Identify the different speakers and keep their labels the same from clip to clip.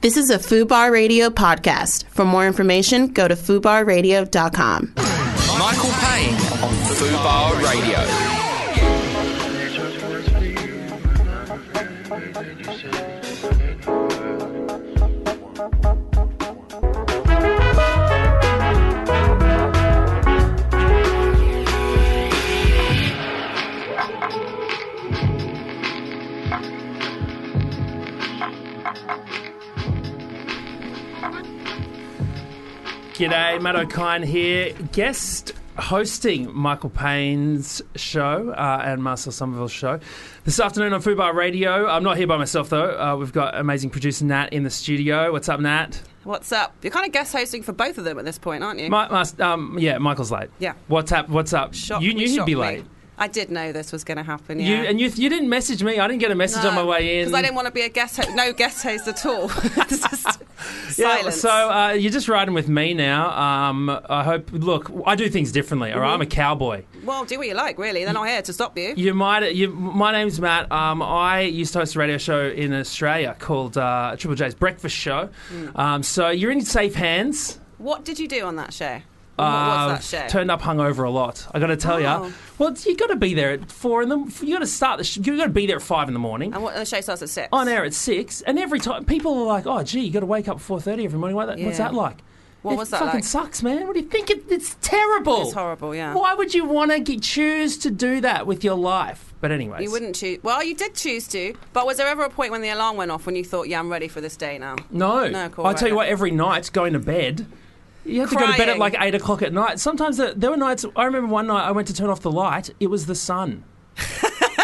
Speaker 1: This is a FUBAR Radio podcast. For more information, go to FUBARradio.com.
Speaker 2: Michael Payne on Fubar Radio.
Speaker 3: G'day, Matt O'Kine here, guest hosting Michael Payne's show uh, and Marcel Somerville's show this afternoon on Fubar Radio. I'm not here by myself though. Uh, we've got amazing producer Nat in the studio. What's up, Nat?
Speaker 4: What's up? You're kind of guest hosting for both of them at this point, aren't you?
Speaker 3: My, my, um, yeah, Michael's late.
Speaker 4: Yeah.
Speaker 3: What's up? What's up?
Speaker 4: Shocked
Speaker 3: you
Speaker 4: me,
Speaker 3: knew he'd
Speaker 4: shocked
Speaker 3: be
Speaker 4: me.
Speaker 3: late.
Speaker 4: I did know this was going to happen. Yeah.
Speaker 3: You and you, you didn't message me. I didn't get a message on my way in.
Speaker 4: because I didn't want to be a guest. Ho- no guest host at all. It's just
Speaker 3: Yeah,
Speaker 4: silence.
Speaker 3: so uh, you're just riding with me now. Um, I hope. Look, I do things differently. All right,
Speaker 4: Mm-hmm.
Speaker 3: I'm a cowboy.
Speaker 4: well, do what you like, really. They're not here to stop you.
Speaker 3: You might. You, my name's Matt. Um, I used to host a radio show in Australia called uh, Triple J's Breakfast Show.
Speaker 4: Hmm.
Speaker 3: Um, so you're in safe hands.
Speaker 4: What did you do on that show? What
Speaker 3: Uh,
Speaker 4: was that show?
Speaker 3: Turned up hungover a lot. I got to tell
Speaker 4: Oh.
Speaker 3: you. Well, you got to be there at four in the. You got to start. The sh- you got to be there at five in the morning.
Speaker 4: and what the show starts at six.
Speaker 3: On air at six, and every time people are like, "Oh, gee, you got to wake up four thirty every morning. What that, What's
Speaker 4: Yeah.
Speaker 3: that like?"
Speaker 4: What
Speaker 3: it
Speaker 4: was that
Speaker 3: Fucking
Speaker 4: like?
Speaker 3: sucks, man. What do you think? It, it's terrible.
Speaker 4: It's horrible, yeah.
Speaker 3: Why would you want to choose to do that with your life? But anyway,
Speaker 4: You wouldn't choose. Well, you did choose to. But was there ever a point when the alarm went off when you thought, "Yeah, I'm ready for this day now"?
Speaker 3: No.
Speaker 4: No, cool,
Speaker 3: I tell you
Speaker 4: right.
Speaker 3: what, every night going to bed, you had to go to bed at
Speaker 4: Crying.
Speaker 3: like eight o'clock at night. Sometimes there, there were nights. I remember one night I went to turn off the light. It was the sun.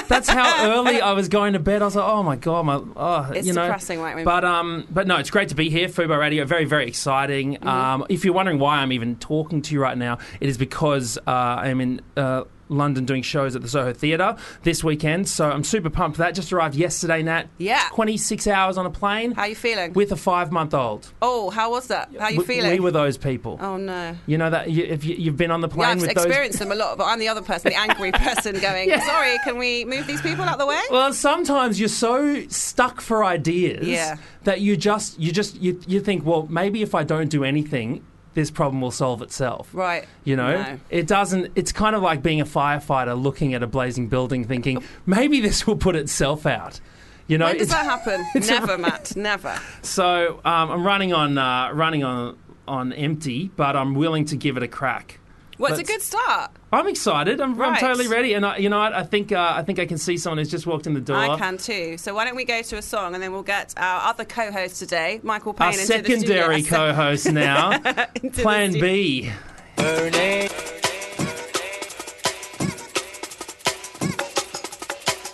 Speaker 3: That's how early I was going to bed. I was like, oh my god, my oh,
Speaker 4: It's
Speaker 3: you know.
Speaker 4: depressing, right, when-
Speaker 3: But um, but no, it's great to be here, Fubo Radio. Very very exciting.
Speaker 4: Mm-hmm.
Speaker 3: Um, if you're wondering why I'm even talking to you right now, it is because uh, I'm in. Uh, London doing shows at the Soho Theatre this weekend, so I'm super pumped for that. Just arrived yesterday, Nat.
Speaker 4: Yeah.
Speaker 3: 26 hours on a plane
Speaker 4: How you feeling?
Speaker 3: with a five month old.
Speaker 4: oh, how was that? How you
Speaker 3: we,
Speaker 4: feeling?
Speaker 3: We were those people.
Speaker 4: oh no.
Speaker 3: You know that you, if you, you've been on the
Speaker 4: Yeah,
Speaker 3: plane
Speaker 4: I've
Speaker 3: with those.
Speaker 4: experienced them a lot, but I'm the other person, the angry person going,
Speaker 3: Yeah.
Speaker 4: sorry, can we move these people out the way?
Speaker 3: Well, sometimes you're so stuck for ideas
Speaker 4: Yeah.
Speaker 3: that you just you just you, you think, well, maybe if I don't do anything, this problem will solve itself.
Speaker 4: Right.
Speaker 3: You know,
Speaker 4: No.
Speaker 3: it doesn't. It's kind of like being a firefighter looking at a blazing building, thinking maybe this will put itself out. You know,
Speaker 4: when does
Speaker 3: it's-
Speaker 4: that happen? Never, Matt, never.
Speaker 3: So um, I'm running on uh, running on on empty, but I'm willing to give it a crack.
Speaker 4: Well, it's a
Speaker 3: Let's-
Speaker 4: good start.
Speaker 3: I'm excited. I'm, I'm
Speaker 4: Right.
Speaker 3: totally ready, and I, you know, what? I think uh, I think I can see someone who's just walked in the door.
Speaker 4: I can too. So why don't we go to a song and then we'll get our other co-host today, Michael Payne,
Speaker 3: Our
Speaker 4: into
Speaker 3: secondary
Speaker 4: the studio. Our
Speaker 3: co-host now,
Speaker 4: sec- into the
Speaker 3: Plan
Speaker 4: studio.
Speaker 3: B.
Speaker 2: Burning.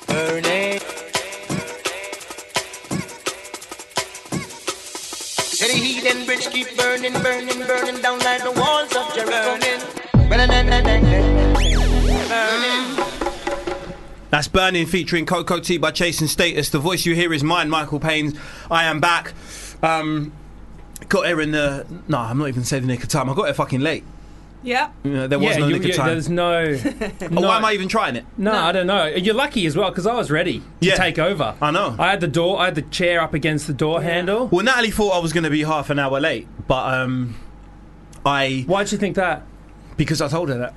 Speaker 2: Burning.
Speaker 5: Let the heat and bridge keep burning, burning, burning down like the walls of Jericho. Burning.
Speaker 6: That's Burning featuring Coco T by Jason Status. The voice you hear is mine, Michael Payne's. I am back. Um, got here in the. No, I'm not even saying the nick of time. I got here fucking late.
Speaker 4: Yep.
Speaker 3: Mm,
Speaker 6: You know, there was no
Speaker 3: you-
Speaker 6: nick
Speaker 3: you-
Speaker 6: of time.
Speaker 3: there's no.
Speaker 6: Oh,
Speaker 3: no,
Speaker 6: why am I even trying it?
Speaker 3: no, I don't know. You're lucky as well because I was ready to
Speaker 6: Yeah.
Speaker 3: take over.
Speaker 6: I know.
Speaker 3: I had the door. I had the chair up against the door handle.
Speaker 6: Well, Natalie thought I was going to be half an hour late, but um, I
Speaker 3: Why'd you think that?
Speaker 6: because I told her that.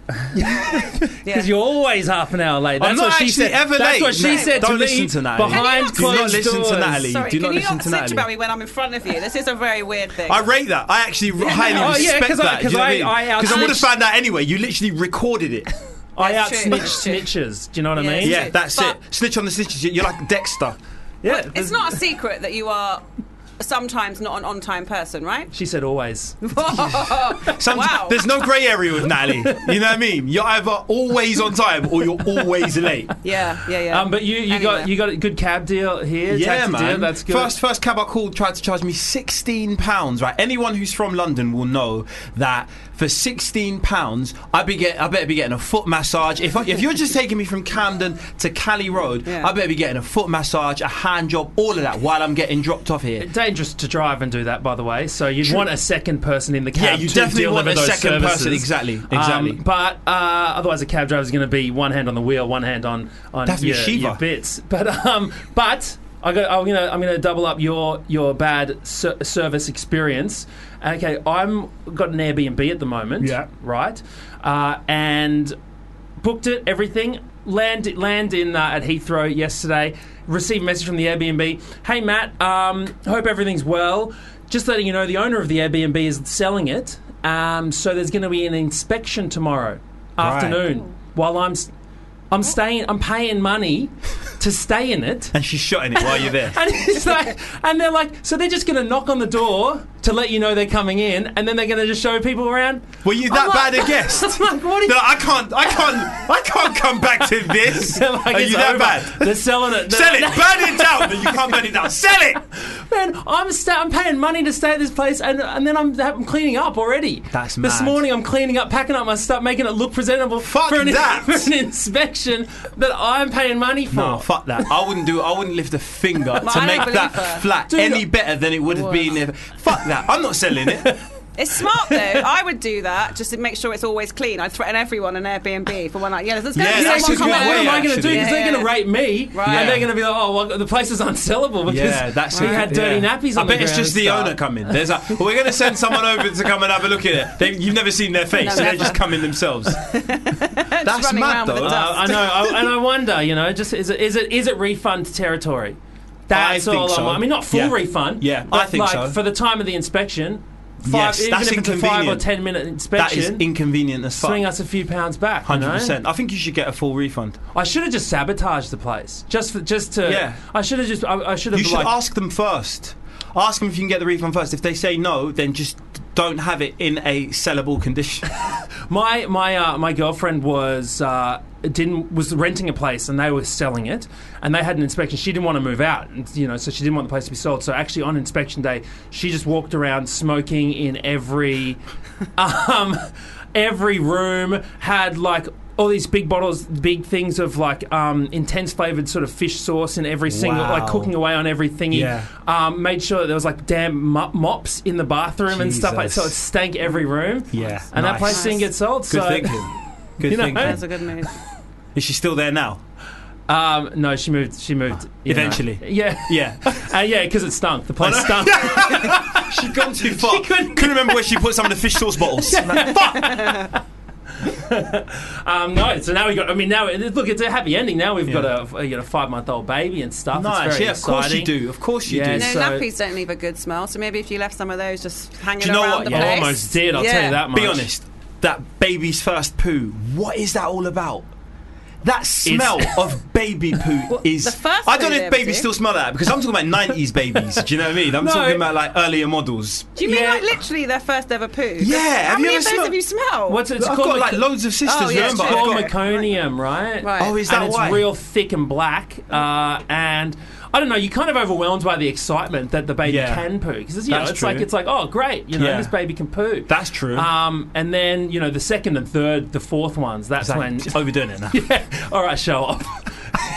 Speaker 3: Because you're always half an hour late. That's
Speaker 6: I'm not
Speaker 3: what she
Speaker 6: actually
Speaker 3: said.
Speaker 6: ever
Speaker 3: That's
Speaker 6: late.
Speaker 3: what she
Speaker 6: No.
Speaker 3: said to
Speaker 6: Don't
Speaker 3: me.
Speaker 6: listen to Natalie.
Speaker 3: Behind
Speaker 4: Do not
Speaker 3: closed
Speaker 6: listen to
Speaker 3: doors.
Speaker 6: Natalie.
Speaker 4: Sorry,
Speaker 6: Do
Speaker 4: can
Speaker 6: not
Speaker 4: you
Speaker 6: listen
Speaker 4: not
Speaker 6: to
Speaker 4: snitch
Speaker 6: Natalie.
Speaker 4: about me when I'm in front of you? This is a very weird thing.
Speaker 6: I rate that. I actually highly
Speaker 3: Oh, yeah,
Speaker 6: respect
Speaker 3: 'cause I-
Speaker 6: that.
Speaker 3: 'cause I- I
Speaker 6: Because I, would have
Speaker 3: outsnitched-
Speaker 6: found out anyway. You literally recorded it.
Speaker 3: I out
Speaker 4: That's true.
Speaker 3: snitch snitches. Do you know what I
Speaker 4: Yeah.
Speaker 3: mean?
Speaker 6: Yeah,
Speaker 4: Snitch.
Speaker 6: that's
Speaker 4: But-
Speaker 6: it. Snitch on the snitches. You're like Dexter.
Speaker 3: Yeah.
Speaker 4: it's
Speaker 3: there's-
Speaker 4: not a secret that you are sometimes not an on-time person, right?
Speaker 3: She said always.
Speaker 6: Some,
Speaker 4: Wow.
Speaker 6: There's no grey area with Natalie. You know what I mean? You're either always on time or you're always late.
Speaker 4: Yeah, yeah, yeah.
Speaker 3: Um, but you, you
Speaker 4: Anyway.
Speaker 3: got you got a good cab deal here.
Speaker 6: Yeah,
Speaker 3: taxi
Speaker 6: man.
Speaker 3: Deal, that's good.
Speaker 6: First, first cab I called tried to charge me sixteen pounds. Right, anyone who's from London will know that for sixteen pounds, I be get, I better be getting a foot massage. If I, if you're just taking me from Camden to Cali Road,
Speaker 4: Yeah.
Speaker 6: I better be getting a foot massage, a hand job, all of that while I'm getting dropped off here.
Speaker 3: Dangerous to drive and do that, by the way. So you'd want a second person in the cab.
Speaker 6: Yeah, you
Speaker 3: to
Speaker 6: definitely
Speaker 3: deliver
Speaker 6: want a
Speaker 3: those
Speaker 6: second person.
Speaker 3: services.
Speaker 6: Exactly,
Speaker 3: Um,
Speaker 6: exactly.
Speaker 3: but uh, otherwise, a cab driver is going to be one hand on the wheel, one hand on on
Speaker 6: That'd be
Speaker 3: your,
Speaker 6: Shiva.
Speaker 3: your bits. But um, but I go, I'm gonna, I'm gonna double up your your bad ser- service experience. Okay, I'm got an Airbnb at the moment.
Speaker 7: Yeah.
Speaker 3: right. Uh, and booked it, everything. Land land in uh, at Heathrow yesterday. Received a message from the Airbnb. Hey Matt, um, hope everything's well. Just letting you know, the owner of the Airbnb is selling it. Um, so there's going to be an inspection tomorrow afternoon. While I'm s- I'm staying, I'm paying money to stay in it.
Speaker 6: And she's shot in it while you're there.
Speaker 3: And it's like, and they're like, so they're just going to knock on the door to let you know they're coming in, and then they're going to just show people around.
Speaker 6: Were you that
Speaker 3: I'm like-
Speaker 6: bad a guest?
Speaker 3: I'm like, what? Are you,
Speaker 6: No, I can't. I can't. I can't come back to this.
Speaker 3: They're like,
Speaker 6: Are
Speaker 3: "It's
Speaker 6: Oh, you that
Speaker 3: over.
Speaker 6: bad?
Speaker 3: They're selling it. They're
Speaker 6: Sell it.
Speaker 3: like,
Speaker 6: Burn it down. No, you can't burn it down. Sell it.
Speaker 3: Man, I'm sta- I'm paying money to stay at this place, and and then I'm, I'm cleaning up already.
Speaker 6: That's
Speaker 3: This
Speaker 6: mad.
Speaker 3: morning, I'm cleaning up, packing up my stuff, making it look presentable
Speaker 6: Fuck
Speaker 3: for, an,
Speaker 6: that.
Speaker 3: for an inspection that I'm paying money for.
Speaker 6: No, fuck that. I wouldn't do. I wouldn't lift a finger
Speaker 4: I
Speaker 6: to
Speaker 4: don't
Speaker 6: make
Speaker 4: believe
Speaker 6: that
Speaker 4: her.
Speaker 6: flat
Speaker 3: Dude,
Speaker 6: any better than it would have been if. Fuck that. I'm not selling it.
Speaker 4: It's smart though. I would do that just to make sure it's always clean. I'd threaten everyone in Airbnb for one night. Yeah, there's going to
Speaker 6: Yeah,
Speaker 4: be
Speaker 6: that's
Speaker 4: someone
Speaker 6: a good
Speaker 4: coming
Speaker 3: what am
Speaker 6: way,
Speaker 4: over.
Speaker 3: I going to do?
Speaker 6: actually.
Speaker 3: Because they're
Speaker 4: Yeah.
Speaker 3: going to rate me,
Speaker 4: Right.
Speaker 3: and they're going to be like, "Oh, well, the place is unsellable because
Speaker 6: Yeah, that's
Speaker 3: you
Speaker 6: it.
Speaker 3: had dirty
Speaker 6: Yeah.
Speaker 3: nappies."
Speaker 6: I
Speaker 3: on the
Speaker 6: bet it's
Speaker 3: ground
Speaker 6: just
Speaker 3: and
Speaker 6: the
Speaker 3: stuff.
Speaker 6: owner coming. There's like, well, we're going to send someone over to come and have a look at it. They, you've never seen their face, so they
Speaker 4: never.
Speaker 6: just come in themselves. That's
Speaker 4: running
Speaker 6: mad
Speaker 4: around with
Speaker 6: though.
Speaker 4: the
Speaker 3: Uh, I know, I, and I wonder, you know, just is it is it is it refund territory? That's
Speaker 6: I think
Speaker 3: all
Speaker 6: so.
Speaker 3: I mean, not full
Speaker 6: Yeah.
Speaker 3: refund.
Speaker 6: Yeah, I
Speaker 3: but
Speaker 6: think
Speaker 3: like
Speaker 6: so.
Speaker 3: for the time of the inspection. Five,
Speaker 6: Yes,
Speaker 3: even
Speaker 6: that's
Speaker 3: if it's a five or
Speaker 6: inconvenient.
Speaker 3: ten minute
Speaker 6: That is
Speaker 3: inspection,
Speaker 6: inconvenient as fuck.
Speaker 3: swing us a few pounds back. you know?
Speaker 6: Hundred percent. I think you should get a full refund.
Speaker 3: I should have just sabotaged the place, just for, just to.
Speaker 6: Yeah.
Speaker 3: I should have just. I, I should have.
Speaker 6: You should
Speaker 3: like,
Speaker 6: ask them first. Ask them if you can get the refund first. If they say no, then just don't have it in a sellable condition.
Speaker 3: My my uh, my girlfriend was uh, didn't was renting a place and they were selling it and they had an inspection. She didn't want to move out, and, you know, so she didn't want the place to be sold. So actually, on inspection day, she just walked around smoking in every um, every room. Had like. All these big bottles, big things of like um, intense flavored sort of fish sauce in every single,
Speaker 6: Wow.
Speaker 3: like cooking away on every thingy.
Speaker 6: Yeah.
Speaker 3: Um, made sure that there was like damn mop- mops in the bathroom and stuff like so. It
Speaker 6: Jesus.
Speaker 3: stank every room.
Speaker 6: Yeah,
Speaker 3: And that
Speaker 6: nice.
Speaker 3: place didn't get sold.
Speaker 6: Good
Speaker 3: so
Speaker 6: thinking. Good
Speaker 3: You know,
Speaker 4: That's a
Speaker 6: thinking.
Speaker 4: good move.
Speaker 6: Is she still there now?
Speaker 3: um, no, she moved. She moved you know.
Speaker 6: Eventually. Oh,
Speaker 3: Yeah,
Speaker 6: Yeah.
Speaker 3: uh, yeah, because it stunk. The place stunk.
Speaker 6: She'd gone too far.
Speaker 3: She couldn't-
Speaker 6: couldn't, remember where she put some of the fish sauce bottles. Like, fuck!
Speaker 3: um, no, so now we got. I mean, now it- look, it's a happy ending. Now we've got a you know five month old baby and stuff. It's
Speaker 6: Nice.
Speaker 3: very
Speaker 6: Yeah, of course you
Speaker 3: exciting.
Speaker 6: do. Of course you
Speaker 3: Yeah,
Speaker 6: do.
Speaker 4: No,
Speaker 3: So-
Speaker 4: nappies don't leave a good smell. So maybe if you left some of those just hanging
Speaker 6: you know
Speaker 4: around
Speaker 6: what?
Speaker 4: the
Speaker 6: Yeah.
Speaker 3: I
Speaker 4: place.
Speaker 3: almost did. I'll tell
Speaker 4: Yeah.
Speaker 3: you that much.
Speaker 6: Be honest. That baby's first poo. What is that all about? That smell of baby poo is.
Speaker 4: the first
Speaker 6: I don't
Speaker 4: poo
Speaker 6: know
Speaker 4: they
Speaker 6: if
Speaker 4: ever
Speaker 6: babies
Speaker 4: do.
Speaker 6: still smell like that because I'm talking about 90s babies. Do you know what I mean? I'm
Speaker 3: No.
Speaker 6: talking about like earlier models.
Speaker 4: Do you mean
Speaker 3: Yeah.
Speaker 4: like literally their first ever poo?
Speaker 6: Yeah,
Speaker 4: How
Speaker 6: have you
Speaker 4: many
Speaker 6: ever
Speaker 4: of those
Speaker 6: smelled-
Speaker 4: have you smelled?
Speaker 3: What's it it's
Speaker 6: I've
Speaker 3: called?
Speaker 6: got
Speaker 3: Mac-
Speaker 6: like loads of sisters.
Speaker 4: Oh, yeah,
Speaker 6: remember?
Speaker 4: it's
Speaker 6: I've
Speaker 3: called
Speaker 6: got-
Speaker 3: meconium, right?
Speaker 4: Right.
Speaker 6: Oh, is that
Speaker 3: and it's
Speaker 6: why?
Speaker 3: real thick and black. Uh, and I don't know. You're kind of overwhelmed by the excitement that the baby
Speaker 6: Yeah.
Speaker 3: can poo because you know,
Speaker 6: That's
Speaker 3: it's like
Speaker 6: true.
Speaker 3: it's like oh great, you know
Speaker 6: Yeah.
Speaker 3: this baby can poo.
Speaker 6: That's true.
Speaker 4: Ah,
Speaker 3: Um, and then you know the second and third, the fourth ones. That's
Speaker 6: It's like,
Speaker 3: when
Speaker 6: it's overdoing it now.
Speaker 3: all right, show off.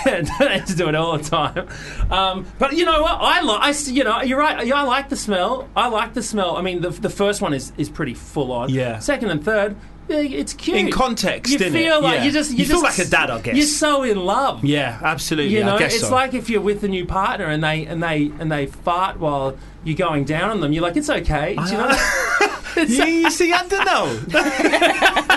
Speaker 3: Don't have to do it all the time. Um, but you know what? I like. I s- you know you're right. Yeah, I like the smell. I like the smell. I mean, the the first one is is pretty full on.
Speaker 6: Yeah.
Speaker 3: Second and third. yeah, It's cute
Speaker 6: In context,
Speaker 3: You
Speaker 6: innit?
Speaker 3: feel like
Speaker 6: Yeah.
Speaker 3: you just
Speaker 6: You feel
Speaker 3: just-
Speaker 6: like a dad, I guess.
Speaker 3: You're so in love.
Speaker 6: Yeah, absolutely.
Speaker 3: You know,
Speaker 6: I guess
Speaker 3: it's
Speaker 6: so.
Speaker 3: like if you're with a new partner and they and they and they fart while you're going down on them. You're like, it's okay. Do you know?
Speaker 6: Yeah, you see, I don't know.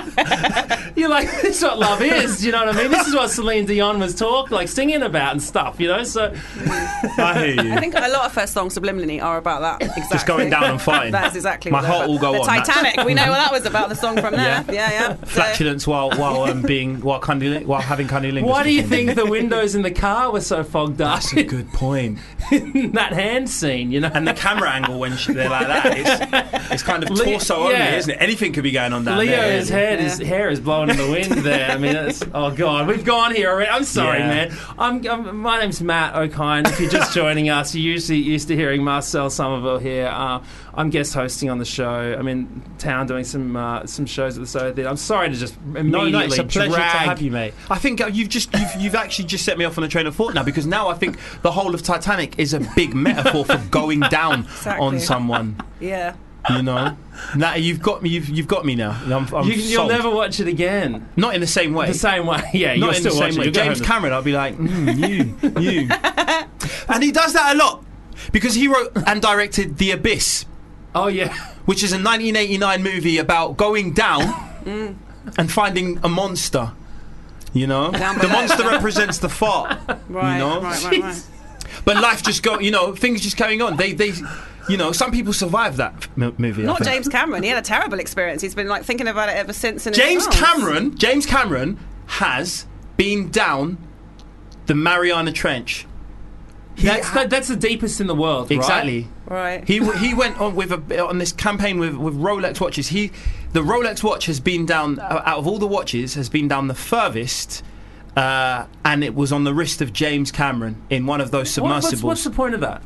Speaker 3: You're like, this is what love is. Do you know what I mean? This is what Celine Dion was talk like singing about and stuff. You know, so
Speaker 6: I hear you.
Speaker 4: I think a lot of her songs subliminally are about that. Exactly.
Speaker 6: Just going down and fighting.
Speaker 4: That's exactly
Speaker 6: My
Speaker 4: what
Speaker 6: heart
Speaker 4: they're
Speaker 6: will
Speaker 4: about.
Speaker 6: go
Speaker 4: the
Speaker 6: on. That's-
Speaker 4: Titanic. we know what that was about. The song from there.
Speaker 6: Yeah.
Speaker 4: Yeah, yeah. So-
Speaker 6: Flatulence while while um, being while cunniling, while having cunnilingus.
Speaker 3: Why do you think the windows in the car were so fogged up
Speaker 6: That's a good point.
Speaker 3: in that hand scene? You know,
Speaker 6: And the camera angle when she, they're like that, it's, it's kind of
Speaker 3: Leo-
Speaker 6: torso
Speaker 3: yeah.
Speaker 6: only, isn't it? Anything could be going on down there.
Speaker 3: Leo's
Speaker 6: really.
Speaker 3: head, his hair is blowing in the wind. There, I mean, that's, oh god, we've gone here already. I'm sorry,
Speaker 6: Yeah.
Speaker 3: man. I'm, I'm- my name's Matt O'Kine. If you're just joining us, you're usually used to hearing Marcel Somerville here. Uh, I'm guest hosting on the show. I'm in town doing some uh, some shows at the Soho Theatre. I'm sorry to just immediately
Speaker 6: No, no, it's a pleasure
Speaker 3: drag
Speaker 6: to have you, mate. I think uh, you've just you've, you've actually just set me off on a train of thought now because now I think the whole of Titanic is a big metaphor for going down on
Speaker 4: Exactly.
Speaker 6: someone.
Speaker 4: yeah.
Speaker 6: You know, now you've got me. You've, you've got me now. I'm, I'm
Speaker 3: you you'll
Speaker 6: sold.
Speaker 3: never watch it again.
Speaker 6: not in the same way.
Speaker 3: The same way, yeah.
Speaker 6: not
Speaker 3: you'll
Speaker 6: in
Speaker 3: still
Speaker 6: the
Speaker 3: watch it.
Speaker 6: same way.
Speaker 3: You'll go home
Speaker 6: James
Speaker 3: to-
Speaker 6: Cameron, I'll be like, mm, you, you. And he does that a lot because he wrote and directed The Abyss,
Speaker 3: Oh yeah.
Speaker 6: which is a 1989 movie about going down and finding a monster. You know, the monster represents the fart.
Speaker 4: Right,
Speaker 6: you know,
Speaker 4: right, right, right.
Speaker 6: but life just go. You know, things just going on. They, they, you know, some people survive that m- movie. I
Speaker 4: Not
Speaker 6: think.
Speaker 4: James Cameron. He had a terrible experience. He's been like thinking about it ever since. And
Speaker 6: James Cameron. James Cameron has been down the Mariana Trench. He
Speaker 3: That's
Speaker 6: ha-
Speaker 3: the, that's the deepest in the world. right?
Speaker 6: exactly.
Speaker 4: Right.
Speaker 6: He w- he went on with a on this campaign with with Rolex watches. He the Rolex watch has been down uh, out of all the watches has been down the furthest. Uh, and it was on the wrist of James Cameron in one of those
Speaker 3: What- what's,
Speaker 6: submersibles.
Speaker 3: what's the point of that?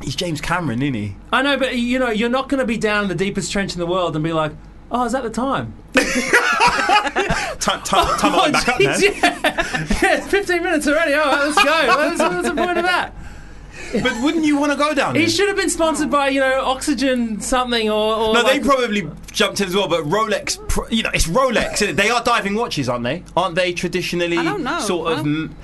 Speaker 6: He's James Cameron, isn't he?
Speaker 3: I know, but you know, you're not going to be down in the deepest trench in the world and be like, "Oh, is that the time?"
Speaker 6: Time, time, time I went back up, man.
Speaker 3: Jeez, Uh, yeah. Yeah, it's 15 minutes already. All right, let's go. What's, what's the point of that?
Speaker 6: But wouldn't you want to go down?
Speaker 3: He
Speaker 6: there?
Speaker 3: should have been sponsored by you know Oxygen something or. or
Speaker 6: No,
Speaker 4: Oh
Speaker 3: like-
Speaker 6: they probably jumped in as well, but Rolex, pr- you know, it's Rolex. Isn't it? They are diving watches, aren't they? Aren't they traditionally
Speaker 4: I don't know.
Speaker 6: sort of
Speaker 4: I
Speaker 6: m-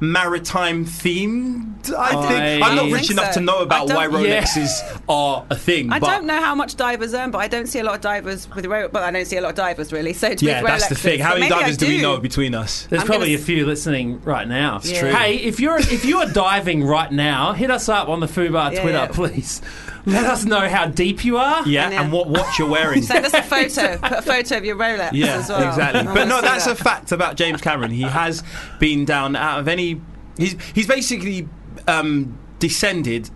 Speaker 6: maritime themed? I think
Speaker 3: I
Speaker 6: I'm not
Speaker 3: don't
Speaker 6: rich
Speaker 4: think
Speaker 6: enough
Speaker 4: so.
Speaker 6: to know
Speaker 4: I
Speaker 6: about why
Speaker 4: don't-
Speaker 3: Yeah.
Speaker 6: Rolexes are a thing.
Speaker 4: I
Speaker 6: but
Speaker 4: don't know how much divers earn, but I don't see a lot of divers with Rolex. But I don't see a lot of divers really. So with
Speaker 6: Yeah, that's the
Speaker 4: Rolexes,
Speaker 6: thing. How
Speaker 4: but
Speaker 6: many
Speaker 4: maybe I
Speaker 6: divers do we
Speaker 4: do.
Speaker 6: know between us?
Speaker 3: There's
Speaker 4: I'm
Speaker 3: probably
Speaker 4: gonna
Speaker 3: a few listening right now.
Speaker 4: Yeah. true.
Speaker 3: Hey, if you're if you are diving right now, hit us up on the Fubar
Speaker 4: Yeah,
Speaker 3: Twitter,
Speaker 4: yeah.
Speaker 3: please. Let us know how deep you are.
Speaker 6: Yeah,
Speaker 4: know.
Speaker 6: and what watch you're wearing.
Speaker 4: Send us a photo. Put a photo of your Rolex
Speaker 6: Yeah,
Speaker 4: as well.
Speaker 6: exactly.
Speaker 4: I
Speaker 6: But
Speaker 4: wanna
Speaker 6: no,
Speaker 4: see
Speaker 6: that's
Speaker 4: that.
Speaker 6: a fact about James Cameron. He has been down out of any. He's he's basically um, descended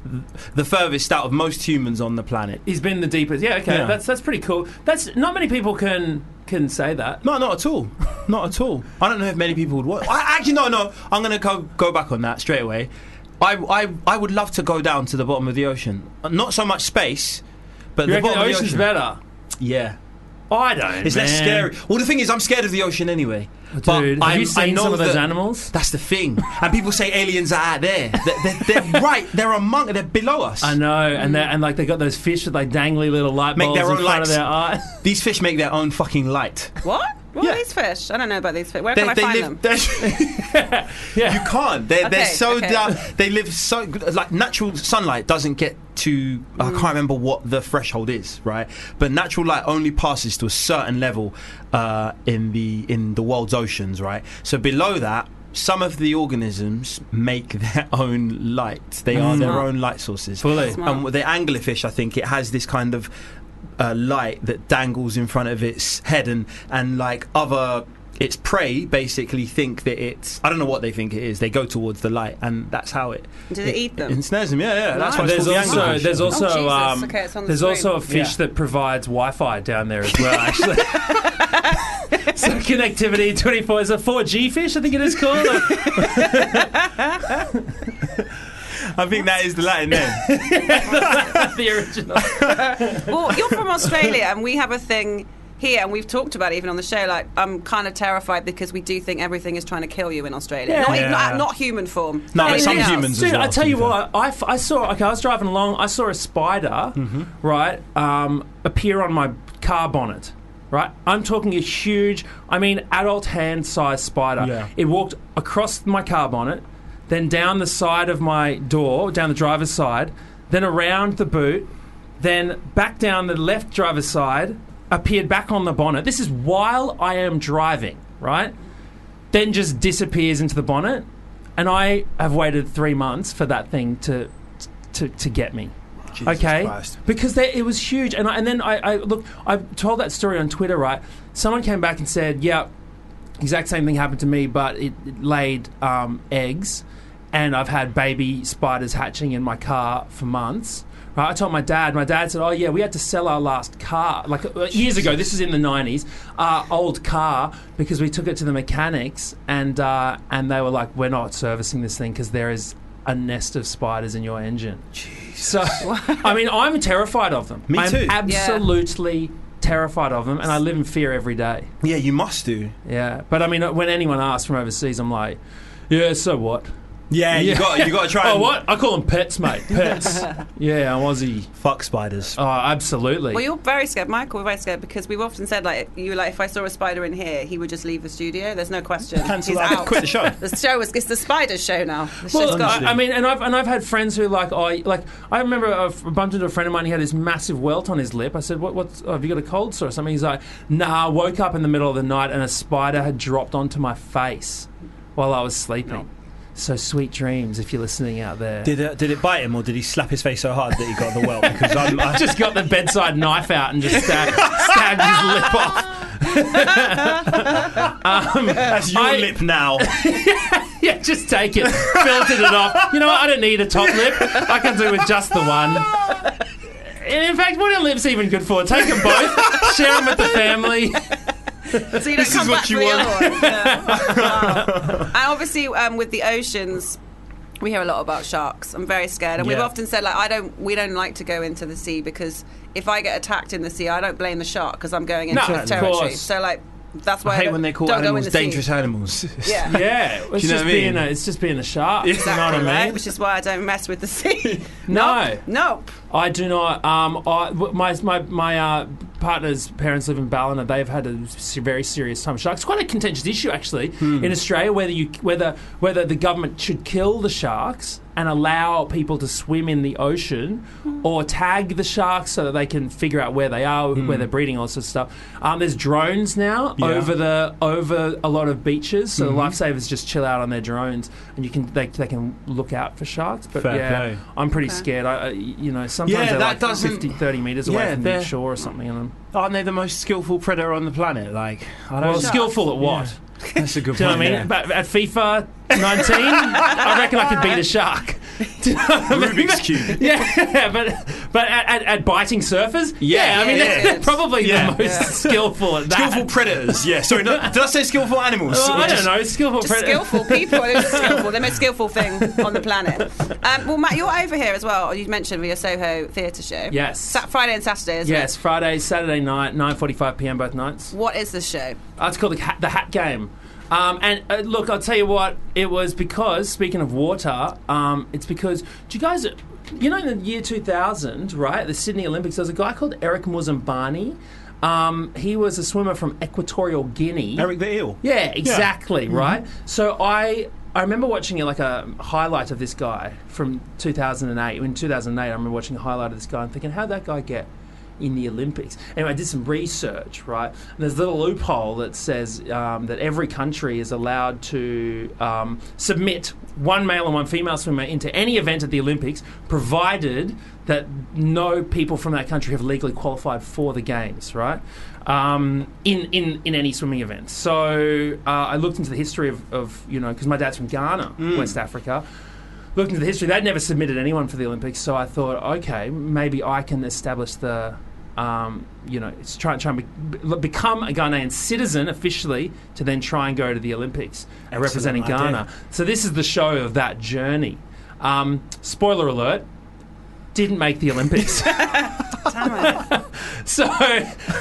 Speaker 6: the furthest out of most humans on the planet.
Speaker 3: He's been the deepest. Yeah, okay.
Speaker 6: Yeah.
Speaker 3: That's that's pretty cool. That's not many people can can say that.
Speaker 6: No, not at all. Not at all. I don't know if many people would want. I, actually, no, no. I'm going to go, go back on that straight away. I, I, I would love to go down to the bottom of the ocean. Not so much space, but
Speaker 3: You
Speaker 6: the
Speaker 3: reckon
Speaker 6: bottom
Speaker 3: the
Speaker 6: of the
Speaker 3: ocean's
Speaker 6: ocean.
Speaker 3: better?
Speaker 6: Yeah.
Speaker 3: I don't.
Speaker 6: It's less
Speaker 3: man.
Speaker 6: scary. Well, the thing is, I'm scared of the ocean anyway. but
Speaker 3: Dude, have
Speaker 6: I'm-
Speaker 3: you
Speaker 6: I
Speaker 3: seen
Speaker 6: know
Speaker 3: some of those
Speaker 6: that-
Speaker 3: animals?
Speaker 6: That's the thing. And people say aliens are out there. They're, they're, they're right. They're among. They're below us.
Speaker 3: I know, and they and like they got those fish with like dangly little light
Speaker 6: Make
Speaker 3: bulbs
Speaker 6: their
Speaker 3: in
Speaker 6: own
Speaker 3: front
Speaker 6: lights.
Speaker 3: of their eye.
Speaker 6: These fish make their own fucking light.
Speaker 4: What? What
Speaker 6: Yeah.
Speaker 4: are these fish? I don't know about these fish. Where can I find them?
Speaker 6: they're- You can't. They're, they're
Speaker 4: Okay,
Speaker 6: so
Speaker 4: okay.
Speaker 6: down. They live so like natural sunlight doesn't get to.
Speaker 4: Mm.
Speaker 6: I can't remember what the threshold is, right? But natural light only passes to a certain level uh, in the in the world's oceans, right? So below that. Some of the organisms make their own light. They are their
Speaker 4: Smart.
Speaker 6: own light sources.
Speaker 3: Fully.
Speaker 4: Smart.
Speaker 6: And with the anglerfish, I think it has this kind of uh, light that dangles in front of its head, and and like other its prey basically think that it's I don't know what they think it is. They go towards the light, and that's how it.
Speaker 4: Do they
Speaker 6: it-
Speaker 4: eat
Speaker 6: It
Speaker 4: them?
Speaker 6: ensnares them. Yeah, yeah.
Speaker 4: Nice.
Speaker 6: That's why
Speaker 3: there's
Speaker 6: there's
Speaker 3: also there's also
Speaker 6: also
Speaker 4: Oh, Jesus.
Speaker 3: um,
Speaker 4: Okay, it's on the
Speaker 3: there's
Speaker 4: screen.
Speaker 3: also a fish
Speaker 6: Yeah.
Speaker 3: that provides Wi-Fi down there as well. Actually, so connectivity 24 is a 4G fish. I think it is called.
Speaker 6: I think that is the Latin name.
Speaker 3: the original.
Speaker 4: Well, you're from Australia, and we have a thing here, and we've talked about it even on the show. Like, I'm kind of terrified because we do think everything is trying to kill you in Australia.
Speaker 3: Yeah.
Speaker 4: Not,
Speaker 3: Yeah.
Speaker 4: not, not human form.
Speaker 6: No, but some
Speaker 4: Anything else.
Speaker 6: humans- as
Speaker 3: Dude,
Speaker 6: well,
Speaker 3: I
Speaker 6: to
Speaker 3: tell
Speaker 6: be
Speaker 3: you
Speaker 6: fair.
Speaker 3: what, I, f- I saw. Okay, I was driving along. I saw a spider,
Speaker 6: Mm-hmm.
Speaker 3: right, um, appear on my car bonnet. Right, I'm talking a huge. I mean, adult hand sized spider.
Speaker 6: Yeah.
Speaker 3: It walked across my car bonnet, then down the side of my door, down the driver's side, then around the boot, then back down the left driver's side, appeared back on the bonnet. This is while I am driving, right? Then just disappears into the bonnet, and I have waited three months for that thing to to, to get me. okay, because they, it was huge, and I, and then I, I look. I told that story on Twitter. Right, someone came back and said, "Yeah, exact same thing happened to me, but it, it laid um, eggs, and I've had baby spiders hatching in my car for months." Right, I told my dad. My dad said, "Oh yeah, we had to sell our last car like uh, years ago. This is in the '90s. Our old car because we took it to the mechanics, and uh, and they were like, we're not servicing this thing because there is." A nest of spiders in your engine. So, I mean, I'm terrified of them.
Speaker 6: Me
Speaker 3: I'm
Speaker 6: too.
Speaker 3: absolutely terrified of them, and I live in fear every day.
Speaker 6: Yeah, you must do.
Speaker 3: Yeah, but I mean, when anyone asks from overseas, I'm like, yeah, so what?
Speaker 7: Yeah,
Speaker 6: You
Speaker 7: you got
Speaker 6: got you got to try.
Speaker 3: Oh,
Speaker 6: and
Speaker 3: what? I call them pets, mate. Pets. yeah, I'm Aussie.
Speaker 7: fuck spiders.
Speaker 3: Oh, absolutely.
Speaker 4: Well, you're very scared, Michael. We're very scared because we've often said like you were like if I saw a spider in here, he would just leave the studio. There's no question.
Speaker 7: Cancel
Speaker 4: He's
Speaker 7: that.
Speaker 4: out.
Speaker 7: Quit the show.
Speaker 4: The show is it's the spider show now. The show's
Speaker 3: Well,
Speaker 4: gone.
Speaker 3: I, I mean, and I've and I've had friends who like I like I remember I bumped into a friend of mine. He had this massive welt on his lip. I said, "What? What's? oh, have you got a cold sore or something?" He's like, "Nah." I woke up in the middle of the night and a spider had dropped onto my face while I was sleeping. So sweet dreams, if you're listening out there.
Speaker 7: Did it, did it bite him or did he slap his face so hard that he got the welt? Because I'm, I,
Speaker 3: just got the bedside knife out and just stabbed, stabbed his lip off.
Speaker 7: that's your
Speaker 3: I-
Speaker 7: lip now.
Speaker 3: Yeah, just take it, filtered it off. You know what? I don't need a top lip. I can do with just the one. And in fact, what are lips even good for? Take them both, share them with the family.
Speaker 4: So you don't
Speaker 6: This
Speaker 4: come
Speaker 6: is what
Speaker 4: back
Speaker 6: you
Speaker 4: for the
Speaker 6: want.
Speaker 4: other one. Yeah. and obviously, um, with the oceans, we hear a lot about sharks. I'm very scared, and we've
Speaker 7: Yeah.
Speaker 4: often said like I don't, we don't like to go into the sea because if I get attacked in the sea, I don't blame the shark because I'm going into
Speaker 3: No,
Speaker 4: his
Speaker 3: of
Speaker 4: territory.
Speaker 3: course.
Speaker 4: So like that's why
Speaker 6: I
Speaker 4: I
Speaker 6: hate
Speaker 4: don't-
Speaker 6: when they call
Speaker 4: don't go in
Speaker 6: animals
Speaker 4: the
Speaker 6: dangerous
Speaker 4: Sea.
Speaker 6: animals.
Speaker 4: Yeah.
Speaker 3: Yeah, it's
Speaker 6: you know
Speaker 3: just
Speaker 6: what I mean?
Speaker 3: being a it's just being a shark.
Speaker 4: Exactly,
Speaker 3: you know what I
Speaker 4: right?
Speaker 3: mean?
Speaker 4: Which is why I don't mess with the sea.
Speaker 3: No.
Speaker 4: nope.
Speaker 3: I do not. Um, I w my my my uh, partner's parents live in Ballina. They've had a se- very serious time with sharks. It's quite a contentious issue, actually,
Speaker 7: Hmm.
Speaker 3: in Australia. Whether you whether whether the government should kill the sharks and allow people to swim in the ocean, or tag the sharks so that they can figure out where they are, where they're breeding, all sorts of stuff. Um, there's drones now
Speaker 7: Hmm. Yeah. Mm-hmm.
Speaker 3: over the over a lot of beaches, so the lifesavers just chill out on their drones, and you can they, they can look out for sharks. But
Speaker 7: Fair
Speaker 3: yeah,
Speaker 7: play.
Speaker 3: I'm pretty scared. I, I you know sometimes
Speaker 6: Yeah,
Speaker 3: they're
Speaker 6: that
Speaker 3: like
Speaker 6: doesn't-
Speaker 3: 50, 30 meters away
Speaker 6: Yeah,
Speaker 3: from the
Speaker 6: they're-
Speaker 3: shore or something. And I'm,
Speaker 6: Aren't they the most skillful predator on the planet? Like, I don't.
Speaker 3: well, skillful at what?
Speaker 6: That's a good
Speaker 3: Do you know what I mean?
Speaker 6: yeah.
Speaker 3: But at FIFA 19, I reckon I could beat a shark. Do you know what I mean?
Speaker 7: Rubik's Cube.
Speaker 3: Yeah, but but at, at, at biting surfers,
Speaker 6: Yeah.
Speaker 3: I mean
Speaker 4: Yeah,
Speaker 3: they're
Speaker 4: yeah.
Speaker 3: probably
Speaker 7: Yeah.
Speaker 3: the most skillful at that.
Speaker 6: Skillful predators. Yeah. Sorry. No, did I say skillful animals?
Speaker 3: Well,
Speaker 6: Or
Speaker 3: Oh, I don't
Speaker 6: just-
Speaker 3: know. Skillful
Speaker 4: Just
Speaker 3: predators.
Speaker 4: skillful people. They're just skillful. They're the most skillful thing on the planet. Um, well, Matt, you're over here as well. You mentioned with your Soho theatre show.
Speaker 3: Yes.
Speaker 4: Sa- Friday and Saturday, isn't
Speaker 3: Yes, Friday, Saturday night, 9:45 p.m. both nights.
Speaker 4: it? What is this show?
Speaker 3: Uh, It's called the Hat, the hat Game. Um, and uh, look, I'll tell you what, it was because, speaking of water, um, it's because, do you guys, you know, in the year 2000, right, the Sydney Olympics, there was a guy called Eric Muzambani. Um, he was a swimmer from Equatorial Guinea.
Speaker 7: Eric the eel.
Speaker 3: Yeah, exactly, right? So I I remember watching like a highlight of this guy from 2008. In 2008, I remember watching a highlight of this guy and thinking, how'd that guy get in the Olympics? Anyway, I did some research, right? And there's a little loophole that says um, that every country is allowed to um, submit one male and one female swimmer into any event at the Olympics, provided that no people from that country have legally qualified for the games, right? um, in, in, in any swimming event. So uh, I looked into the history of, of you know, because my dad's from Ghana, West Africa. Looked into the history. They'd never submitted anyone for the Olympics, so I thought, okay, maybe I can establish the, um, you know, it's try, try and be, become a Ghanaian citizen officially to then try and go to the Olympics and representing
Speaker 7: idea.
Speaker 3: Ghana. So this is the show of that journey. Um, spoiler alert, didn't make the Olympics. So,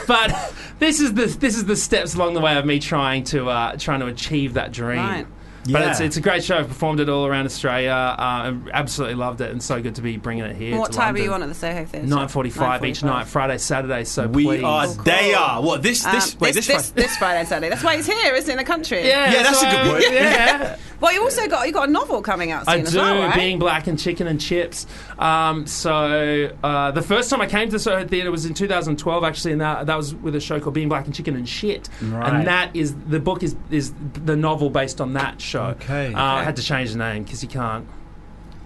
Speaker 3: but this is the this is the steps along the way of me trying to uh, trying to achieve that dream.
Speaker 4: Right.
Speaker 3: But
Speaker 7: Yeah.
Speaker 3: it's, it's a great show. I've performed it all around Australia. Uh, I absolutely loved it, and so good to be bringing it here.
Speaker 4: And what
Speaker 3: to
Speaker 4: time are you on
Speaker 3: London.
Speaker 4: at the Soho theatre?
Speaker 3: Nine forty-five each
Speaker 4: 9:45.
Speaker 3: night, Friday, Saturday. So
Speaker 6: We
Speaker 3: please.
Speaker 6: are.
Speaker 4: cool.
Speaker 6: They are. What this?
Speaker 4: Um,
Speaker 6: This. wait. This.
Speaker 4: this,
Speaker 6: Friday-
Speaker 4: this Friday and Saturday. That's why he's here, isn't it, in the country?
Speaker 3: Yeah,
Speaker 6: Yeah, that's a good
Speaker 3: so-
Speaker 6: word.
Speaker 3: Yeah,
Speaker 4: Well, you also got you got a novel coming out soon
Speaker 3: I
Speaker 4: as
Speaker 3: do.
Speaker 4: well, right?
Speaker 3: Being black and chicken and chips. Um, so uh, the first time I came to Soho Theatre was in 2012, actually, and that, that was with a show called Being Black and Chicken and Shit.
Speaker 7: Right.
Speaker 3: And that is the book is is the novel based on that show.
Speaker 7: Okay.
Speaker 3: Uh, I had to change the name because you can't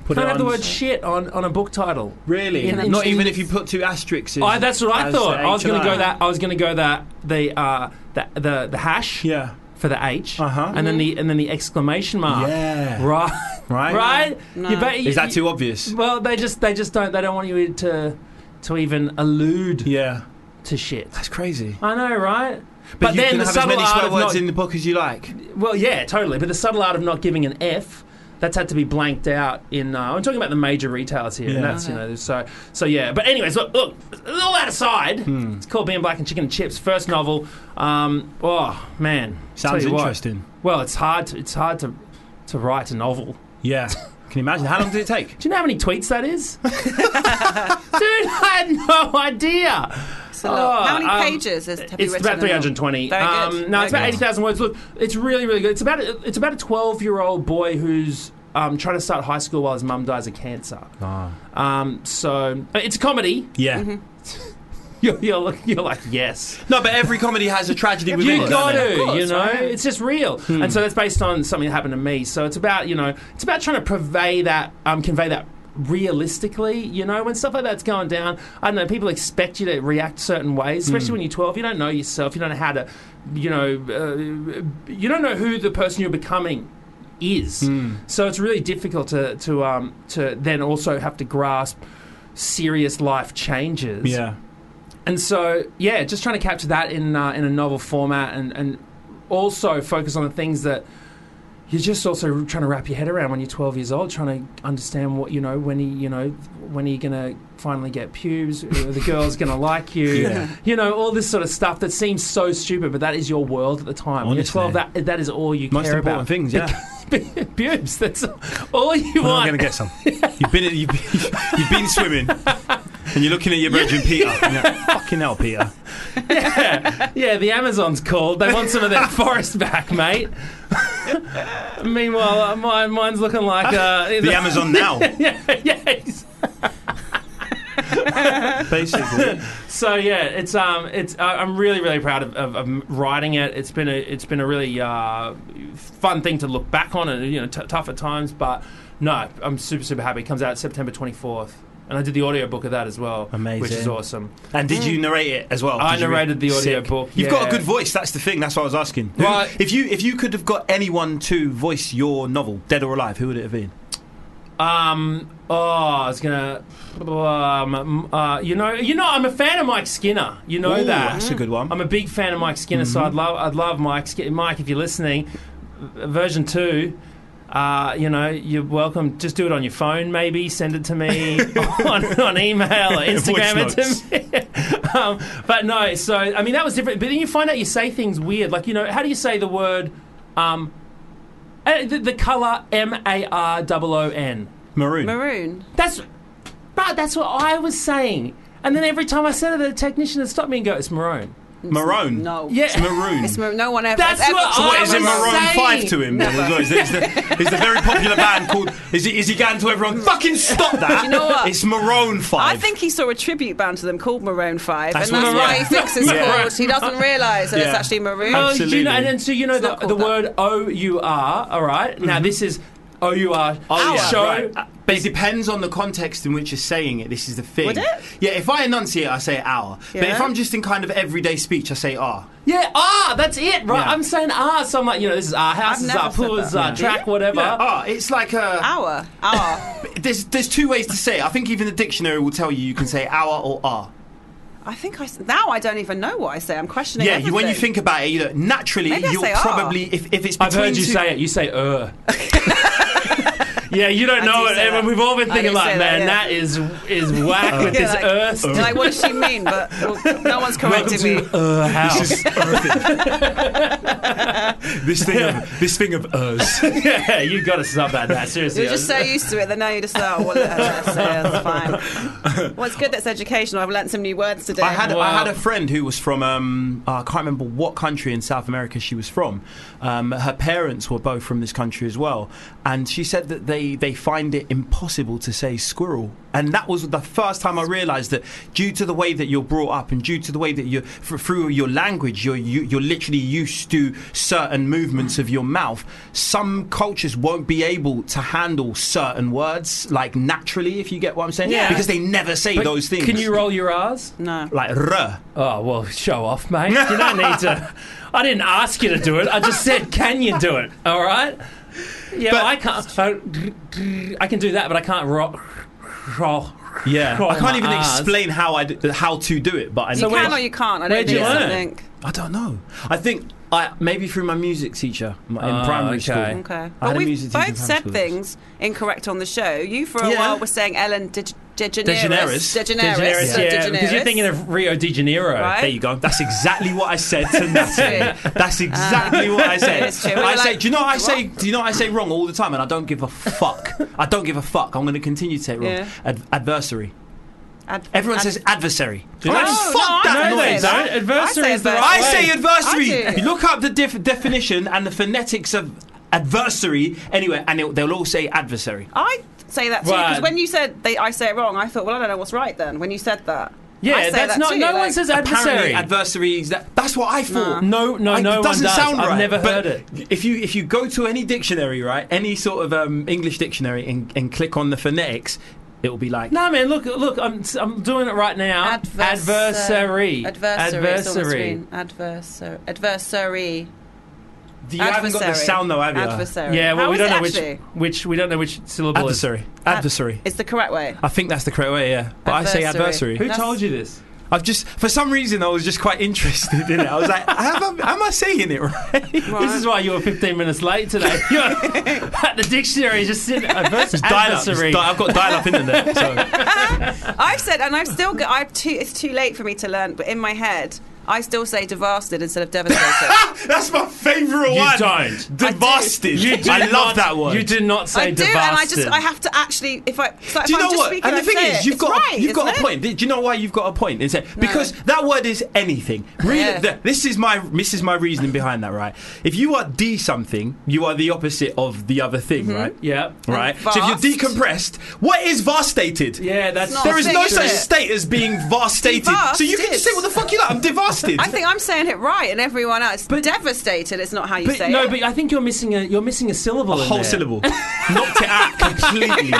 Speaker 7: Put
Speaker 3: can't
Speaker 7: it
Speaker 3: have the
Speaker 7: on-
Speaker 3: word shit on, on a book title.
Speaker 7: Really?
Speaker 3: In- in-
Speaker 6: Not
Speaker 3: in-
Speaker 6: even if you put two asterisks.
Speaker 3: Oh, that's what I
Speaker 7: As
Speaker 3: thought. I was going to
Speaker 7: H&R.
Speaker 3: go that. I was going to go that the uh, the, the the hash
Speaker 7: Yeah.
Speaker 3: for the H,
Speaker 7: Uh-huh.
Speaker 3: and then the and then the exclamation
Speaker 6: Ah.
Speaker 3: mark.
Speaker 7: Yeah.
Speaker 3: Right.
Speaker 7: Right.
Speaker 3: Right. You bet- you-
Speaker 6: Is that too obvious?
Speaker 3: Well, they just they just don't they don't want you to to even allude
Speaker 7: Yeah.
Speaker 3: to shit.
Speaker 6: That's crazy.
Speaker 3: I know, right? But,
Speaker 6: But, you
Speaker 3: then
Speaker 6: can
Speaker 3: the
Speaker 6: have as
Speaker 3: subtle
Speaker 6: many
Speaker 3: art
Speaker 6: swear
Speaker 3: of
Speaker 6: words
Speaker 3: not
Speaker 6: in the book as you like.
Speaker 3: well, yeah, totally. But the subtle art of not giving an F. That's had to be blanked out in. Uh, I'm talking about the major retailers here,
Speaker 7: Yeah.
Speaker 3: and that's you know. So so yeah. But anyways, look, look all that aside,
Speaker 7: Hmm.
Speaker 3: it's called Being Black and Chicken and Chips, first novel. Um, oh man,
Speaker 7: Sounds
Speaker 3: tell you what.
Speaker 7: interesting.
Speaker 3: Well, it's hard. To, it's hard to to write a novel.
Speaker 6: Yeah.
Speaker 8: Can you imagine? How long did it take?
Speaker 3: Do you know how many tweets that is? Dude, I had no idea.
Speaker 4: It's a lot.
Speaker 3: Oh,
Speaker 4: How many
Speaker 3: um,
Speaker 4: pages is, have you
Speaker 3: It's
Speaker 4: written?
Speaker 3: about
Speaker 4: in all?
Speaker 3: 320.
Speaker 4: Very good.
Speaker 3: Um, no, it's
Speaker 4: Very
Speaker 3: about
Speaker 4: good.
Speaker 3: 80,000 words. Look, it's really, really good. It's about a, it's about a 12 year old boy who's um, trying to start high school while his mum dies of cancer.
Speaker 6: Ah.
Speaker 3: Um, so it's a comedy.
Speaker 6: Yeah.
Speaker 3: Mm-hmm. You're, you're, look- you're like, yes.
Speaker 8: No, but every comedy has a tragedy within
Speaker 3: You
Speaker 8: it.
Speaker 3: got
Speaker 8: doesn't
Speaker 3: to,
Speaker 8: it?
Speaker 3: you know. It's just real, and so that's based on something that happened to me. So it's about, you know, it's about trying to convey that, um, convey that realistically. You know, when stuff like that's going down, I don't know. People expect you to react certain ways, especially when you're 12. You don't know yourself. You don't know how to, you know, uh, you don't know who the person you're becoming is. So it's really difficult to to um to then also have to grasp serious life changes.
Speaker 6: Yeah.
Speaker 3: And so, yeah, just trying to capture that in uh, in a novel format, and and also focus on the things that you're just also trying to wrap your head around when you're 12 years old, trying to understand what you know when you you know when are you gonna finally get pubes, are the girl's gonna like you,
Speaker 6: Yeah.
Speaker 3: you know, all this sort of stuff that seems so stupid, but that is your world at the time. When you're
Speaker 6: Honestly.
Speaker 3: 12, that that is all you
Speaker 6: Most
Speaker 3: care
Speaker 6: important
Speaker 3: about.
Speaker 6: things, yeah.
Speaker 3: pubes, that's all you
Speaker 6: Well, I'm
Speaker 3: want.
Speaker 6: going to get some. You've been, you've, been- you've been swimming and you're looking at your virgin Peter. and you're like, Fucking hell, Peter.
Speaker 3: Yeah, the Amazon's called. They want some of their forest back, mate. Meanwhile, uh, mine, mine's looking like uh,
Speaker 6: The Amazon now,
Speaker 3: yeah, yeah.
Speaker 6: basically.
Speaker 3: So yeah, it's um, it's I I'm really really proud of, of, of writing it. It's been a it's been a really uh, fun thing to look back on, and you know, t- tough at times, but no, I'm super super happy. It comes out September 24th, and I did the audiobook of that as well, which is
Speaker 6: Amazing.
Speaker 3: awesome.
Speaker 6: And did
Speaker 8: Mm.
Speaker 6: you narrate it as well?
Speaker 3: I
Speaker 6: Did you
Speaker 3: narrated the
Speaker 6: Sick.
Speaker 3: audiobook,
Speaker 6: You've got
Speaker 3: yeah.
Speaker 6: a good voice. That's the thing. That's what I was asking. Who-
Speaker 3: Right.
Speaker 6: If you if you could have got anyone to voice your novel, dead or alive, who would it have been?
Speaker 3: Um. Oh, I was gonna. Um, uh, you know, you know, I'm a fan of Mike Skinner. You know
Speaker 6: Ooh,
Speaker 3: that.
Speaker 6: That's a good one.
Speaker 3: I'm a big fan of Mike Skinner, so I'd love, I'd love Mike. Sk- Mike, if you're listening, v- version two. Uh, you know, you're welcome. Just do it on your phone, maybe. Send it to me on, on email or Instagram it
Speaker 6: notes.
Speaker 3: to me. um, but no, so I mean that was different. But then you find out you say things weird, like you know, how do you say the word, um, eh, the, the color M A R O O N?
Speaker 6: Maroon.
Speaker 4: Maroon.
Speaker 3: That's, but that's what I was saying. And then every time I said it, the technician would stop me and go, "It's maroon."
Speaker 6: Maroon.
Speaker 4: No.
Speaker 3: Yeah.
Speaker 6: It's maroon.
Speaker 4: It's mar- no one ever.
Speaker 3: That's
Speaker 4: has ever
Speaker 3: what
Speaker 6: so
Speaker 3: I
Speaker 6: what is it,
Speaker 3: was
Speaker 6: Maroon
Speaker 3: saying.
Speaker 6: Five to him? then as well? Is, there, is, there, is the very popular band called? Is he, is he going to everyone? Fucking stop that!
Speaker 4: You know what?
Speaker 6: It's Maroon Five.
Speaker 4: I think he saw a tribute band to them called Maroon Five,
Speaker 6: That's
Speaker 4: and that's
Speaker 6: what-
Speaker 4: why
Speaker 6: yeah.
Speaker 4: he thinks it's
Speaker 6: Yeah.
Speaker 4: called. He doesn't realise that it's
Speaker 6: Yeah.
Speaker 4: actually Maroon.
Speaker 3: Oh,
Speaker 6: Absolutely.
Speaker 3: you know, and then so you know the,
Speaker 4: not called
Speaker 3: the
Speaker 4: that.
Speaker 3: word O U R. All right? Now this is O U R
Speaker 6: Oh, Mm-hmm. yeah,
Speaker 3: show.
Speaker 6: right. But it depends on the context in which you're saying it. This is the thing.
Speaker 4: Would it?
Speaker 6: Yeah, if I enunciate, I say hour. But if
Speaker 4: Yeah.
Speaker 6: I'm just in kind of everyday speech, I say ah.
Speaker 3: Yeah, ah, that's it, right?
Speaker 6: Yeah.
Speaker 3: I'm saying ah, so I'm like, you know, this is our house,
Speaker 4: I've
Speaker 3: this is
Speaker 4: never
Speaker 3: our pool,
Speaker 4: said
Speaker 3: this is
Speaker 4: that.
Speaker 3: our
Speaker 4: Yeah.
Speaker 3: track, whatever.
Speaker 6: Yeah, ah. It's like a.
Speaker 4: Hour, Ah, hour.
Speaker 6: There's there's two ways to say it. I think even the dictionary will tell you you can say hour or ah.
Speaker 4: I think I s- now I don't even know what I say. I'm questioning.
Speaker 6: Yeah, you,
Speaker 4: everything.
Speaker 6: when you think about it, you know, naturally
Speaker 4: Maybe I
Speaker 6: you'll
Speaker 4: say ah.
Speaker 6: probably if, if it's between
Speaker 3: I've heard you
Speaker 6: two,
Speaker 3: say it. You say er. yeah, you don't know
Speaker 4: do
Speaker 3: it.
Speaker 4: say
Speaker 3: and
Speaker 4: that.
Speaker 3: We've all been
Speaker 4: I
Speaker 3: thinking
Speaker 4: do
Speaker 3: like,
Speaker 4: say that,
Speaker 3: man,
Speaker 4: yeah.
Speaker 3: that is is whack with
Speaker 4: Yeah,
Speaker 3: this
Speaker 4: like,
Speaker 3: er.
Speaker 6: oh.
Speaker 4: You're like, what does she mean? But well, no one's
Speaker 3: Welcome
Speaker 4: correcting me.
Speaker 3: to er house.
Speaker 6: this thing of this thing of uh, us.
Speaker 3: yeah, you got to stop that. That seriously.
Speaker 4: You're just so used to it that now you just like, oh, well, that's, that's fine. Well, it's good that's educational. I've learnt some new words today.
Speaker 6: I had
Speaker 3: Wow.
Speaker 6: I had a friend who was from um, uh, I can't remember what country in South America she was from. Um, her parents were both from this country as well, and she said that they they find it impossible to say squirrel. And that was the first time I realised that due to the way that you're brought up and due to the way that you fr- through your language you're you, you're literally used to certain movements of your mouth. Some cultures won't be able to handle certain words like naturally, if you get what I'm saying,
Speaker 4: Yeah.
Speaker 6: because they never say
Speaker 3: But
Speaker 6: those things.
Speaker 3: Can you roll your R's?
Speaker 4: no.
Speaker 6: like r?
Speaker 3: Oh well, show off, mate. You don't need to. I didn't ask you to do it. I just said, can you do it? All right. Yeah,
Speaker 6: But-
Speaker 3: I can't. I, I can do that, but I can't roll. roll
Speaker 6: Yeah,
Speaker 3: Crawl
Speaker 6: I can't
Speaker 3: my
Speaker 6: even
Speaker 3: ass.
Speaker 6: explain how I d- how to do it, but I
Speaker 4: You
Speaker 6: know.
Speaker 4: can or you can't. I don't
Speaker 3: where'd
Speaker 4: think
Speaker 3: you
Speaker 4: it's
Speaker 3: learn?
Speaker 4: something.
Speaker 6: I don't know. I think I maybe through my music teacher m- in
Speaker 3: Ah,
Speaker 6: primary
Speaker 3: okay.
Speaker 6: school.
Speaker 4: Okay.
Speaker 6: I had
Speaker 4: Well,
Speaker 6: a
Speaker 4: we've
Speaker 6: music teacher in
Speaker 4: both
Speaker 6: primary
Speaker 4: said
Speaker 6: school.
Speaker 4: things incorrect on the show. You, for a
Speaker 6: Yeah.
Speaker 4: while, were saying Ellen dig- DeGeneres.
Speaker 6: DeGeneres.
Speaker 4: DeGeneres. so
Speaker 3: yeah, because you're
Speaker 4: DeGeneres.
Speaker 3: thinking of Rio de Janeiro.
Speaker 4: Right.
Speaker 6: There you go. That's exactly what I said to Natalie. That's exactly what I said.
Speaker 4: It's Ah. true. We were
Speaker 6: I say,
Speaker 4: like,
Speaker 6: do you know what I say? Do you know what I say wrong all the time? And I don't give a fuck. I don't give a fuck. I'm going to continue to say it wrong.
Speaker 4: Yeah.
Speaker 6: Ad- adversary.
Speaker 4: Ad-
Speaker 6: Everyone
Speaker 4: ad- Oh,
Speaker 6: says adversary.
Speaker 3: they? Oh,
Speaker 6: Like,
Speaker 3: No,
Speaker 6: fuck that
Speaker 3: no,
Speaker 6: noise.
Speaker 3: they
Speaker 4: that.
Speaker 3: don't. Adversary
Speaker 4: I say
Speaker 3: is the
Speaker 4: adversary.
Speaker 6: I
Speaker 3: right
Speaker 6: say
Speaker 3: way.
Speaker 6: adversary.
Speaker 4: I do.
Speaker 6: You look up the dif- definition and the phonetics of adversary anyway, and it, they'll all say adversary.
Speaker 4: I say that too
Speaker 3: Right.
Speaker 4: because when you said they, I say it wrong, I thought, well, I don't know what's right then. When you said that, I
Speaker 3: Yeah,
Speaker 4: say
Speaker 3: that's
Speaker 4: that
Speaker 3: not.
Speaker 4: too,
Speaker 3: No
Speaker 4: like-
Speaker 3: one says
Speaker 6: Apparently,
Speaker 3: adversary.
Speaker 6: adversary. is That, that's what I thought.
Speaker 3: No, no,
Speaker 6: I-
Speaker 3: no
Speaker 6: It
Speaker 3: one
Speaker 6: doesn't
Speaker 3: does.
Speaker 6: sound
Speaker 3: I've
Speaker 6: right.
Speaker 3: never heard
Speaker 6: but
Speaker 3: it.
Speaker 6: If you if you go to any dictionary, right, any sort of um, English dictionary, and, and click on the phonetics, it will be like
Speaker 3: No, man, look, look, I'm, I'm doing it right now. adversary.
Speaker 4: adversary, adversary, it's on the
Speaker 3: Adversary.
Speaker 4: screen. adversary, adversary,
Speaker 6: you haven't got the
Speaker 4: adversary.
Speaker 6: sound though, have you?
Speaker 4: adversary.
Speaker 3: Yeah, well,
Speaker 4: How
Speaker 3: we
Speaker 4: is
Speaker 3: don't
Speaker 4: it
Speaker 3: know
Speaker 4: actually?
Speaker 3: which, which we don't know which syllable is.
Speaker 6: Adversary. Adversary.
Speaker 4: It's the correct way.
Speaker 6: I think that's the correct way, yeah. But I say
Speaker 4: Adversary.
Speaker 6: adversary.
Speaker 3: Who
Speaker 4: That's-
Speaker 3: told you this?
Speaker 6: I've just, for some reason, I was just quite interested in it. I was like, have I, am I saying it right?
Speaker 4: Right.
Speaker 3: This is why you were 15 minutes late today. You're at the dictionary, just sitting advers-
Speaker 6: Dial-up. It's
Speaker 3: adversary.
Speaker 6: di- I've got dial up internet. So.
Speaker 4: I've said, and I've still got. I've too, it's too late for me to learn, but in my head, I still say devastated instead of devastated.
Speaker 6: That's my favourite
Speaker 3: You
Speaker 6: one.
Speaker 3: don't.
Speaker 6: Devasted.
Speaker 3: You do
Speaker 6: I
Speaker 3: not-
Speaker 6: love that one.
Speaker 3: You do not say
Speaker 4: I do,
Speaker 3: devasted.
Speaker 4: and I just I have to actually if I it's like
Speaker 6: do
Speaker 4: if
Speaker 6: you know
Speaker 4: I'm just
Speaker 6: what?
Speaker 4: speaking,
Speaker 6: and the
Speaker 4: I
Speaker 6: thing
Speaker 4: say
Speaker 6: is,
Speaker 4: it.
Speaker 6: you've
Speaker 4: It's
Speaker 6: got
Speaker 4: right,
Speaker 6: a, you've got
Speaker 4: isn't
Speaker 6: a
Speaker 4: it?
Speaker 6: point. Do you know why you've got a point? Is it because that word is anything? Really,
Speaker 4: Yeah.
Speaker 6: the- this is my this is my reasoning behind that. Right? If you are d something, you are the opposite of the other thing. Right?
Speaker 3: Yeah.
Speaker 6: Right. So if you're
Speaker 4: Mm-hmm. vast.
Speaker 6: decompressed, what is vastated?
Speaker 3: Yeah, that's.
Speaker 4: not
Speaker 6: There is
Speaker 4: Thing,
Speaker 6: no
Speaker 4: is
Speaker 6: such
Speaker 4: it?
Speaker 6: state as being vastated. So you can just say
Speaker 4: Devasted.
Speaker 6: what the fuck you like. I'm devastated.
Speaker 4: I think I'm saying it right, and everyone else devastated. It's not how you
Speaker 3: But
Speaker 4: say
Speaker 3: no,
Speaker 4: it.
Speaker 3: but I think you're missing a you're missing a syllable.
Speaker 6: a
Speaker 3: in
Speaker 6: whole
Speaker 3: there.
Speaker 6: syllable. Knocked it out completely.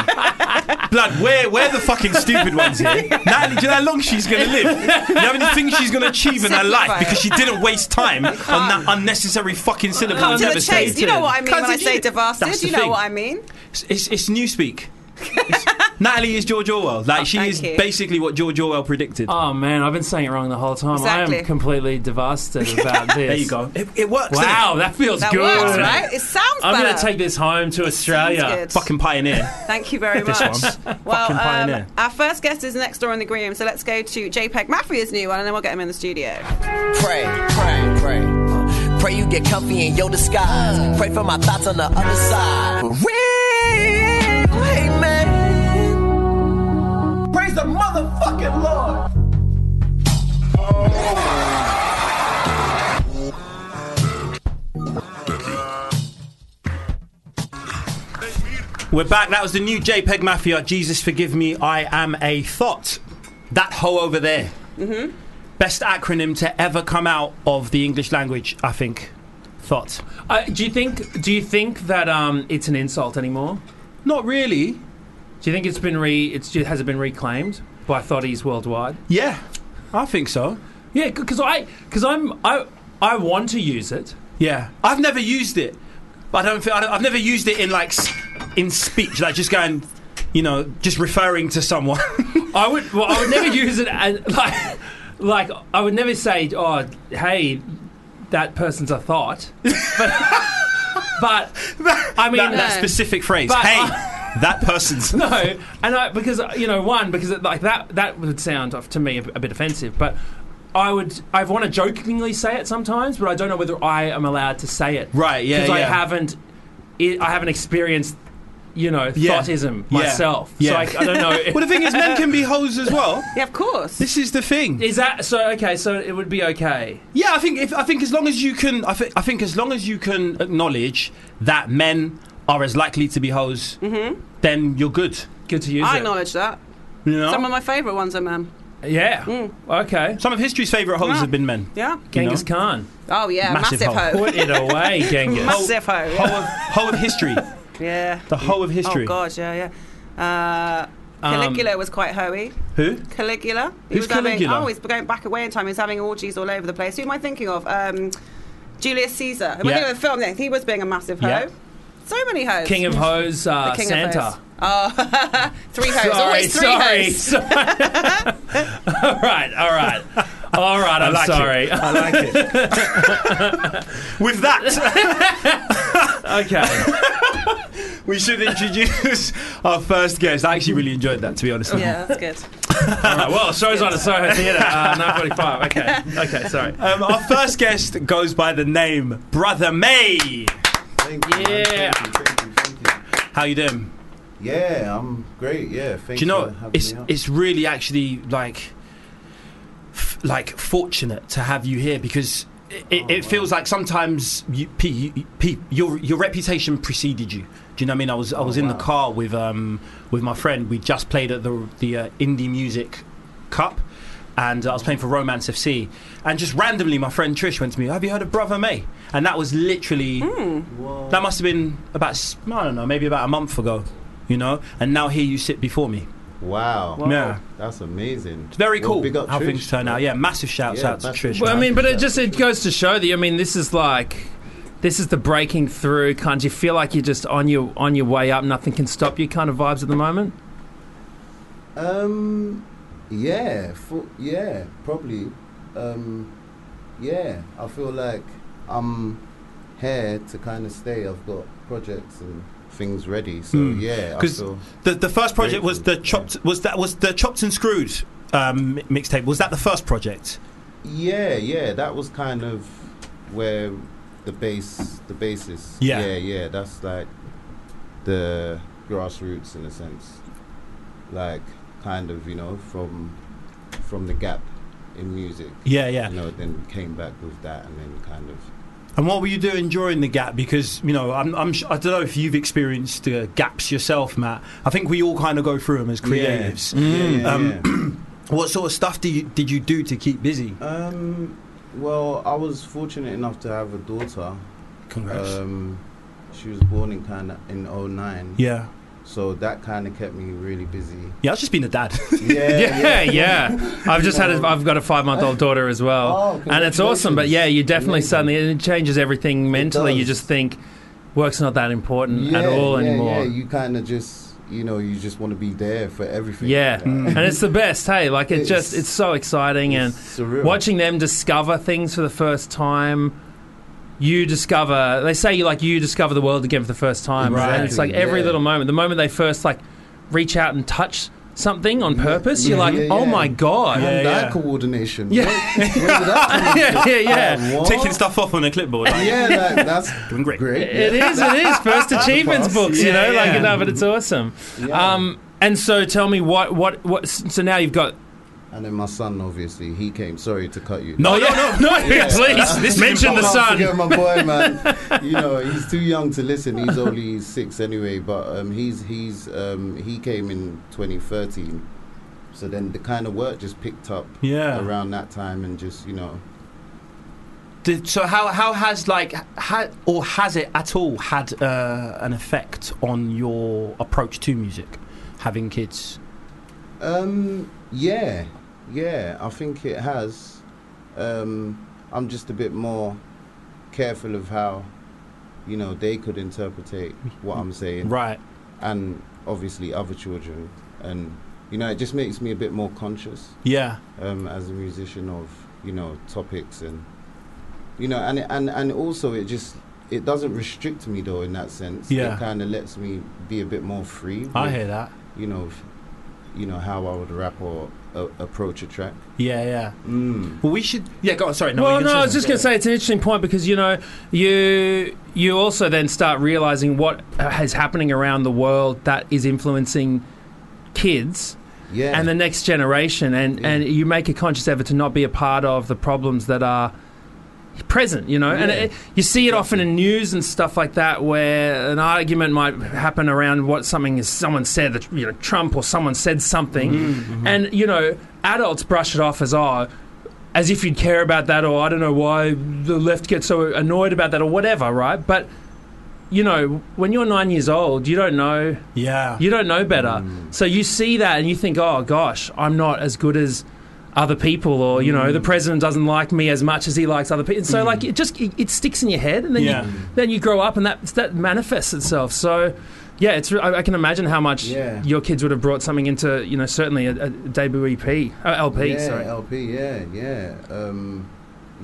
Speaker 6: Blood, where where the fucking stupid ones here? Natalie, do you know how long she's gonna live? You know how many things she's gonna achieve in her
Speaker 4: Simplify
Speaker 6: life
Speaker 4: it.
Speaker 6: because she didn't waste time on that unnecessary fucking syllable.
Speaker 4: Come to the
Speaker 6: Devastated.
Speaker 4: chase. You know what I mean
Speaker 6: Can't
Speaker 4: when I
Speaker 6: do
Speaker 4: say
Speaker 6: it. That's
Speaker 4: devastated.
Speaker 6: the
Speaker 4: You know
Speaker 6: thing.
Speaker 4: what I mean.
Speaker 6: It's it's, it's newspeak. It's- Natalie is George Orwell. Like she
Speaker 4: Oh, thank
Speaker 6: is
Speaker 4: you.
Speaker 6: basically what George Orwell predicted.
Speaker 3: Oh man, I've been saying it wrong the whole time. I
Speaker 4: Exactly.
Speaker 3: am completely devastated about this.
Speaker 6: there you go. It, it works. doesn't
Speaker 3: Wow, that feels
Speaker 4: That
Speaker 3: good.
Speaker 4: works, right? It sounds
Speaker 3: I'm
Speaker 4: better.
Speaker 3: going to take this home to
Speaker 4: Sounds
Speaker 3: Australia.
Speaker 4: good.
Speaker 6: it? Fucking pioneer.
Speaker 4: Thank you very
Speaker 6: This
Speaker 4: much.
Speaker 6: one.
Speaker 4: Well,
Speaker 6: Fucking pioneer.
Speaker 4: um, our first guest is next door in the green room, so let's go to JPEG Mafia's new one, and then we'll get him in the studio.
Speaker 9: Pray, pray, pray. Pray you get comfy in your disguise. Pray for my thoughts on the other side. Wait, wait, man. Praise the motherfucking Lord.
Speaker 6: We're back. That was the new JPEG Mafia. Jesus forgive me, I am a thought. That hoe over there. Mm-hmm. Best acronym to ever come out of the English language, I think. Thought.
Speaker 3: Uh, do you think? Do you think that um, it's an insult anymore?
Speaker 6: Not really.
Speaker 3: Do you think it's been re? It's has it been reclaimed by thotties worldwide?
Speaker 6: Yeah, I think so.
Speaker 3: Yeah, because I because I'm I I want to use it.
Speaker 6: Yeah, I've never used it. I don't think I don't, I've never used it in like s- in speech, like just going, you know, just referring to someone.
Speaker 3: I would well, I would never use it and like like I would never say oh hey that person's a thought, but but I mean
Speaker 6: that, that
Speaker 4: No.
Speaker 6: specific phrase.
Speaker 3: But
Speaker 6: hey,
Speaker 3: I-
Speaker 6: that person's.
Speaker 3: no, and I because you know one because it, like that that would sound to me a, a bit offensive, but I would I want to jokingly say it sometimes, but I don't know whether I am allowed to say it.
Speaker 6: Right, yeah,
Speaker 3: Because I
Speaker 6: yeah.
Speaker 3: haven't it, I haven't experienced you know
Speaker 6: Yeah.
Speaker 3: thoughtism
Speaker 6: Yeah.
Speaker 3: myself.
Speaker 6: Yeah.
Speaker 3: So I, I don't know.
Speaker 6: Well, the thing is, men can be hoes as well.
Speaker 4: Yeah, of course.
Speaker 6: This is the thing.
Speaker 3: is that so? Okay, so it would be okay.
Speaker 6: Yeah, I think if I think as long as you can, I, thi- I think as long as you can acknowledge that men are as likely to be hoes, then you're good.
Speaker 3: Good to use
Speaker 4: I
Speaker 3: it.
Speaker 4: acknowledge that.
Speaker 6: You know,
Speaker 4: Some
Speaker 6: some
Speaker 4: of
Speaker 6: of,
Speaker 4: my favourite ones are men.
Speaker 3: Yeah.
Speaker 4: Mm.
Speaker 3: Okay.
Speaker 6: history's favorite hoes
Speaker 4: Yeah.
Speaker 6: have been men.
Speaker 4: Yeah.
Speaker 3: Genghis
Speaker 6: know?
Speaker 3: Khan.
Speaker 4: Oh yeah,
Speaker 6: Massive
Speaker 4: massive,
Speaker 6: hole.
Speaker 4: hoe.
Speaker 3: Put it away, Genghis.
Speaker 4: Massive hoe.
Speaker 6: Hoe
Speaker 4: Yeah.
Speaker 6: of, hoe of history,
Speaker 4: yeah.
Speaker 6: the hoe of history.
Speaker 4: Oh god, yeah, yeah. Uh,
Speaker 3: Um,
Speaker 4: Caligula was quite hoey.
Speaker 6: Who?
Speaker 4: Caligula. He
Speaker 6: Who's
Speaker 4: was having,
Speaker 6: Caligula?
Speaker 4: Oh, he's going back away in time. He's having orgies all over the place. Who am I thinking of? Um, Julius Caesar. Am
Speaker 6: Yeah.
Speaker 4: I thinking of the film? Yeah, He was being a massive hoe.
Speaker 6: Yeah.
Speaker 4: So many hoes.
Speaker 3: King of Hoes, uh,
Speaker 4: King of
Speaker 3: Santa.
Speaker 4: hoes. Oh, three hoes. Always three
Speaker 3: sorry,
Speaker 4: hoes.
Speaker 3: sorry. all right, all right, all right. I'm
Speaker 6: like it.
Speaker 3: sorry.
Speaker 6: I like it. With that,
Speaker 3: Okay.
Speaker 6: we should introduce our first guest. I actually really enjoyed that, to be honest. with you.
Speaker 4: Yeah, that's good.
Speaker 3: All right, well, show's on at Soho Theatre, uh, 9.45. Okay, okay, sorry.
Speaker 6: Um, our first guest goes by the name Brother May.
Speaker 10: Thank you, man.
Speaker 3: Yeah.
Speaker 10: Thank you, thank you, thank you.
Speaker 6: How you doing?
Speaker 10: Yeah, I'm great. Yeah, thanks
Speaker 6: Do you know
Speaker 10: for having
Speaker 6: it's
Speaker 10: me on.
Speaker 6: it's really actually like f- like fortunate to have you here because it, it,
Speaker 10: Oh,
Speaker 6: it feels like sometimes you, P, you, P, your your reputation preceded you. Do you know what I mean? I was
Speaker 10: Oh,
Speaker 6: I was in the car with um with my friend. We just played at the the uh, indie music cup. And I was playing for Romance FC, and just randomly, my friend Trish went to me. Have you heard of Brother May? And that was literally
Speaker 10: Hmm.
Speaker 6: that must have been about s- I don't know, maybe about a month ago, you know. And now here you sit before me.
Speaker 10: wow.
Speaker 6: Yeah.
Speaker 10: That's amazing.
Speaker 6: It's very
Speaker 10: Well,
Speaker 6: cool
Speaker 10: big up
Speaker 6: how
Speaker 10: Trish.
Speaker 6: things turn out. Yeah, massive shouts
Speaker 10: Yeah,
Speaker 6: out to
Speaker 10: massive
Speaker 6: Trish.
Speaker 3: Well, I
Speaker 10: Right.
Speaker 3: mean, but it just it goes to show that you- I mean, this is like this is the breaking through kind. Of, you feel like you're just on your on your way up. Nothing can stop you. Kind of vibes at the moment.
Speaker 10: Um, yeah, for, yeah, probably. Um, yeah, I feel like I'm here to kind of stay. I've got projects and things ready, so
Speaker 6: Mm.
Speaker 10: yeah, I
Speaker 6: 'Cause
Speaker 10: feel.
Speaker 6: the, the first project was the
Speaker 10: Grateful,
Speaker 6: chopped was that was the chopped and screwed um, mi- mixtape. Was that the first project?
Speaker 10: Yeah, yeah, that was kind of where the base, the basis.
Speaker 6: Yeah.
Speaker 10: yeah, yeah. That's like the grassroots in a sense, like kind of you know from from the gap in music.
Speaker 6: Yeah, yeah.
Speaker 10: You know, then came back with that, and then kind of
Speaker 6: And what were you doing during the gap? Because you know, I'm, I'm sh- I don't know if you've experienced uh, gaps yourself, Matt. I think we all kind of go through them as creatives.
Speaker 10: Yeah, yeah,
Speaker 6: Um,
Speaker 10: yeah.
Speaker 6: What sort of stuff do you, did you do to keep busy?
Speaker 10: Um, well, I was fortunate enough to have a daughter.
Speaker 6: Congrats.
Speaker 10: Um, she was born in kind of in 09.
Speaker 6: yeah,
Speaker 10: So that kind of kept me really busy.
Speaker 6: yeah. I've just been a dad.
Speaker 10: Yeah,
Speaker 3: Yeah, yeah. I've just had a, I've got a five month old daughter as well,
Speaker 10: Oh,
Speaker 3: and it's awesome. But yeah, you definitely
Speaker 10: congratulations.
Speaker 3: suddenly it changes everything mentally. You
Speaker 10: does.
Speaker 3: just think work's not that important at
Speaker 10: Yeah,
Speaker 3: all
Speaker 10: yeah,
Speaker 3: anymore.
Speaker 10: Yeah, you kind of just, you know, you just want to be there for everything.
Speaker 3: Yeah, Mm.
Speaker 10: Like,
Speaker 3: and it's the best. Hey, like it
Speaker 10: It's-
Speaker 3: just it's so exciting and
Speaker 10: Mm. it's surreal.
Speaker 3: watching them discover things for the first time. You discover. They say you like you discover the world again for the first time, and it's like
Speaker 10: Exactly,
Speaker 3: every
Speaker 10: yeah.
Speaker 3: little moment. The moment they first like reach out and touch something on purpose, you're
Speaker 10: yeah,
Speaker 3: like,
Speaker 10: yeah,
Speaker 3: oh
Speaker 10: yeah.
Speaker 3: my god.
Speaker 6: Yeah,
Speaker 10: Hand-eye
Speaker 6: yeah.
Speaker 10: coordination.
Speaker 3: Yeah.
Speaker 10: Where- where did that come
Speaker 3: yeah, yeah, yeah.
Speaker 10: from? What?
Speaker 6: Taking stuff off on a clipboard. like,
Speaker 10: Yeah, like, that's
Speaker 6: Doing great.
Speaker 3: It is, it is. First achievements
Speaker 10: Pass.
Speaker 3: books, you
Speaker 6: Yeah,
Speaker 3: know, like
Speaker 6: yeah.
Speaker 3: no, but it's awesome.
Speaker 10: Yeah.
Speaker 3: Um, and so tell me what, what, what? So now you've got.
Speaker 10: And then my son, obviously, he came. Sorry to cut you.
Speaker 3: No, no, no, no! please
Speaker 6: This is
Speaker 3: mention the
Speaker 10: Can't
Speaker 3: sun.
Speaker 10: forget my boy, man. you know, he's too young to listen. He's only six anyway, but um, he's he's um, he came in 2013. So then the kind of work just picked up
Speaker 6: Yeah.
Speaker 10: around that time, and just you know,
Speaker 6: Did, so how how has like ha, or has it at all had uh, an effect on your approach to music? Having kids,
Speaker 10: um, yeah, yeah. I think it has. Um, I'm just a bit more careful of how, you know, they could interpretate what I'm saying.
Speaker 6: right?
Speaker 10: and obviously other children and you know it just makes me a bit more conscious
Speaker 6: Yeah,
Speaker 10: um, as a musician of you know topics and you know and and and also it just it doesn't restrict me though in that sense
Speaker 6: Yeah.
Speaker 10: it kind of lets me be a bit more free
Speaker 6: I
Speaker 10: with,
Speaker 6: hear that.
Speaker 10: you know f- you know how I would rap or uh, approach a track
Speaker 6: Yeah, yeah.
Speaker 10: mm.
Speaker 6: Well, we should. Yeah, go on. Sorry. No,
Speaker 3: well,
Speaker 6: we
Speaker 3: no,
Speaker 6: can
Speaker 3: I was just
Speaker 6: Yeah.
Speaker 3: going to say it's an interesting point because you know you you also then start realizing what uh, is happening around the world that is influencing kids
Speaker 10: yeah
Speaker 3: and the next generation, and
Speaker 10: Yeah.
Speaker 3: and you make a conscious effort to not be a part of the problems that are present you know and
Speaker 10: Yeah.
Speaker 3: it, you see it often in news and stuff like that where an argument might happen around what something is someone said that you know trump or someone said something
Speaker 10: Mm-hmm.
Speaker 3: and you know adults brush it off as oh as if you'd care about that or I don't know why the left gets so annoyed about that or whatever, right? But you know, when you're 9 years old, you don't know
Speaker 6: Yeah.
Speaker 3: you don't know better. So you see that and you think, "Oh gosh, I'm not as good as other people or you know, the president doesn't like me as much as he likes other people." And so like it just it, it sticks in your head and then
Speaker 6: Yeah.
Speaker 3: you,
Speaker 10: Mm.
Speaker 3: then you grow up and that that manifests itself. So yeah, it's re- I I can imagine how much
Speaker 10: Yeah.
Speaker 3: your kids would have brought something into, you know, certainly a, a debut EP, E uh, LP,
Speaker 10: yeah,
Speaker 3: sorry.
Speaker 10: LP, yeah, yeah. Um,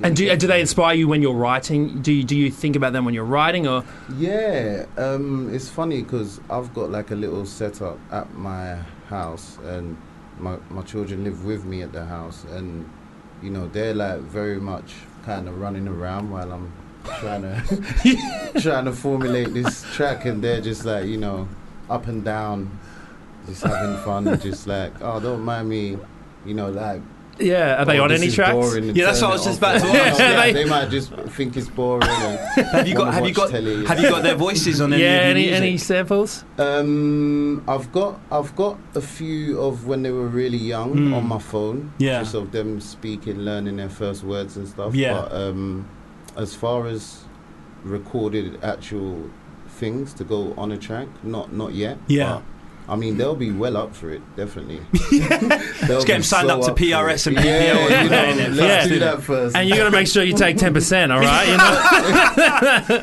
Speaker 3: And do, do they inspire you when you're writing? Do you, do you think about them when you're writing, or
Speaker 10: Yeah, um, it's funny because I've got like a little setup at my house, and my my children live with me at the house, and you know they're like very much kind of running around while I'm trying to trying to formulate this track, and they're just like you know up and down, just having fun, and just like oh don't mind me, you know like
Speaker 3: yeah, are they
Speaker 10: "Oh,
Speaker 3: on
Speaker 10: this
Speaker 3: any
Speaker 10: is
Speaker 3: tracks?
Speaker 10: boring," and
Speaker 6: Yeah, that's
Speaker 10: turn
Speaker 6: what I
Speaker 10: it
Speaker 6: was just
Speaker 10: off.
Speaker 6: about to ask.
Speaker 10: Yeah,
Speaker 3: They-
Speaker 10: they, might just think it's boring. and
Speaker 6: Have you got
Speaker 10: wanna
Speaker 6: have you
Speaker 10: watch
Speaker 6: got
Speaker 10: telly.
Speaker 6: have you got their voices on any
Speaker 3: yeah,
Speaker 6: of
Speaker 3: any,
Speaker 6: your
Speaker 3: any
Speaker 6: music?
Speaker 3: samples?
Speaker 10: Um, I've got I've got a few of when they were really young
Speaker 6: Mm.
Speaker 10: on my phone.
Speaker 6: Yeah.
Speaker 10: just of them speaking, learning their first words and stuff.
Speaker 6: Yeah.
Speaker 10: But um, as far as recorded actual things to go on a track, not not yet.
Speaker 6: Yeah.
Speaker 10: But, I mean, they'll be well up for it, definitely. Let's
Speaker 6: get 'em signed up to PRS and PPL
Speaker 10: yeah,
Speaker 6: and
Speaker 10: you
Speaker 6: learn
Speaker 10: know,
Speaker 6: it
Speaker 10: let's
Speaker 3: first.
Speaker 10: do that first.
Speaker 3: And you got to make sure you take ten percent, all right? You know?
Speaker 10: I'll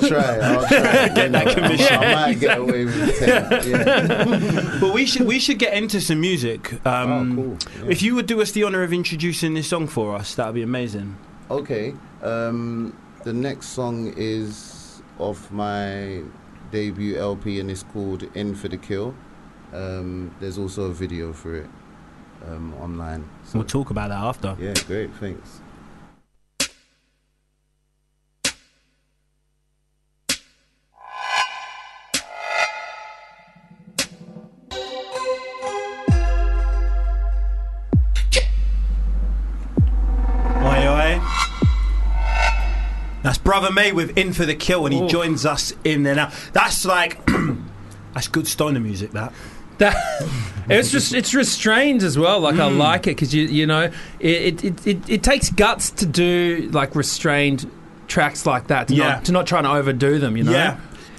Speaker 10: try. I'll try. get
Speaker 6: that commission.
Speaker 10: I, might get away with ten. Yeah.
Speaker 6: But we should we should get into some music. Um,
Speaker 10: oh, cool. Yeah.
Speaker 6: If you would do us the honor of introducing this song for us, that would be amazing.
Speaker 10: Okay. Um, the next song is off my debut LP and it's called In for the Kill. Um, there's also a video for it um, online. So,
Speaker 6: We'll talk about that after.
Speaker 10: yeah, great. Thanks.
Speaker 6: Oi, oi. That's Brother May with In for the Kill, and he
Speaker 10: Oh.
Speaker 3: Ooh.
Speaker 6: joins us in there now. That's like. That's good stoner music, that.
Speaker 3: That, it's just it's restrained as well. Like
Speaker 6: Mm.
Speaker 3: I like it because you you know it it, it it it takes guts to do like restrained tracks like that. To
Speaker 6: Yeah.
Speaker 3: not to not try and overdo them. You know.
Speaker 6: Yeah.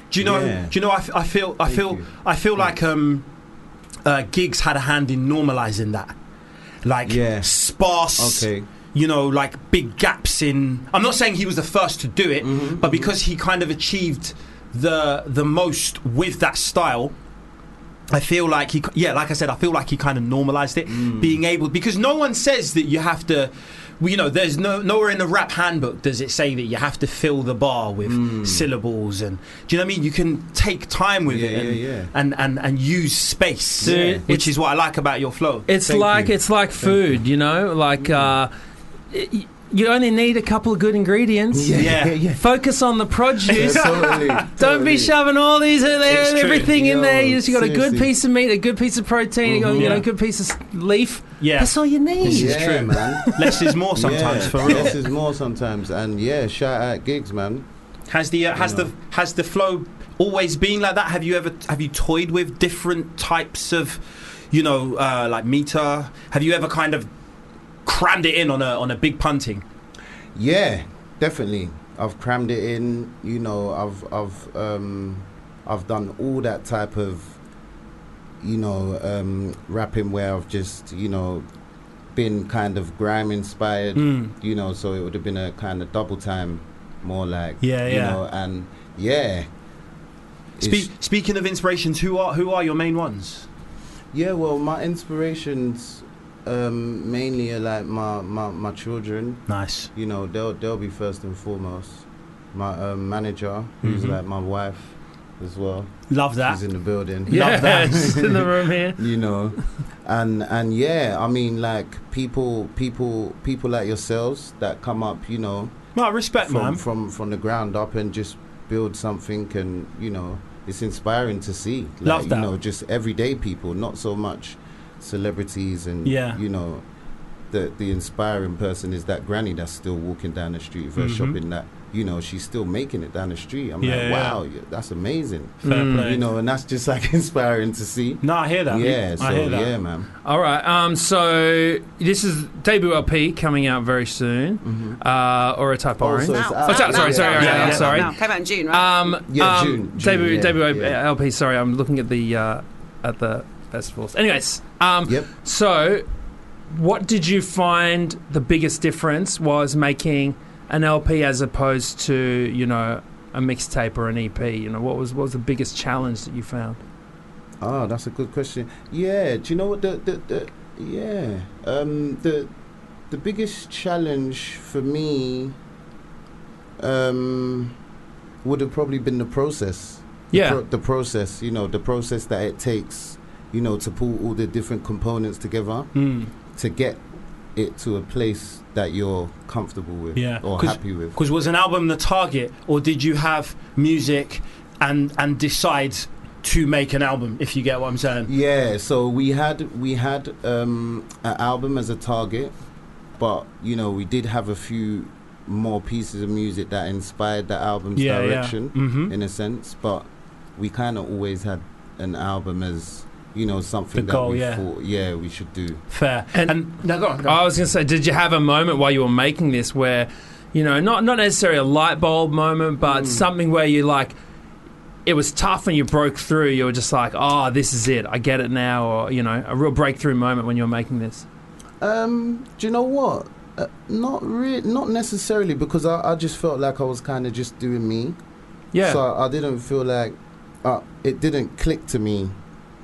Speaker 6: Do you know?
Speaker 10: Yeah.
Speaker 6: Do you know? I, f- I feel. I
Speaker 10: Thank
Speaker 6: feel.
Speaker 10: you.
Speaker 6: I feel like um, uh, gigs had a hand in normalizing that. Like
Speaker 10: Yeah.
Speaker 6: sparse.
Speaker 10: Okay.
Speaker 6: You know, like big gaps in. I'm not saying he was the first to do it,
Speaker 10: Mm-hmm,
Speaker 6: but because he kind of achieved the the most with that style. I feel like he, yeah, like I said, I feel like he kind of normalized it,
Speaker 10: Mm.
Speaker 6: being able because no one says that you have to, well, you know, there's no nowhere in the rap handbook does it say that you have to fill the bar with
Speaker 10: Mm.
Speaker 6: syllables and do you know what I mean? You can take time with
Speaker 10: Yeah,
Speaker 6: it and,
Speaker 10: yeah, yeah.
Speaker 6: and and and use space,
Speaker 3: Dude,
Speaker 6: which
Speaker 3: it's-
Speaker 6: is what I like about your flow.
Speaker 3: It's
Speaker 10: Thank
Speaker 3: like
Speaker 10: you.
Speaker 3: it's like food, you. know. Like
Speaker 6: Mm-hmm.
Speaker 3: uh, y- you only need a couple of good ingredients.
Speaker 6: Yeah. Yeah,
Speaker 3: Focus on the
Speaker 10: Yeah,
Speaker 3: produce.
Speaker 10: totally,
Speaker 3: Don't
Speaker 10: totally.
Speaker 3: be shoving all these in there
Speaker 6: It's
Speaker 3: and
Speaker 6: true.
Speaker 3: everything in
Speaker 10: Yo,
Speaker 3: there. You just got a good
Speaker 10: seriously.
Speaker 3: piece of meat, a good piece of protein, you got, you know,
Speaker 6: Mm-hmm. Yeah.
Speaker 3: a good piece of s- leaf.
Speaker 6: Yeah.
Speaker 3: That's all you need.
Speaker 6: This is
Speaker 10: Yeah,
Speaker 6: true.
Speaker 10: man.
Speaker 6: Less is more sometimes
Speaker 10: yeah,
Speaker 6: for real.
Speaker 10: This is more sometimes, and yeah, shout out gigs, man.
Speaker 6: Has the uh, has the has the flow always been like that? Have you ever have you toyed with different types of, you know, uh, like meter? Have you ever kind of crammed it in on a on a big punting?
Speaker 10: Yeah, definitely. I've crammed it in. You know, I've I've um, I've done all that type of, you know, um, rapping where I've just you know, been kind of grime inspired.
Speaker 6: Mm. Hmm.
Speaker 10: You know, so it would have been a kind of double time, more like
Speaker 6: Yeah,
Speaker 10: you
Speaker 6: yeah.
Speaker 10: know, and yeah. It's-
Speaker 6: Spe- speaking of inspirations, who are who are your main ones?
Speaker 10: Yeah, well, my inspirations um, mainly are like my, my, my children.
Speaker 6: Nice.
Speaker 10: you know they'll they'll be first and foremost my um, manager who's
Speaker 3: Mm-hmm.
Speaker 6: Mhm.
Speaker 10: like my wife as well
Speaker 6: Love
Speaker 10: she's
Speaker 6: that.
Speaker 10: in the building
Speaker 6: Yeah. Love that.
Speaker 3: Yes, in the room here.
Speaker 10: you know and and yeah i mean like people people people like yourselves that come up you know
Speaker 6: No, respect,
Speaker 10: from
Speaker 6: man.
Speaker 10: from from the ground up and just build something and you know it's inspiring to see like,
Speaker 6: Love that.
Speaker 10: you know just everyday people not so much celebrities and
Speaker 6: Yeah.
Speaker 10: you know the the inspiring person is that granny that's still walking down the street for her
Speaker 6: Mhm.
Speaker 10: shopping that you know she's still making it down the street i'm
Speaker 6: Yeah,
Speaker 10: like
Speaker 6: yeah.
Speaker 10: wow yeah, that's amazing
Speaker 6: Fair play.
Speaker 10: you know and that's just like inspiring to see
Speaker 6: No, I hear that.
Speaker 10: yeah
Speaker 6: I
Speaker 10: so
Speaker 6: hear that.
Speaker 10: yeah man
Speaker 3: All right. Um, so this is debut LP coming out very soon.
Speaker 10: Mm-hmm.
Speaker 3: Uh, or a type
Speaker 10: Oh,
Speaker 3: orange.
Speaker 10: so it's
Speaker 4: Now.
Speaker 10: out.
Speaker 3: Oh, sorry,
Speaker 4: Now,
Speaker 3: sorry,
Speaker 4: now,
Speaker 3: sorry,
Speaker 4: now,
Speaker 3: yeah,
Speaker 4: now,
Speaker 3: yeah,
Speaker 4: now,
Speaker 3: sorry.
Speaker 4: now. Came out in June, right?
Speaker 3: Um,
Speaker 10: Yeah,
Speaker 3: um,
Speaker 10: June, June,
Speaker 3: debut,
Speaker 10: yeah,
Speaker 3: debut
Speaker 10: yeah.
Speaker 3: LP. Sorry, I'm looking at the uh, at the festivals. Anyways, um,
Speaker 10: Yep.
Speaker 3: So, what did you find the biggest difference was making an LP as opposed to you know a mixtape or an EP? You know, what was what was the biggest challenge that you found?
Speaker 10: Oh, that's a good question. Yeah, do you know what the the, the yeah um the the the biggest challenge for me um, would have probably been the process. The
Speaker 3: Yeah.
Speaker 10: pro- the process, you know, the process that it takes, you know, to pull all the different components together
Speaker 6: Mm.
Speaker 10: to get it to a place that you're comfortable with
Speaker 6: Yeah,
Speaker 10: or
Speaker 6: 'cause-
Speaker 10: happy with.
Speaker 6: Because was an album the target, or did you have music and and decide to make an album? If you get what I'm saying.
Speaker 10: Yeah, so we had we had um, an album as a target, but you know we did have a few more pieces of music that inspired the album's
Speaker 6: Yeah, yeah.
Speaker 10: direction
Speaker 6: Mhm.
Speaker 10: in a sense. But we kind of always had an album as you know something that
Speaker 6: The goal,
Speaker 10: we
Speaker 6: yeah.
Speaker 10: thought yeah we should do.
Speaker 6: Fair.
Speaker 3: And-
Speaker 6: And, no, go on. Go on.
Speaker 3: I was going to say, did you have a moment while you were making this where, you know, not not necessarily a light bulb moment, but something where you like, it was tough and you broke through. You were just like, oh, this is it. I get it now. Or you know, a real breakthrough moment when you were making this.
Speaker 10: Um, do you know what? Uh, not re- not necessarily because I, I just felt like I was kind of just doing me.
Speaker 3: Yeah.
Speaker 10: So I didn't feel like uh, it didn't click to me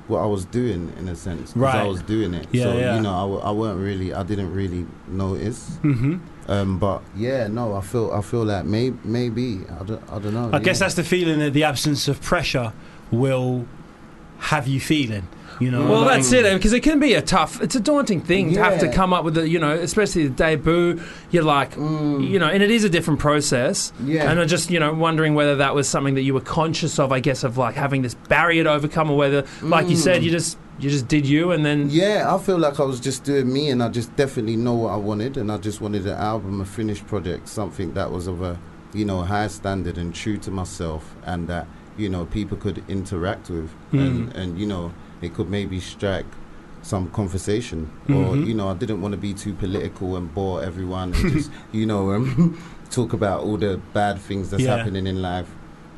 Speaker 10: what I was doing in a sense. 'cause
Speaker 6: Right.
Speaker 10: I was doing it.
Speaker 6: Yeah,
Speaker 10: so,
Speaker 6: yeah.
Speaker 10: you know, I, w- I weren't really, I didn't really notice.
Speaker 6: Mm-hmm.
Speaker 10: Um, but yeah, no, I feel, I feel like may- maybe, I don't, I don't know.
Speaker 6: I guess that's the feeling that the absence of pressure will have you feeling. You know.
Speaker 3: Well,
Speaker 6: like-
Speaker 3: that's it, because it can be a tough, it's a daunting thing to have to
Speaker 10: Yeah.
Speaker 3: come up with, a, you know, especially the debut. You're like, you know, and it is a different process.
Speaker 10: Mm. Yeah.
Speaker 3: And I'm just, you know, wondering whether that was something that you were conscious of, I guess, of like having this barrier to overcome, or whether, like you said, you just you just did you, and then
Speaker 10: Mm. Yeah, I feel like I was just doing me, and I just definitely know what I wanted, and I just wanted an album, a finished project, something that was of a you know high standard and true to myself, and that you know people could interact with,
Speaker 6: Hmm.
Speaker 10: and, and you know it could maybe strike some conversation, or
Speaker 6: Mm-hmm.
Speaker 10: you know I didn't want to be too political and bore everyone, and just you know um, talk about all the bad things that's
Speaker 6: Yeah.
Speaker 10: happening in life.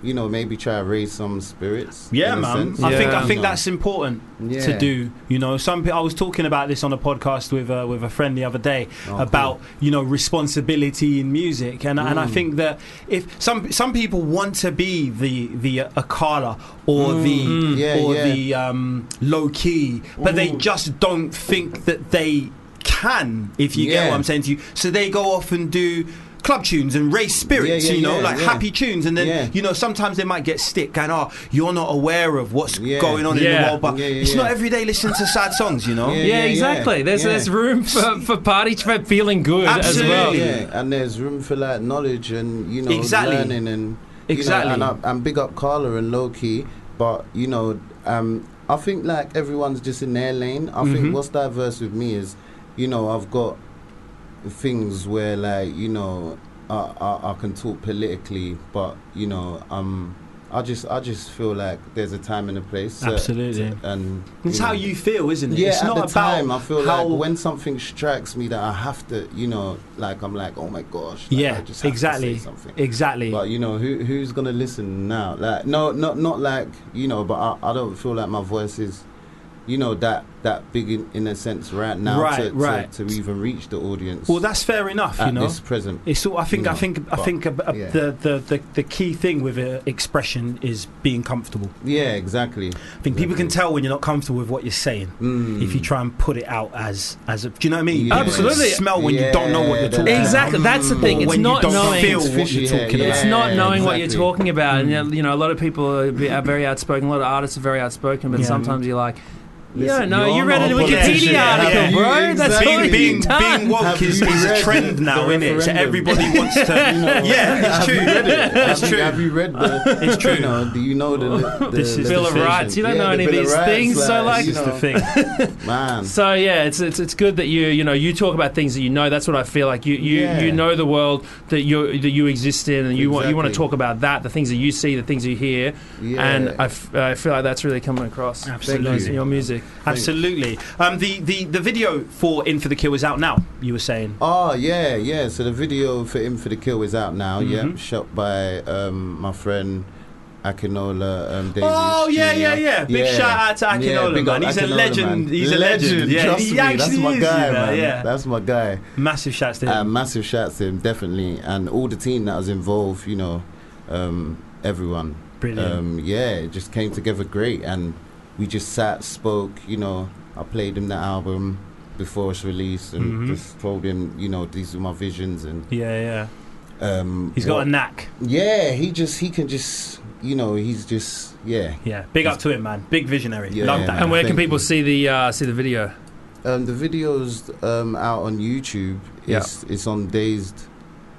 Speaker 10: You know, maybe try to raise some spirits.
Speaker 6: Yeah,
Speaker 10: in a
Speaker 6: man.
Speaker 10: sense.
Speaker 6: I think I
Speaker 10: You
Speaker 6: think
Speaker 10: know.
Speaker 6: that's important to
Speaker 10: Yeah.
Speaker 6: do. You know, some pe- I was talking about this on a podcast with uh, with a friend the other day
Speaker 10: Oh,
Speaker 6: about you know responsibility in music, and
Speaker 10: Mm.
Speaker 6: and I think that if some some people want to be the the Akala or the
Speaker 10: Mm. Yeah,
Speaker 6: or
Speaker 10: yeah.
Speaker 6: the um, low key, but they just don't think that they can. If you get
Speaker 10: Yeah.
Speaker 6: what I'm saying to you, so they go off and do. Club tunes and raise spirits,
Speaker 10: yeah,
Speaker 6: you know,
Speaker 10: yeah,
Speaker 6: like
Speaker 10: yeah.
Speaker 6: happy tunes, and then
Speaker 10: Yeah.
Speaker 6: you know sometimes they might get stick and oh, you're not aware of what's
Speaker 10: Yeah.
Speaker 6: going on in
Speaker 3: Yeah.
Speaker 6: the world, but
Speaker 10: Yeah, yeah,
Speaker 6: it's not
Speaker 10: yeah.
Speaker 6: every day listening to sad songs, you know.
Speaker 10: Yeah.
Speaker 3: Yeah, exactly. There's
Speaker 10: yeah.
Speaker 3: there's room for, for party for feeling good
Speaker 6: Absolutely.
Speaker 3: as well.
Speaker 10: Yeah, and there's room for like knowledge and you know
Speaker 6: Exactly.
Speaker 10: learning and
Speaker 6: Exactly.
Speaker 10: You know, and, I, and big up Carla and Loki, but you know, um, I think like everyone's just in their lane. I
Speaker 6: Mm-hmm.
Speaker 10: think what's diverse with me is, you know, I've got things where like you know I, I, I can talk politically, but you know um I just I just feel like there's a time and a place. uh,
Speaker 6: Absolutely.
Speaker 10: to- and
Speaker 6: It's
Speaker 10: you
Speaker 6: how
Speaker 10: know.
Speaker 6: you feel, isn't it?
Speaker 10: Yeah,
Speaker 6: it's
Speaker 10: at
Speaker 6: not
Speaker 10: the
Speaker 6: about
Speaker 10: time, I feel
Speaker 6: how
Speaker 10: like when something strikes me that I have to, you know, like I'm like, oh my gosh, like, I
Speaker 6: yeah,
Speaker 10: just have
Speaker 6: exactly,
Speaker 10: to say something.
Speaker 6: exactly.
Speaker 10: But you know, who who's gonna listen now? Like, no, not not like you know, but I, I don't feel like my voice is, you know, that that big in, in a sense right now
Speaker 6: Right,
Speaker 10: to,
Speaker 6: right.
Speaker 10: to to even reach the audience.
Speaker 6: well, that's fair enough,
Speaker 10: at
Speaker 6: you know.
Speaker 10: this present.
Speaker 6: It's all. I think. I
Speaker 10: No,
Speaker 6: think. I
Speaker 10: but-
Speaker 6: think. ab- ab-
Speaker 10: yeah.
Speaker 6: the, the the the key thing with uh, expression is being comfortable.
Speaker 10: Yeah, exactly.
Speaker 6: I think people can tell when you're not comfortable with what you're saying
Speaker 10: Mm.
Speaker 6: if you try and put it out as as. A, do you know what I mean?
Speaker 10: Yeah.
Speaker 6: People can
Speaker 3: Absolutely.
Speaker 6: Smell when you don't know what you're
Speaker 10: Yeah,
Speaker 6: talking. about.
Speaker 3: Exactly. That's
Speaker 10: um,
Speaker 3: the thing.
Speaker 6: Or
Speaker 3: It's
Speaker 6: when
Speaker 3: not
Speaker 6: you don't
Speaker 3: knowing.
Speaker 6: feel what
Speaker 10: Fishy
Speaker 6: you're
Speaker 10: hair,
Speaker 6: talking
Speaker 10: yeah.
Speaker 6: about.
Speaker 3: It's not knowing what you're
Speaker 10: exactly. Mm.
Speaker 3: talking about, and you know a lot of people are, be- are very outspoken. A lot of artists are very outspoken, but
Speaker 6: Yeah.
Speaker 3: sometimes you're like,
Speaker 10: Listen,
Speaker 3: yeah, no,
Speaker 10: you're
Speaker 3: you read
Speaker 10: not
Speaker 3: a
Speaker 10: a politician.
Speaker 3: Wikipedia
Speaker 10: Have
Speaker 3: article,
Speaker 10: you-
Speaker 3: bro. That's
Speaker 10: Exactly.
Speaker 3: all
Speaker 6: being, being,
Speaker 3: being done.
Speaker 6: being woke
Speaker 10: Have
Speaker 6: is,
Speaker 10: you
Speaker 6: is a
Speaker 10: read
Speaker 6: trend
Speaker 10: the
Speaker 6: now, is it? So
Speaker 10: referendum?
Speaker 6: everybody wants to. yeah, it's
Speaker 10: Have
Speaker 6: true.
Speaker 10: you read it?
Speaker 6: It's
Speaker 10: have,
Speaker 6: true.
Speaker 10: You, have you read the?
Speaker 6: It's true.
Speaker 10: You know, do you know the, the
Speaker 6: This is-
Speaker 3: Bill of
Speaker 10: legislation?
Speaker 3: Rights. You don't know
Speaker 10: the
Speaker 3: any of
Speaker 10: Bill
Speaker 3: these
Speaker 10: Rights,
Speaker 3: things, so, like-
Speaker 10: you
Speaker 6: This is the
Speaker 10: know,
Speaker 6: thing.
Speaker 10: man.
Speaker 3: So yeah, it's, it's it's good that you you know you talk about things that you know. That's what I feel like you you,
Speaker 10: Yeah.
Speaker 3: you know the world that you that you exist in, and you want you want to
Speaker 10: Exactly.
Speaker 3: talk about that, the things that you see, the things you hear, and
Speaker 10: Yeah.
Speaker 3: I, f- I feel like that's really coming across.
Speaker 6: Absolutely.
Speaker 3: in your music.
Speaker 6: Absolutely. Um, the, the, the video for In for the Kill is out now, you were saying.
Speaker 10: Oh yeah, yeah. So the video for "In for the Kill" is out now.
Speaker 6: Mm-hmm.
Speaker 10: Yeah, shot by um, my friend Akinola. Um, Davies
Speaker 6: Oh, yeah,
Speaker 10: Jr..
Speaker 6: yeah, yeah. Big shout out to Akinola,
Speaker 10: big
Speaker 6: man.
Speaker 10: up
Speaker 6: He's a legend.
Speaker 10: man.
Speaker 6: He's a legend. Yeah,
Speaker 10: trust
Speaker 6: he
Speaker 10: me, that's
Speaker 6: actually
Speaker 10: my
Speaker 6: is,
Speaker 10: guy,
Speaker 6: you know,
Speaker 10: man.
Speaker 6: yeah.
Speaker 10: That's my guy.
Speaker 6: Massive shouts to him.
Speaker 10: Uh, massive shouts to him, definitely, and all the team that was involved. You know, um, everyone.
Speaker 6: Brilliant.
Speaker 10: Um, yeah, it just came together great, and we just sat, spoke. You know, I played him the album. before it's released and just told him, you know, these are my visions and
Speaker 6: Yeah, yeah.
Speaker 10: um,
Speaker 6: He's got
Speaker 10: what-
Speaker 6: a knack.
Speaker 10: yeah, he just he can just you know he's just yeah.
Speaker 6: Yeah. Big up to him, man. Big visionary.
Speaker 10: Yeah,
Speaker 6: Love
Speaker 10: man.
Speaker 6: that.
Speaker 3: And where can
Speaker 10: Thank
Speaker 3: people
Speaker 10: you.
Speaker 3: see the uh, see the video?
Speaker 10: Um, the videos um, out on YouTube.
Speaker 3: Yeah.
Speaker 10: It's it's on Dazed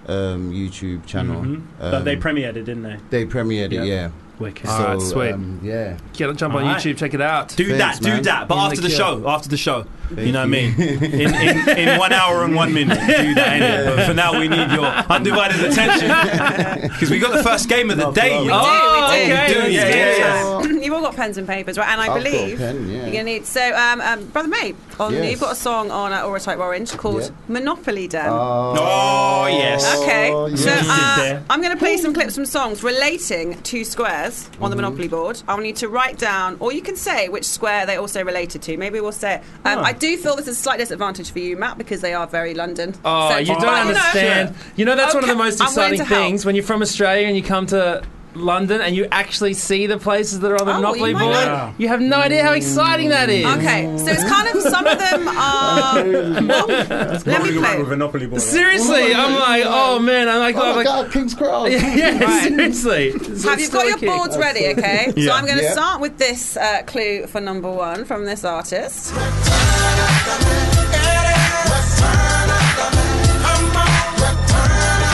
Speaker 10: um, YouTube channel.
Speaker 6: Mhm. But
Speaker 10: Um,
Speaker 6: they premiered it, didn't they?
Speaker 10: they premiered
Speaker 6: Yeah.
Speaker 10: it. Yeah.
Speaker 6: Wicked.
Speaker 3: All right, sweet.
Speaker 10: um, yeah.
Speaker 3: Get jump on
Speaker 6: All right.
Speaker 3: YouTube, check it out.
Speaker 6: Do
Speaker 10: Thanks,
Speaker 6: that, do
Speaker 10: man.
Speaker 6: that. But
Speaker 3: In the
Speaker 6: after the,
Speaker 3: queue.
Speaker 6: show, after the show, you
Speaker 10: Thank
Speaker 6: know what I mean. In, in, in one hour and one minute, do that. Innit? But for now, we need your undivided attention because we got the first game of the
Speaker 10: Love,
Speaker 6: day.
Speaker 10: love.
Speaker 6: you know?
Speaker 3: Oh,
Speaker 4: we do,
Speaker 3: okay.
Speaker 4: we do.
Speaker 6: Dude, yeah, yeah, yeah.
Speaker 4: You've all got pens and papers, right? And I
Speaker 10: I've got a
Speaker 4: believe
Speaker 10: pen, yeah.
Speaker 4: you're going to need. So, um, um, Brother Mate, on
Speaker 10: Yes.
Speaker 4: you've got a song on uh, Aura Type Orange called
Speaker 10: Yeah.
Speaker 4: Monopoly Den.
Speaker 6: Oh, yes.
Speaker 4: Okay, so
Speaker 10: yes.
Speaker 4: uh,
Speaker 6: there.
Speaker 4: I'm going to play some clips from songs relating to squares on
Speaker 10: Mm-hmm.
Speaker 4: the Monopoly board. I'll need to write down, or you can say which square they also related to. Maybe we'll say it.
Speaker 3: Ah.
Speaker 4: Um, I do feel this is a slight disadvantage for you, Matt, because they are very London.
Speaker 3: Oh,
Speaker 4: centric,
Speaker 3: you don't
Speaker 4: but, know,
Speaker 3: understand. You know, that's one of the
Speaker 4: Okay,
Speaker 3: most
Speaker 4: I'm willing
Speaker 3: exciting
Speaker 4: to help.
Speaker 3: things when you're from Australia and you come to London and you actually see the places that are on the
Speaker 4: Oh, well, you
Speaker 3: Monopoly
Speaker 4: might
Speaker 3: board.
Speaker 4: know.
Speaker 3: You have no idea how exciting that is.
Speaker 4: Okay, so it's kind of some of them are. Well, let me play.
Speaker 6: Monopoly board.
Speaker 3: Seriously, I'm like, oh man, I'm like,
Speaker 10: Oh
Speaker 3: I'm
Speaker 10: my
Speaker 3: like
Speaker 10: God, King's Cross.
Speaker 3: yeah,
Speaker 4: Right.
Speaker 3: seriously. So
Speaker 4: Have
Speaker 3: it's
Speaker 4: you got
Speaker 3: still
Speaker 4: your
Speaker 3: a kick.
Speaker 4: boards ready? Okay, so
Speaker 6: Yeah.
Speaker 4: I'm going to
Speaker 10: Yeah.
Speaker 4: start with this uh, clue for number one from this artist.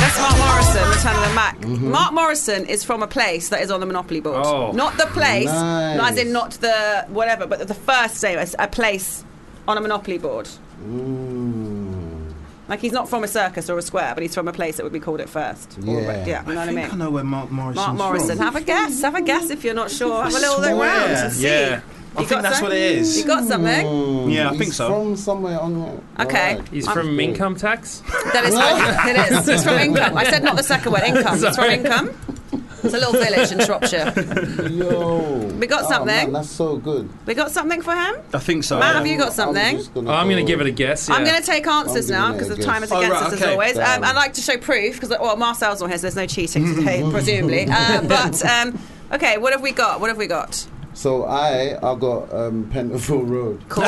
Speaker 4: That's Mark Morrison, Return of the Mac. Mark Morrison is from a place that is on the Monopoly board.
Speaker 3: Oh.
Speaker 4: Not the place,
Speaker 10: Nice.
Speaker 4: as in not the whatever, but the first name, is a place on a Monopoly board.
Speaker 10: Mm,
Speaker 4: Like he's not from a circus or a square, but he's from a place that would be called it first. Or-
Speaker 10: Yeah.
Speaker 4: yeah, you know what I
Speaker 6: I think I
Speaker 4: mean?
Speaker 6: know where Mark Morrison's
Speaker 4: Mark Morrison.
Speaker 6: From.
Speaker 4: Have a guess. Have a guess if you're not sure. Have a little look
Speaker 10: swear.
Speaker 4: round and see.
Speaker 6: Yeah. I
Speaker 4: You
Speaker 6: think
Speaker 4: got
Speaker 6: that's
Speaker 4: some?
Speaker 6: what it is.
Speaker 4: You got something?
Speaker 10: Mm,
Speaker 6: Yeah, I
Speaker 10: he's
Speaker 6: think so.
Speaker 10: From somewhere on. the-
Speaker 4: Okay.
Speaker 10: Alright.
Speaker 3: He's
Speaker 4: I'm-
Speaker 3: from income tax.
Speaker 4: That is it is. It's from income. I said not the second word. Income. It's from income. It's a little village in Shropshire.
Speaker 10: Yo.
Speaker 4: We got
Speaker 10: Oh,
Speaker 4: something.
Speaker 10: man, that's so good.
Speaker 4: We got something for him?
Speaker 6: I think so.
Speaker 4: Matt,
Speaker 6: yeah.
Speaker 4: have you got something?
Speaker 3: Oh, I'm going to give it a guess. Yeah.
Speaker 4: I'm going to take answers
Speaker 10: I'm
Speaker 4: now
Speaker 10: giving it a
Speaker 4: because the time is
Speaker 10: guess.
Speaker 6: Oh,
Speaker 4: against
Speaker 6: right,
Speaker 4: us as
Speaker 6: okay.
Speaker 4: always. Um,
Speaker 10: Damn.
Speaker 4: I'd like to show proof because, well, Marcel's not here, so there's no cheating today, presumably. Uh, but, um, okay, what have we got? What have we got?
Speaker 10: So I, I got um, Pentonville Road.
Speaker 4: Cool.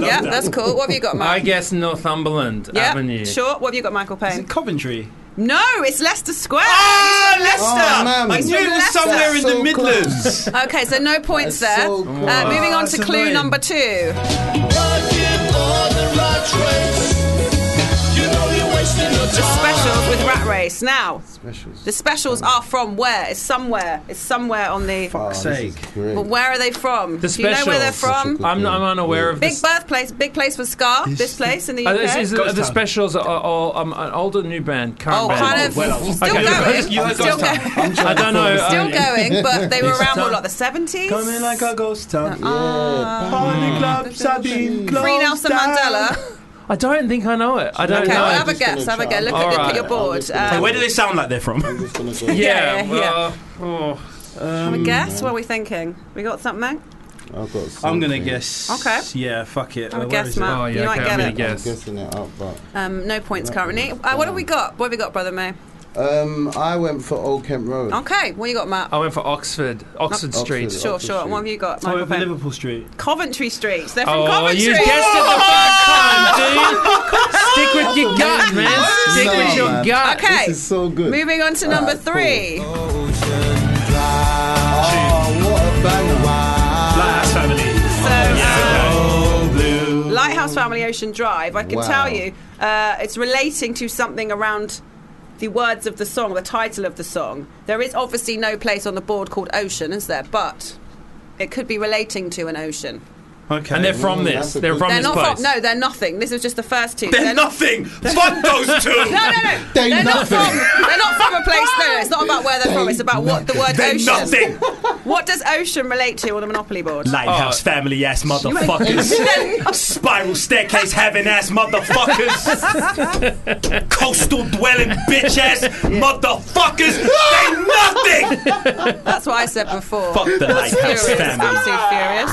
Speaker 4: yeah, that's cool. What have you got,
Speaker 3: I
Speaker 4: Mark?
Speaker 3: guess Northumberland
Speaker 4: yeah,
Speaker 3: Avenue.
Speaker 4: sure. What have you got, Michael
Speaker 6: Is
Speaker 4: Payne?
Speaker 6: it Coventry?
Speaker 4: No, it's Leicester Square.
Speaker 6: Ah, Leicester!
Speaker 10: Oh, man.
Speaker 6: I knew it was
Speaker 4: Leicester.
Speaker 6: somewhere in
Speaker 10: So
Speaker 6: the
Speaker 10: close.
Speaker 6: Midlands.
Speaker 4: Okay, so no points
Speaker 10: That's
Speaker 4: there.
Speaker 10: so cool.
Speaker 4: uh, moving on
Speaker 6: That's
Speaker 4: to clue
Speaker 6: annoying.
Speaker 4: number two. The specials with Rat Race. Now,
Speaker 10: Specials.
Speaker 4: the specials are from where? It's somewhere. It's somewhere on the.
Speaker 10: Fuck's
Speaker 6: sake.
Speaker 10: Oh, Great.
Speaker 4: But where are they from?
Speaker 3: The
Speaker 4: Do you know where they're
Speaker 3: specials.
Speaker 4: from?
Speaker 10: Special
Speaker 3: I'm, I'm unaware of
Speaker 4: Big
Speaker 3: this.
Speaker 4: birthplace, big place was Scar. This place in the
Speaker 3: Uh,
Speaker 4: UK.
Speaker 3: this is-
Speaker 6: Ghost
Speaker 3: the
Speaker 6: Town.
Speaker 3: specials are all um, an older new band, current
Speaker 4: oh,
Speaker 3: band.
Speaker 4: kind of.
Speaker 6: well,
Speaker 4: still
Speaker 3: okay.
Speaker 4: going.
Speaker 6: You had
Speaker 4: still,
Speaker 6: Ghost Town.
Speaker 4: go-
Speaker 3: I don't know.
Speaker 4: still
Speaker 3: uh,
Speaker 4: going, but they were around what,
Speaker 6: Town.
Speaker 4: like the 70s.
Speaker 6: Coming like a ghost town.
Speaker 4: Uh, Oh.
Speaker 10: Yeah.
Speaker 6: All the clubs have been closed
Speaker 4: Free Nelson
Speaker 6: down.
Speaker 4: uh, Mandela.
Speaker 3: I don't think I know it. I don't
Speaker 4: Okay,
Speaker 3: know.
Speaker 4: well,
Speaker 10: I'm
Speaker 4: have a
Speaker 10: just
Speaker 4: guess.
Speaker 10: gonna
Speaker 4: Have a
Speaker 10: try.
Speaker 4: guess. Look,
Speaker 3: All
Speaker 4: look
Speaker 3: right.
Speaker 4: at your board.
Speaker 10: Hey,
Speaker 4: Um,
Speaker 6: Where do they sound like they're from?
Speaker 10: I'm just gonna go.
Speaker 3: yeah,
Speaker 4: Yeah,
Speaker 3: well, oh.
Speaker 4: have a guess. What are we thinking? We got something?
Speaker 10: I've got
Speaker 6: I'm gonna
Speaker 10: something.
Speaker 6: guess.
Speaker 4: Okay.
Speaker 6: Yeah, fuck it.
Speaker 4: I'm
Speaker 6: Uh,
Speaker 4: a
Speaker 6: where
Speaker 4: guess,
Speaker 6: is it?
Speaker 4: Matt.
Speaker 3: Oh, yeah,
Speaker 4: you might
Speaker 3: okay, I'm
Speaker 4: get
Speaker 3: gonna
Speaker 4: it.
Speaker 3: guess.
Speaker 10: I'm guessing it up, but
Speaker 4: Um, no points
Speaker 10: No
Speaker 4: currently.
Speaker 10: points.
Speaker 4: Uh, what have
Speaker 10: Damn.
Speaker 4: we got? What have we got, brother May?
Speaker 10: um, I went for Old Kent Road.
Speaker 4: Okay, what you got, Matt?
Speaker 3: I went for Oxford, Oxford Street.
Speaker 10: Oxford.
Speaker 4: sure, sure. What have you got,
Speaker 6: Oh,
Speaker 4: Michael
Speaker 6: over
Speaker 4: Payne?
Speaker 6: Liverpool Street.
Speaker 4: Coventry Street. They're from
Speaker 3: Oh,
Speaker 4: Coventry.
Speaker 3: you guessed it the first time, dude. Stick with your gut, man. Stick
Speaker 10: No,
Speaker 3: with your
Speaker 10: man.
Speaker 3: gut.
Speaker 4: Okay.
Speaker 10: This is so good.
Speaker 4: Moving on to number
Speaker 10: Alright, cool.
Speaker 4: three.
Speaker 10: Oh, what a banger!
Speaker 6: Lighthouse Family.
Speaker 4: So, uh,
Speaker 6: Oh, blue.
Speaker 4: Lighthouse Family Ocean Drive. I can
Speaker 10: Wow.
Speaker 4: tell you, uh, it's relating to something around the words of the song, the title of the song. There is obviously no place on the board called Ocean, is there? But it could be relating to an ocean.
Speaker 6: Okay.
Speaker 3: And they're from this.
Speaker 10: That's a
Speaker 3: They're
Speaker 10: good-
Speaker 3: from
Speaker 4: they're
Speaker 3: this
Speaker 4: not
Speaker 3: place.
Speaker 4: from. No, they're nothing. This is just the first two.
Speaker 6: They're nothing. Fuck those two.
Speaker 4: No, no, no.
Speaker 10: They
Speaker 4: They're, not
Speaker 10: nothing.
Speaker 4: from. They're not from a place. No, no, it's not about where they're from. It's about what the word
Speaker 6: They're
Speaker 4: ocean.
Speaker 6: nothing.
Speaker 4: What does ocean relate to on a Monopoly board?
Speaker 6: Lighthouse
Speaker 7: Oh.
Speaker 6: family ass motherfuckers. Spiral staircase having ass motherfuckers. Coastal dwelling bitch ass motherfuckers. They nothing.
Speaker 4: That's what I said before.
Speaker 6: Fuck the lighthouse
Speaker 4: Furious,
Speaker 6: family.
Speaker 4: absolutely furious.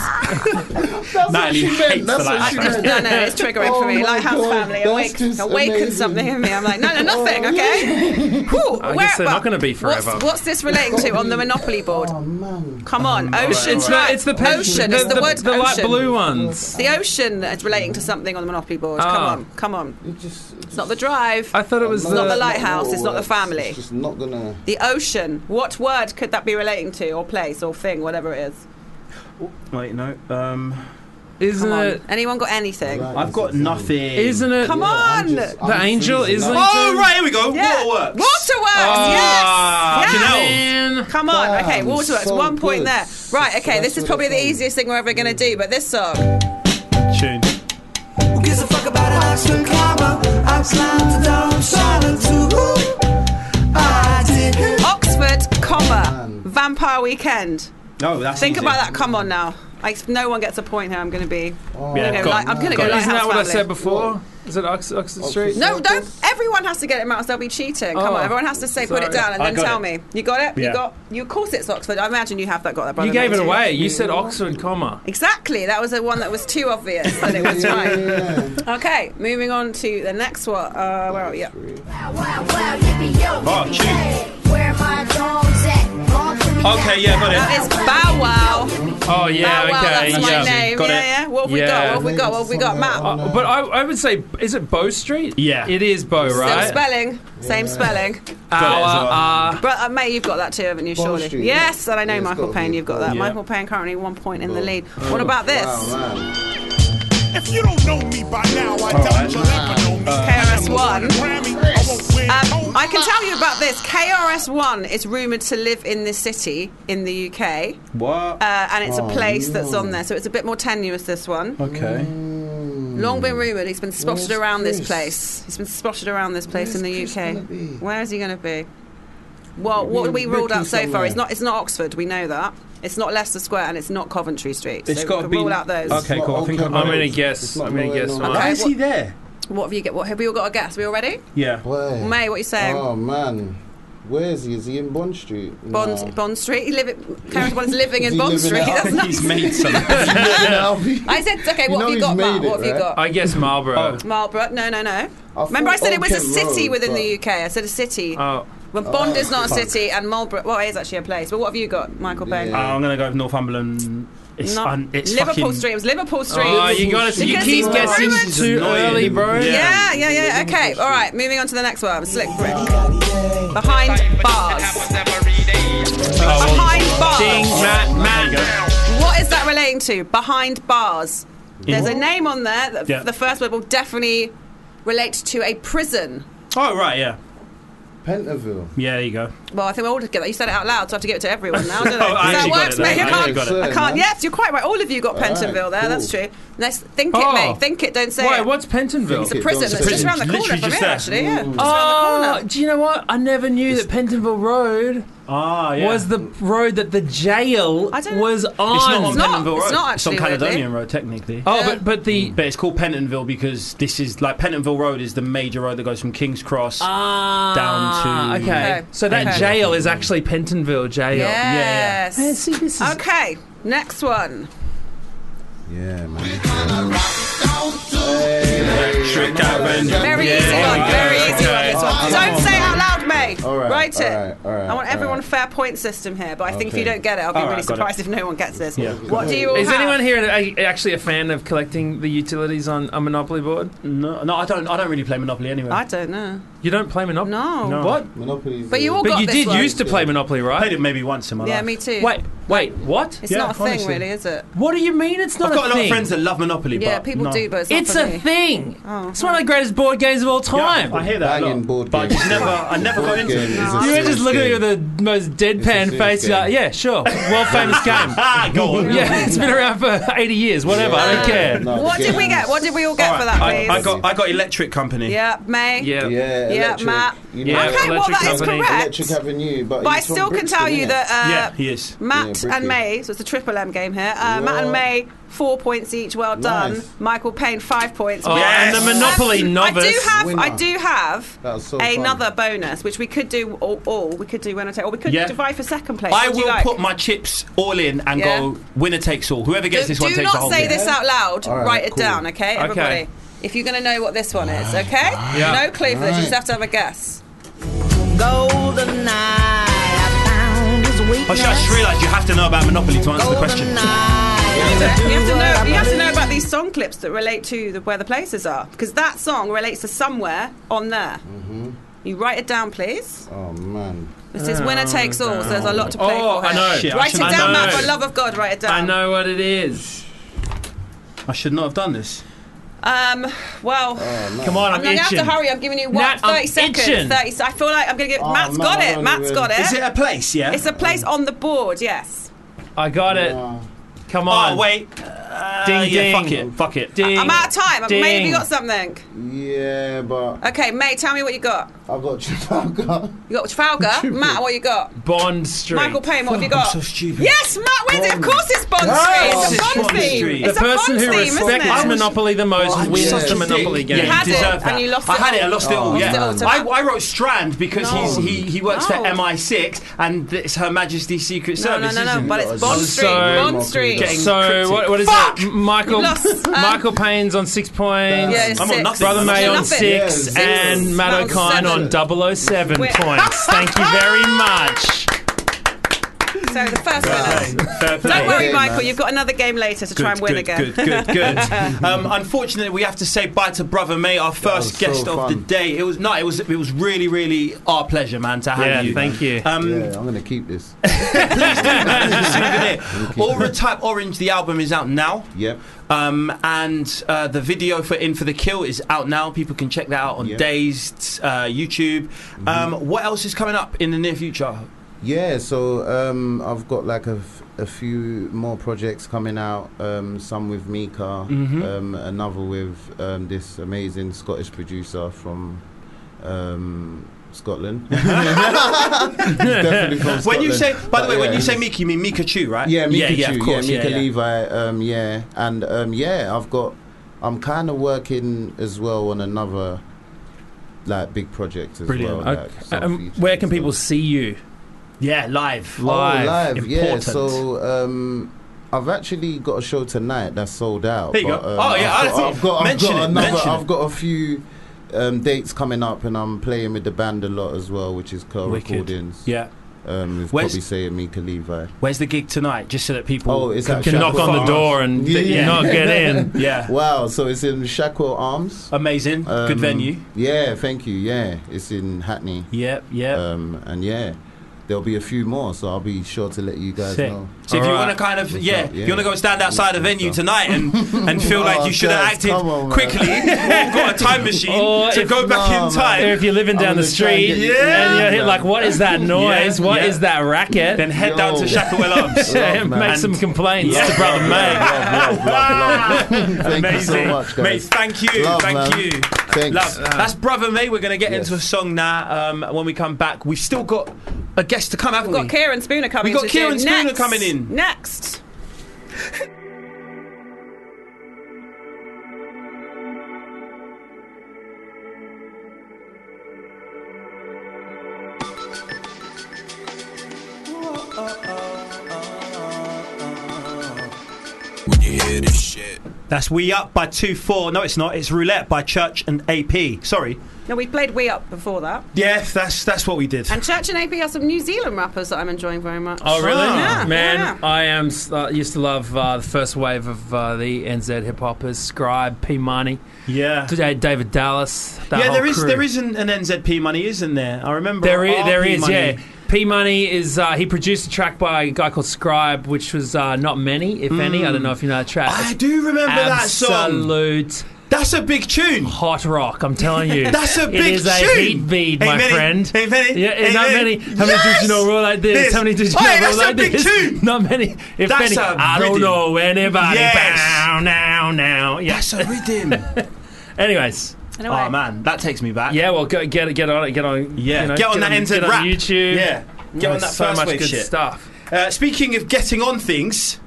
Speaker 10: That's
Speaker 7: Natalie
Speaker 10: what she meant.
Speaker 7: hates
Speaker 10: That's
Speaker 7: the
Speaker 10: what she
Speaker 7: laugh.
Speaker 10: meant.
Speaker 4: No, no, it's triggering
Speaker 10: Oh
Speaker 4: for me.
Speaker 10: my
Speaker 4: Like house
Speaker 10: God,
Speaker 4: family,
Speaker 10: that's
Speaker 4: awake,
Speaker 10: just
Speaker 4: awaken
Speaker 10: amazing. Oh,
Speaker 4: something in me. I'm like, no, no, nothing. Okay. Whew,
Speaker 3: I guess they're not gonna be
Speaker 4: what's-
Speaker 3: forever.
Speaker 4: What's, this relating to on the Monopoly board?
Speaker 10: Oh man.
Speaker 4: Come on, ocean.
Speaker 3: It's,
Speaker 4: right.
Speaker 3: the, it's the pen-
Speaker 4: ocean.
Speaker 3: The,
Speaker 4: it's the,
Speaker 3: the-
Speaker 4: word
Speaker 3: the
Speaker 4: ocean.
Speaker 3: light blue ones.
Speaker 4: The ocean is relating to something on the Monopoly board. Come
Speaker 3: Ah.
Speaker 4: on, come on.
Speaker 10: It just, it
Speaker 4: It's not the drive.
Speaker 3: I thought it was
Speaker 4: It's not the
Speaker 3: the.
Speaker 4: lighthouse. It's not the family.
Speaker 10: It's just not gonna.
Speaker 4: The ocean. What word could that be relating to, or place, or thing, whatever it is?
Speaker 7: Wait, no. Um,
Speaker 3: Isn't
Speaker 4: Come on.
Speaker 3: it?
Speaker 4: Anyone got anything?
Speaker 10: Right,
Speaker 7: I've
Speaker 10: it's
Speaker 7: got
Speaker 10: a thing.
Speaker 7: nothing.
Speaker 3: Isn't it?
Speaker 4: Come
Speaker 10: I'm
Speaker 4: on.
Speaker 10: just-
Speaker 3: The
Speaker 10: I'm
Speaker 3: angel
Speaker 10: freezing.
Speaker 3: isn't-
Speaker 7: Oh right, here we go.
Speaker 4: Yeah.
Speaker 7: Waterworks.
Speaker 4: Waterworks,
Speaker 7: Ah,
Speaker 4: yes.
Speaker 7: fucking
Speaker 4: yes.
Speaker 7: hell.
Speaker 3: Man.
Speaker 4: Come on,
Speaker 10: Damn,
Speaker 4: okay, Waterworks,
Speaker 10: so
Speaker 4: one point
Speaker 10: good.
Speaker 4: there. Right,
Speaker 10: So
Speaker 4: okay,
Speaker 10: that's
Speaker 4: this
Speaker 10: what
Speaker 4: is
Speaker 10: Mm.
Speaker 4: probably
Speaker 10: I
Speaker 4: the
Speaker 10: thought.
Speaker 4: easiest thing we're ever gonna do, but this song.
Speaker 7: Tune.
Speaker 9: Who gives a fuck about an Oxford comma? I'm slammed down, shining to who? I did.
Speaker 4: Oxford, comma, Vampire Weekend.
Speaker 7: No, Oh, that's
Speaker 4: Think
Speaker 7: easy.
Speaker 4: about that, come on now. I, no one gets a point here, I'm gonna be.
Speaker 10: Oh,
Speaker 7: Yeah,
Speaker 4: gonna
Speaker 7: go
Speaker 4: go
Speaker 7: on.
Speaker 4: li- I'm gonna go
Speaker 7: Go on.
Speaker 4: lighthouse
Speaker 3: Isn't that what I
Speaker 4: family.
Speaker 3: said before? Is it Ox- Oxford Street?
Speaker 4: No, don't. Everyone has to get it, Mouse. They'll be cheating. Come
Speaker 3: Oh,
Speaker 4: on, everyone has to say, put
Speaker 3: sorry.
Speaker 4: it down, and
Speaker 7: I
Speaker 4: then
Speaker 7: got
Speaker 4: tell
Speaker 7: it.
Speaker 4: me. You got it.
Speaker 7: Yeah.
Speaker 4: You got. You, of course, it's Oxford. I imagine you have that. Got that. brother,
Speaker 3: You gave
Speaker 4: mate,
Speaker 3: it
Speaker 4: too.
Speaker 3: away. You said Oxford, comma.
Speaker 4: Exactly. That was the one that was too obvious, but it was right. Okay, moving on to the next one. Uh, where are we? Yeah.
Speaker 7: Oh, tune. Okay, yeah, got it.
Speaker 4: That is Bow Wow.
Speaker 3: Oh yeah,
Speaker 4: Bow Wow,
Speaker 3: okay,
Speaker 4: that's my
Speaker 3: yeah.
Speaker 4: name.
Speaker 7: Got
Speaker 4: yeah,
Speaker 7: it.
Speaker 4: yeah. What have we
Speaker 3: Yeah.
Speaker 4: got? What have we got? What have we got? Matt.
Speaker 10: Oh,
Speaker 3: Uh, but I, I would say, is it Bow Street?
Speaker 7: Yeah.
Speaker 3: it is Bow,
Speaker 4: Same
Speaker 3: right?
Speaker 4: spelling. Same spelling.
Speaker 7: it as well.
Speaker 3: Our, uh,
Speaker 4: But uh, mate, you've got that too, haven't you?
Speaker 10: Bond
Speaker 4: Surely.
Speaker 10: Street,
Speaker 4: yes,
Speaker 10: yeah.
Speaker 4: and I know
Speaker 10: Yeah, it's
Speaker 4: Michael
Speaker 10: gotta be
Speaker 4: Payne. You've got that.
Speaker 7: Yeah.
Speaker 4: Michael Payne currently one point in the
Speaker 10: Oh.
Speaker 4: lead. What about this?
Speaker 10: Wow, man.
Speaker 11: If you don't know me by now, I doubt you'll ever know me.
Speaker 4: KRS One.
Speaker 11: Grammy, I won't win.
Speaker 4: Um, I can tell you about this. KRS-One is rumoured to live in this city in the UK, uh,
Speaker 7: What?
Speaker 4: and it's a
Speaker 10: Oh,
Speaker 4: place that's
Speaker 10: no.
Speaker 4: on there, so it's a bit more tenuous. This one,
Speaker 7: Okay.
Speaker 10: Mm.
Speaker 4: long been rumoured. He's been spotted
Speaker 10: Where's
Speaker 4: around this
Speaker 10: Chris?
Speaker 4: place. He's been spotted around this place
Speaker 10: Where's
Speaker 4: in the
Speaker 10: Chris gonna be?
Speaker 4: UK. Where is he going to be? Well, what
Speaker 10: in
Speaker 4: we ruled
Speaker 10: Britain
Speaker 4: out so far
Speaker 10: somewhere.
Speaker 4: is not. It's not Oxford. We know that. It's not Leicester Square, and it's not Coventry Street.
Speaker 7: It's
Speaker 4: so
Speaker 7: gotta
Speaker 4: we can
Speaker 7: be-
Speaker 4: rule out those.
Speaker 7: okay.
Speaker 10: It's
Speaker 7: cool, I
Speaker 10: not
Speaker 7: think
Speaker 10: okay,
Speaker 7: I'm
Speaker 10: man.
Speaker 3: I'm gonna
Speaker 10: It's
Speaker 3: guess.
Speaker 10: not
Speaker 3: I'm gonna
Speaker 10: going
Speaker 3: guess
Speaker 10: on.
Speaker 3: one.
Speaker 4: Okay.
Speaker 7: Why is he there?
Speaker 4: What have you get? What have you all got a guess? We all ready?
Speaker 7: Yeah.
Speaker 10: Where?
Speaker 4: May, what you saying?
Speaker 10: Oh man, where is he? Is he in Bond Street?
Speaker 4: Bond
Speaker 10: Nah.
Speaker 4: Bond Street. He live. Karen Bond is living
Speaker 10: Is
Speaker 4: in
Speaker 10: he
Speaker 4: Bond
Speaker 10: living
Speaker 4: Street.
Speaker 10: out?
Speaker 4: That's not.
Speaker 7: He's made something.
Speaker 4: I said, okay,
Speaker 10: You know
Speaker 4: what have you
Speaker 10: he's
Speaker 4: got,
Speaker 10: made
Speaker 4: Mark?
Speaker 10: it,
Speaker 4: What have you
Speaker 10: right?
Speaker 4: got?
Speaker 3: I guess Marlborough.
Speaker 4: Marlborough? No, no, no.
Speaker 10: I
Speaker 4: Remember, I
Speaker 10: thought
Speaker 4: said it was a
Speaker 10: Old Kent
Speaker 4: city
Speaker 10: Road,
Speaker 4: within
Speaker 10: but-
Speaker 4: the UK. I said a city.
Speaker 3: Oh.
Speaker 4: Well, Bond
Speaker 10: Oh,
Speaker 4: is not
Speaker 10: fuck.
Speaker 4: a city, and Marlborough. Well, it is actually a place. But what have you got, Michael Bone?
Speaker 10: Yeah.
Speaker 3: Uh,
Speaker 7: I'm gonna go with Northumberland. It's,
Speaker 4: Not-
Speaker 7: un, it's
Speaker 4: Liverpool
Speaker 7: fucking,
Speaker 4: Street. It was Liverpool Street.
Speaker 3: Oh, you got it. You
Speaker 4: Because
Speaker 3: keep
Speaker 4: he's
Speaker 3: guessing uh,
Speaker 4: ruined.
Speaker 3: too
Speaker 7: Annoying.
Speaker 3: early, bro.
Speaker 7: Yeah.
Speaker 4: yeah, yeah, yeah. Okay, all right. Moving on to the next one. Slick Rick. Behind bars.
Speaker 7: Oh,
Speaker 4: Behind
Speaker 3: Ding,
Speaker 4: bars.
Speaker 3: Matt, Matt.
Speaker 4: What is that relating to? Behind bars. There's a name on there. That
Speaker 7: Yeah.
Speaker 4: The first word will definitely relate to a prison.
Speaker 7: Oh right, yeah,
Speaker 10: Pentonville.
Speaker 7: yeah. There you go.
Speaker 4: Well, I think we all get that. You said it out loud, so I have to give it to everyone now, don't I?
Speaker 7: Oh, I
Speaker 4: Does
Speaker 7: actually
Speaker 4: that
Speaker 7: got
Speaker 4: works,
Speaker 7: it there.
Speaker 4: mate? You
Speaker 7: I
Speaker 4: can't,
Speaker 7: actually got it.
Speaker 4: I can't.
Speaker 10: Fair,
Speaker 4: Yes, you're quite right. All of you got Pentonville there.
Speaker 10: cool.
Speaker 4: That's true. Let's think it,
Speaker 3: Oh.
Speaker 4: mate. Think it. Don't say
Speaker 3: Wait,
Speaker 4: it.
Speaker 3: what's Pentonville?
Speaker 4: It's a prison.
Speaker 10: Don't
Speaker 4: It's
Speaker 10: say
Speaker 4: just
Speaker 10: it.
Speaker 4: around the
Speaker 7: Literally
Speaker 4: corner from
Speaker 7: just
Speaker 4: here,
Speaker 7: there.
Speaker 4: actually. Yeah. Just around the
Speaker 3: Oh,
Speaker 4: corner.
Speaker 3: do you know what? I never knew that Pentonville Road
Speaker 7: Ah, yeah.
Speaker 3: was the road that the jail
Speaker 4: I don't-
Speaker 3: was on.
Speaker 7: it's not on
Speaker 4: It's not-
Speaker 7: Pentonville
Speaker 4: it's
Speaker 7: Road.
Speaker 4: not
Speaker 7: it's on
Speaker 4: actually,
Speaker 7: Caledonian
Speaker 4: weirdly.
Speaker 7: Road technically.
Speaker 3: Oh,
Speaker 4: Yeah.
Speaker 3: but but the
Speaker 7: But it's called Pentonville because this is like Pentonville Road is the major road that goes from King's Cross.
Speaker 3: ah
Speaker 7: Down to-
Speaker 3: okay.
Speaker 4: Okay.
Speaker 3: So that
Speaker 4: Okay.
Speaker 3: jail is actually Pentonville Jail.
Speaker 4: Yes.
Speaker 3: Hey, see, this is
Speaker 4: Okay. Next one.
Speaker 10: Yeah, man.
Speaker 7: Electric Avenue.
Speaker 4: Very
Speaker 7: Yeah,
Speaker 4: easy
Speaker 7: yeah,
Speaker 4: one.
Speaker 7: yeah.
Speaker 4: Very easy one. This
Speaker 10: Oh,
Speaker 4: one.
Speaker 10: come
Speaker 4: Don't
Speaker 10: on,
Speaker 4: say it out loud, mate.
Speaker 10: All right,
Speaker 4: Write it.
Speaker 10: all right, all right,
Speaker 4: I want
Speaker 10: all
Speaker 4: everyone
Speaker 10: right.
Speaker 4: fair point system here, but I think if you
Speaker 10: Okay.
Speaker 4: don't get it, I'll be
Speaker 7: Uh, All right,
Speaker 4: really
Speaker 7: got it.
Speaker 4: surprised if no one gets this.
Speaker 7: Yeah.
Speaker 4: What do you all
Speaker 3: Is
Speaker 4: have?
Speaker 3: anyone here a, actually a fan of collecting the utilities on a Monopoly board?
Speaker 6: Mm.
Speaker 7: No, no, I don't. I don't really play Monopoly anyway.
Speaker 4: I don't know.
Speaker 3: You don't play Monopoly?
Speaker 4: No. No.
Speaker 3: What?
Speaker 10: Monopoly's.
Speaker 4: But you all
Speaker 3: But
Speaker 4: got
Speaker 3: you
Speaker 4: this
Speaker 3: did
Speaker 4: one.
Speaker 3: used to play Monopoly,
Speaker 7: I played
Speaker 3: right?
Speaker 7: it maybe once in my
Speaker 4: Yeah,
Speaker 7: life.
Speaker 4: me too.
Speaker 3: Wait, wait, what?
Speaker 4: It's
Speaker 7: Yeah,
Speaker 4: not a thing,
Speaker 7: honestly.
Speaker 4: really, is it?
Speaker 3: What do you mean it's not
Speaker 7: I've got a lot
Speaker 3: thing?
Speaker 7: of friends that love Monopoly.
Speaker 4: Yeah,
Speaker 7: but
Speaker 4: people
Speaker 7: no.
Speaker 4: do, but it's,
Speaker 3: It's
Speaker 4: not
Speaker 3: a
Speaker 4: for me.
Speaker 3: thing.
Speaker 4: Oh.
Speaker 3: It's one of the greatest board games of all
Speaker 7: Yeah,
Speaker 3: time.
Speaker 7: I hear that a
Speaker 10: Banging
Speaker 7: lot,
Speaker 10: board
Speaker 7: but I just
Speaker 10: games.
Speaker 7: never, I never got into it.
Speaker 4: You
Speaker 3: you were just looking at me with
Speaker 10: the.
Speaker 3: the most deadpan
Speaker 10: serious
Speaker 3: face. You're
Speaker 10: game.
Speaker 3: like, yeah, sure. World famous game.
Speaker 7: Ah, go on.
Speaker 3: Yeah, it's been around for 80 years. Whatever. I don't care.
Speaker 10: No,
Speaker 4: What
Speaker 10: the
Speaker 4: did we
Speaker 10: games.
Speaker 4: get? What did we all get
Speaker 7: All
Speaker 4: for
Speaker 7: right,
Speaker 4: that,
Speaker 7: I,
Speaker 4: please?
Speaker 7: I got, I got Electric Company.
Speaker 4: yeah, May.
Speaker 10: Yeah,
Speaker 3: Yeah.
Speaker 4: Yeah,
Speaker 10: electric,
Speaker 4: Matt.
Speaker 10: You
Speaker 3: Yeah,
Speaker 10: know,
Speaker 4: Okay, well,
Speaker 3: Electric
Speaker 4: that is
Speaker 3: Company.
Speaker 4: correct.
Speaker 10: Electric Avenue, but
Speaker 4: But I
Speaker 10: he's from
Speaker 4: still can
Speaker 10: Brixton,
Speaker 4: tell you
Speaker 10: innit?
Speaker 4: that
Speaker 7: yeah,
Speaker 4: uh,
Speaker 7: he is.
Speaker 4: Matt Matt and May, so it's a triple M game here. Uh, Matt and
Speaker 10: Whoa.
Speaker 4: May, four points each. Well done.
Speaker 10: Nice.
Speaker 4: Michael Payne, five points.
Speaker 3: Oh, and
Speaker 6: Yes.
Speaker 3: the Monopoly
Speaker 4: Um,
Speaker 3: novice.
Speaker 4: I do have. I
Speaker 10: Winner.
Speaker 4: do have.
Speaker 10: That was so fun.
Speaker 4: another bonus, which we could do all. all. We could do winner take, or we could
Speaker 6: Yeah.
Speaker 4: divide for second place.
Speaker 6: I
Speaker 4: What do you
Speaker 6: will
Speaker 4: like?
Speaker 6: put my chips all in and
Speaker 4: Yeah.
Speaker 6: go winner takes all. Whoever
Speaker 4: Do,
Speaker 6: gets this one
Speaker 4: do
Speaker 6: takes the
Speaker 4: not
Speaker 6: whole
Speaker 4: say
Speaker 6: thing.
Speaker 4: this out loud.
Speaker 10: All right,
Speaker 4: Write it
Speaker 10: cool.
Speaker 4: down, okay, everybody. If you're going to know what this one is, okay?
Speaker 3: Yeah.
Speaker 4: No clue for this. You
Speaker 10: Right.
Speaker 4: just have to have a guess.
Speaker 5: Golden eye, I found his
Speaker 6: Oh, shit, I
Speaker 5: weakness.
Speaker 6: just realised you have to know about Monopoly to answer the question.
Speaker 5: Golden eye.
Speaker 4: You have to know.
Speaker 5: what I
Speaker 4: You have to know
Speaker 5: believe.
Speaker 4: about these song clips that relate to the, where the places are, because that song relates to somewhere on there.
Speaker 10: Mm-hmm.
Speaker 4: You write it down, please.
Speaker 10: Oh man.
Speaker 4: This is winner takes all, so there's a lot to play
Speaker 3: Oh,
Speaker 4: for.
Speaker 3: I
Speaker 4: here.
Speaker 3: know.
Speaker 6: Shit, Oh, I
Speaker 4: Write it
Speaker 6: should- I
Speaker 4: down,
Speaker 6: know.
Speaker 4: Matt. For love of God, write it
Speaker 3: I
Speaker 4: down.
Speaker 3: know what it is.
Speaker 6: I should not have done this.
Speaker 4: Um, well,
Speaker 3: Come on, I'm,
Speaker 4: I'm going to have
Speaker 3: itching.
Speaker 4: to hurry. I'm giving you what,
Speaker 3: Nat, I'm
Speaker 4: 30 seconds.
Speaker 3: itching.
Speaker 4: 30, se- I feel like I'm going to get.
Speaker 10: Oh,
Speaker 4: Matt's
Speaker 10: man,
Speaker 4: got
Speaker 10: I
Speaker 4: it.
Speaker 10: don't
Speaker 4: Matt's
Speaker 10: even-
Speaker 4: got it.
Speaker 6: Is it a place? Yeah.
Speaker 4: It's a place on the board, yes.
Speaker 3: I got it.
Speaker 10: Uh,
Speaker 3: Come on.
Speaker 6: oh wait.
Speaker 3: Ding,
Speaker 6: Uh,
Speaker 3: ding.
Speaker 6: Yeah, fuck it. Fuck it.
Speaker 3: Ding.
Speaker 4: I'm out of time.
Speaker 3: Ding.
Speaker 4: Maybe you got something.
Speaker 10: yeah, but
Speaker 4: Okay, May, tell me what you got.
Speaker 10: I got Trafalgar.
Speaker 4: You got Trafalgar. Matt, what you got?
Speaker 3: Bond Street.
Speaker 4: Michael Payne, what have you
Speaker 6: I'm
Speaker 4: got?
Speaker 6: so stupid.
Speaker 4: Yes, Matt wins it. Of
Speaker 10: Bond.
Speaker 4: course it's Bond Street.
Speaker 6: course
Speaker 4: it's
Speaker 6: it's
Speaker 4: a Bond
Speaker 6: Bond
Speaker 4: theme.
Speaker 6: Street.
Speaker 4: It's
Speaker 3: the
Speaker 4: a Bond
Speaker 3: person who
Speaker 4: theme, isn't
Speaker 3: respects
Speaker 4: it?
Speaker 3: Monopoly the most
Speaker 6: I'm
Speaker 3: wins
Speaker 6: such
Speaker 3: the
Speaker 6: a
Speaker 3: Monopoly
Speaker 6: dick.
Speaker 3: game.
Speaker 6: Yeah,
Speaker 4: had
Speaker 6: you
Speaker 4: it,
Speaker 6: deserve
Speaker 4: and
Speaker 6: that.
Speaker 4: you lost
Speaker 6: I
Speaker 4: it
Speaker 6: had it. I
Speaker 4: all. Oh.
Speaker 6: lost it all.
Speaker 4: Lost
Speaker 6: Yeah.
Speaker 4: it all to
Speaker 6: I,
Speaker 4: Matt.
Speaker 6: I wrote Strand because he's
Speaker 4: No.
Speaker 6: he, he works
Speaker 4: No.
Speaker 6: for MI6 and it's Her Majesty's Secret
Speaker 4: No, no,
Speaker 6: Service.
Speaker 4: no, no.
Speaker 6: isn't
Speaker 4: But
Speaker 6: it?
Speaker 4: it's Bond
Speaker 10: So-
Speaker 4: Street. Bond Street.
Speaker 6: Getting-
Speaker 3: So what, what is
Speaker 6: Fuck!
Speaker 3: it? M- Michael
Speaker 4: You lost, um,
Speaker 3: Michael Payne's on six points.
Speaker 4: Yeah, it's
Speaker 6: I'm on
Speaker 4: six.
Speaker 6: nothing.
Speaker 3: Brother
Speaker 6: You're
Speaker 3: May on
Speaker 4: nothing.
Speaker 3: six
Speaker 10: Yeah,
Speaker 3: and
Speaker 10: six.
Speaker 3: Matt
Speaker 4: That was
Speaker 3: O'Kine on
Speaker 4: seven.
Speaker 3: 007
Speaker 4: Wait.
Speaker 3: points. Thank you very much.
Speaker 4: So the first winner.
Speaker 6: Fair play.
Speaker 4: Don't worry,
Speaker 10: Yeah,
Speaker 4: Michael.
Speaker 10: man.
Speaker 4: You've got another game later to try and win
Speaker 6: good,
Speaker 4: again.
Speaker 6: Good, good, good. um, unfortunately, we have to say bye to brother May, our first
Speaker 10: was
Speaker 6: guest
Speaker 10: so
Speaker 6: of the
Speaker 10: fun.
Speaker 6: day. It was no, it was it was really, really our pleasure, man, to have
Speaker 3: Yeah,
Speaker 6: you.
Speaker 3: thank you.
Speaker 6: Um,
Speaker 10: Yeah, I'm gonna keep this.
Speaker 6: souvenir. Aura Type Orange, the album is out now.
Speaker 10: Yep.
Speaker 6: Um, and uh, the video for In for the Kill is out now. People can check that out on
Speaker 10: Yeah. Mm-hmm.
Speaker 6: Dazed, uh, YouTube. Um, what else is coming up in the near future?
Speaker 10: Yeah, so um, I've got like a, f- a few more projects coming out. Um, some with Mika,
Speaker 6: Mm-hmm.
Speaker 10: um, another with um, this amazing Scottish producer from um, Scotland. He's definitely from
Speaker 6: When you
Speaker 10: Scotland,
Speaker 6: say, by the
Speaker 10: but
Speaker 6: way, when
Speaker 10: yeah,
Speaker 6: you say
Speaker 10: he's-
Speaker 6: Mika, you mean Mika Chu, right?
Speaker 10: yeah, Mika
Speaker 6: yeah, yeah, of
Speaker 10: Chu,
Speaker 6: course,
Speaker 10: yeah, Mika
Speaker 6: yeah, yeah.
Speaker 10: Levi, um, yeah, and um, yeah, I've got. I'm kind of working as well on another like big project as
Speaker 3: Brilliant.
Speaker 10: well. like,
Speaker 3: Okay.
Speaker 10: some
Speaker 3: Um,
Speaker 10: features
Speaker 3: where
Speaker 10: and
Speaker 3: can people
Speaker 10: stuff.
Speaker 3: see you?
Speaker 6: Yeah, live.
Speaker 3: Live.
Speaker 10: Oh, live, yeah.
Speaker 6: Important.
Speaker 10: So um, I've actually got a show tonight that's sold out.
Speaker 6: There you
Speaker 10: but,
Speaker 6: go.
Speaker 10: um,
Speaker 6: Oh, yeah, I
Speaker 10: I've got,
Speaker 6: see.
Speaker 10: I've got, I've
Speaker 6: Mention
Speaker 10: got
Speaker 6: it,
Speaker 10: another.
Speaker 6: mention
Speaker 10: I've
Speaker 6: it.
Speaker 10: got a few um, dates coming up, and I'm playing with the band a lot as well, which is Clara
Speaker 6: Wicked.
Speaker 10: Recordings.
Speaker 6: Yeah.
Speaker 10: um, with
Speaker 6: Where's-
Speaker 10: Bobby Say and Mika Levi.
Speaker 6: Where's the gig tonight? Just so that people
Speaker 10: Oh, it's
Speaker 6: can,
Speaker 10: at
Speaker 3: Can knock
Speaker 10: Shackleford
Speaker 3: on the
Speaker 10: Arms.
Speaker 3: door and
Speaker 10: Yeah.
Speaker 3: you not get in.
Speaker 6: Yeah.
Speaker 10: Wow, so it's in Shackwell Arms.
Speaker 6: Amazing.
Speaker 10: Um,
Speaker 6: Good venue.
Speaker 10: Yeah, thank you. Yeah, it's in Hackney.
Speaker 6: Yep, yep.
Speaker 10: Um, and yeah, there'll be a few more, so I'll be sure to let you guys
Speaker 6: Sick.
Speaker 10: know.
Speaker 6: So if you
Speaker 3: Alright.
Speaker 6: want to kind of, yeah,
Speaker 10: up?
Speaker 6: if you
Speaker 10: Yeah.
Speaker 6: want to go stand outside a
Speaker 10: What's
Speaker 6: venue
Speaker 10: up?
Speaker 6: tonight and, and feel like
Speaker 10: Oh,
Speaker 6: you should have
Speaker 10: guys,
Speaker 6: acted
Speaker 10: come on, man.
Speaker 6: quickly or got a time machine
Speaker 3: Or
Speaker 6: to
Speaker 3: Oh, if-
Speaker 6: go back
Speaker 10: No,
Speaker 6: in
Speaker 10: man.
Speaker 6: time,
Speaker 3: Or if you're living
Speaker 10: I'm
Speaker 3: down the
Speaker 10: gonna try and
Speaker 3: street
Speaker 10: get you
Speaker 3: and
Speaker 10: in,
Speaker 3: you're hit
Speaker 10: man.
Speaker 3: like, what is that noise? What is
Speaker 6: yeah.
Speaker 3: that racket?
Speaker 6: then head down to
Speaker 10: Yo.
Speaker 6: Shacklewell Arms.
Speaker 3: Yeah,
Speaker 10: Love,
Speaker 3: make
Speaker 10: man.
Speaker 3: some complaints to Brother May.
Speaker 10: Love, love, love, love. Thank you so much, guys.
Speaker 6: Mate, thank you,
Speaker 10: Love,
Speaker 6: thank
Speaker 10: man.
Speaker 6: you.
Speaker 10: Thanks.
Speaker 6: Love. That's Brother May. We're going to get
Speaker 10: Yes.
Speaker 6: into a song now um, when we come back. We've still got a guest to come, haven't
Speaker 4: We've got Kieran Spooner coming.
Speaker 6: We've got
Speaker 4: to do
Speaker 6: Kieran Spooner
Speaker 4: next.
Speaker 6: coming in.
Speaker 4: next.
Speaker 6: That's We Up by 2 4. No, it's not. It's Roulette by Church and AP. Sorry.
Speaker 4: No, we played We Up before that.
Speaker 6: Yeah, that's that's what we did.
Speaker 4: And Church and AP are some New Zealand rappers that I'm enjoying very much.
Speaker 3: Oh really,
Speaker 4: Yeah,
Speaker 3: man!
Speaker 4: yeah.
Speaker 3: I am s- uh, used to love uh, the first wave of uh, the NZ hip hoppers: Scribe, P Money,
Speaker 6: yeah.
Speaker 3: today David Dallas. That
Speaker 6: Yeah,
Speaker 3: whole
Speaker 6: there is
Speaker 3: crew.
Speaker 6: there is an, an NZP money, isn't there? I remember
Speaker 3: There is,
Speaker 6: RP
Speaker 3: there is,
Speaker 6: money.
Speaker 3: yeah. Oh, P Money is uh, he produced a track by a guy called Scribe, which was uh, not many, if any. Mm. I don't know if you know that track.
Speaker 6: I do remember that song.
Speaker 3: Absolute
Speaker 6: That's a big tune.
Speaker 3: hot rock. I'm telling you,
Speaker 6: That's a
Speaker 3: It
Speaker 6: big
Speaker 3: is a
Speaker 6: tune.
Speaker 3: heat beat, my
Speaker 6: Hey, many.
Speaker 3: friend.
Speaker 6: Hey, many.
Speaker 3: Yeah,
Speaker 6: Hey,
Speaker 3: not many.
Speaker 6: many.
Speaker 3: How many did you know roll like this?
Speaker 6: Yes!
Speaker 3: How many did you
Speaker 6: Hey,
Speaker 3: know
Speaker 6: that's
Speaker 3: roll
Speaker 6: a
Speaker 3: like
Speaker 6: big
Speaker 3: this?
Speaker 6: tune.
Speaker 3: Not many. If
Speaker 6: That's
Speaker 3: any,
Speaker 6: a
Speaker 3: I don't
Speaker 6: riddle.
Speaker 3: know anybody.
Speaker 6: Yes.
Speaker 3: Bow, now, now. Yeah.
Speaker 6: That's a rhythm.
Speaker 3: Anyways,
Speaker 4: Anyway.
Speaker 6: oh man, that takes me back.
Speaker 3: yeah. Well, go, get it- get on it. Get on.
Speaker 6: yeah.
Speaker 3: you know,
Speaker 6: get on that NZ
Speaker 3: get on
Speaker 6: rap.
Speaker 3: YouTube.
Speaker 6: Yeah, get on that
Speaker 3: so
Speaker 6: first
Speaker 3: much
Speaker 6: wave
Speaker 3: good
Speaker 6: shit.
Speaker 3: stuff.
Speaker 6: Uh, speaking of getting on things,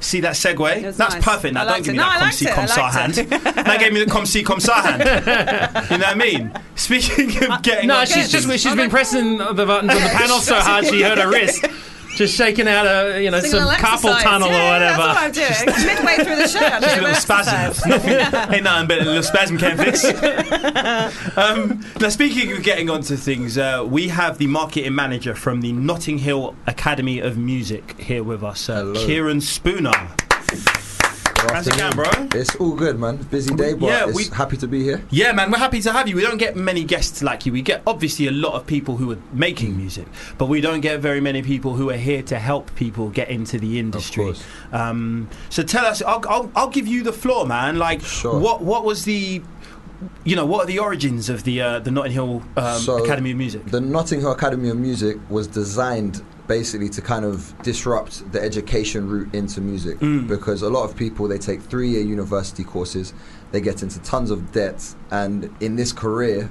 Speaker 6: see that segue?
Speaker 4: It was
Speaker 6: That's
Speaker 4: nice.
Speaker 6: perfect. Now,
Speaker 4: I
Speaker 6: don't
Speaker 4: liked
Speaker 6: give
Speaker 4: it.
Speaker 6: me
Speaker 4: No, I
Speaker 6: that com
Speaker 4: liked
Speaker 6: si
Speaker 4: it.
Speaker 6: com
Speaker 4: I
Speaker 6: sa hand.
Speaker 4: liked
Speaker 6: that gave me the com si com sa hand. you know what I mean? Speaking of getting
Speaker 3: No,
Speaker 6: on
Speaker 3: she's
Speaker 6: things-
Speaker 3: just she's
Speaker 4: I'm
Speaker 3: been
Speaker 4: like-
Speaker 3: pressing the buttons on the panel so hard she hurt her wrist. Just shaking out a you know
Speaker 4: Doing a
Speaker 3: some
Speaker 4: little
Speaker 3: carpal
Speaker 4: exercise.
Speaker 3: tunnel
Speaker 4: yeah,
Speaker 3: or whatever.
Speaker 4: That's what I'm doing. Midway through the show, I'm
Speaker 6: Just a
Speaker 4: doing
Speaker 6: little
Speaker 4: exercise.
Speaker 6: spasm. Nothing, ain't nothing but a little spasm can fix. um, now, speaking of getting onto things, uh, we have the marketing manager from the Notting Hill Academy of Music here with us, uh,
Speaker 12: Hello.
Speaker 6: Kieran Spooner. How's it going, bro?
Speaker 12: It's all good, man. Busy day, but
Speaker 6: Yeah,
Speaker 12: it's
Speaker 6: we-
Speaker 12: happy to be here.
Speaker 6: Yeah, man, we're happy to have you. We don't get many guests like you. We get obviously a lot of people who are making music, but we don't get very many people who are here to help people get into the industry.
Speaker 12: course.
Speaker 6: Um, so tell us, I'll, I'll, I'll give you the floor, man. Like,
Speaker 12: Sure.
Speaker 6: what what was the, you know, what are the origins of the uh, the Notting Hill um,
Speaker 12: So-
Speaker 6: Academy of Music?
Speaker 12: The Notting Hill Academy of Music was designed basically to kind of disrupt the education route into music
Speaker 6: Mm.
Speaker 12: because a lot of people they take three-year university courses, they get into tons of debt, and in this career,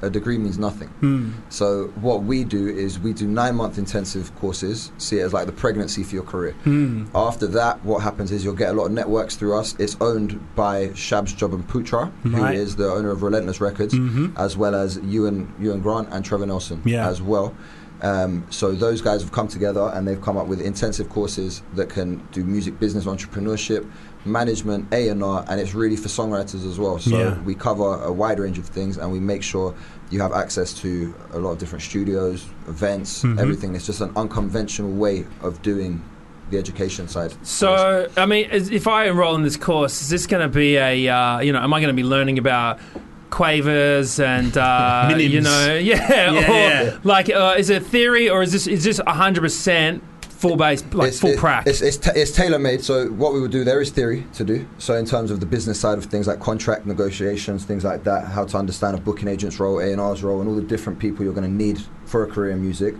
Speaker 12: a degree means nothing.
Speaker 6: Mm.
Speaker 12: So what we do is we do nine-month intensive courses. See it as like the pregnancy for your career.
Speaker 6: Mm.
Speaker 12: After that, what happens is you'll get a lot of networks through us. It's owned by Shabs Job and Putra,
Speaker 6: Right.
Speaker 12: who is the owner of Relentless Records, as well as Ewan, Ewan Grant and Trevor Nelson
Speaker 6: Mm-hmm. Yeah.
Speaker 12: as well. Um, so those guys have come together and they've come up with intensive courses that can do music business entrepreneurship, management, A and R, and it's really for songwriters as well. So
Speaker 6: Yeah.
Speaker 12: we cover a wide range of things and we make sure you have access to a lot of different studios, events,
Speaker 6: Mm-hmm.
Speaker 12: everything. It's just an unconventional way of doing the education side.
Speaker 3: So, I mean, is, if I enroll in this course, is this going to be a, uh, you know, am I going to be learning about quavers and, uh,
Speaker 6: Minims.
Speaker 3: you know, yeah,
Speaker 6: Yeah,
Speaker 3: or
Speaker 6: yeah.
Speaker 3: like, uh, is it theory or is this is this 100% full base, like full
Speaker 12: it-
Speaker 3: prac?
Speaker 12: It's, it's, t- it's tailor made. So what we would do, there is theory to do. So in terms of the business side of things, like contract negotiations, things like that, how to understand a booking agent's role, A and R's role, and all the different people you're going to need for a career in music.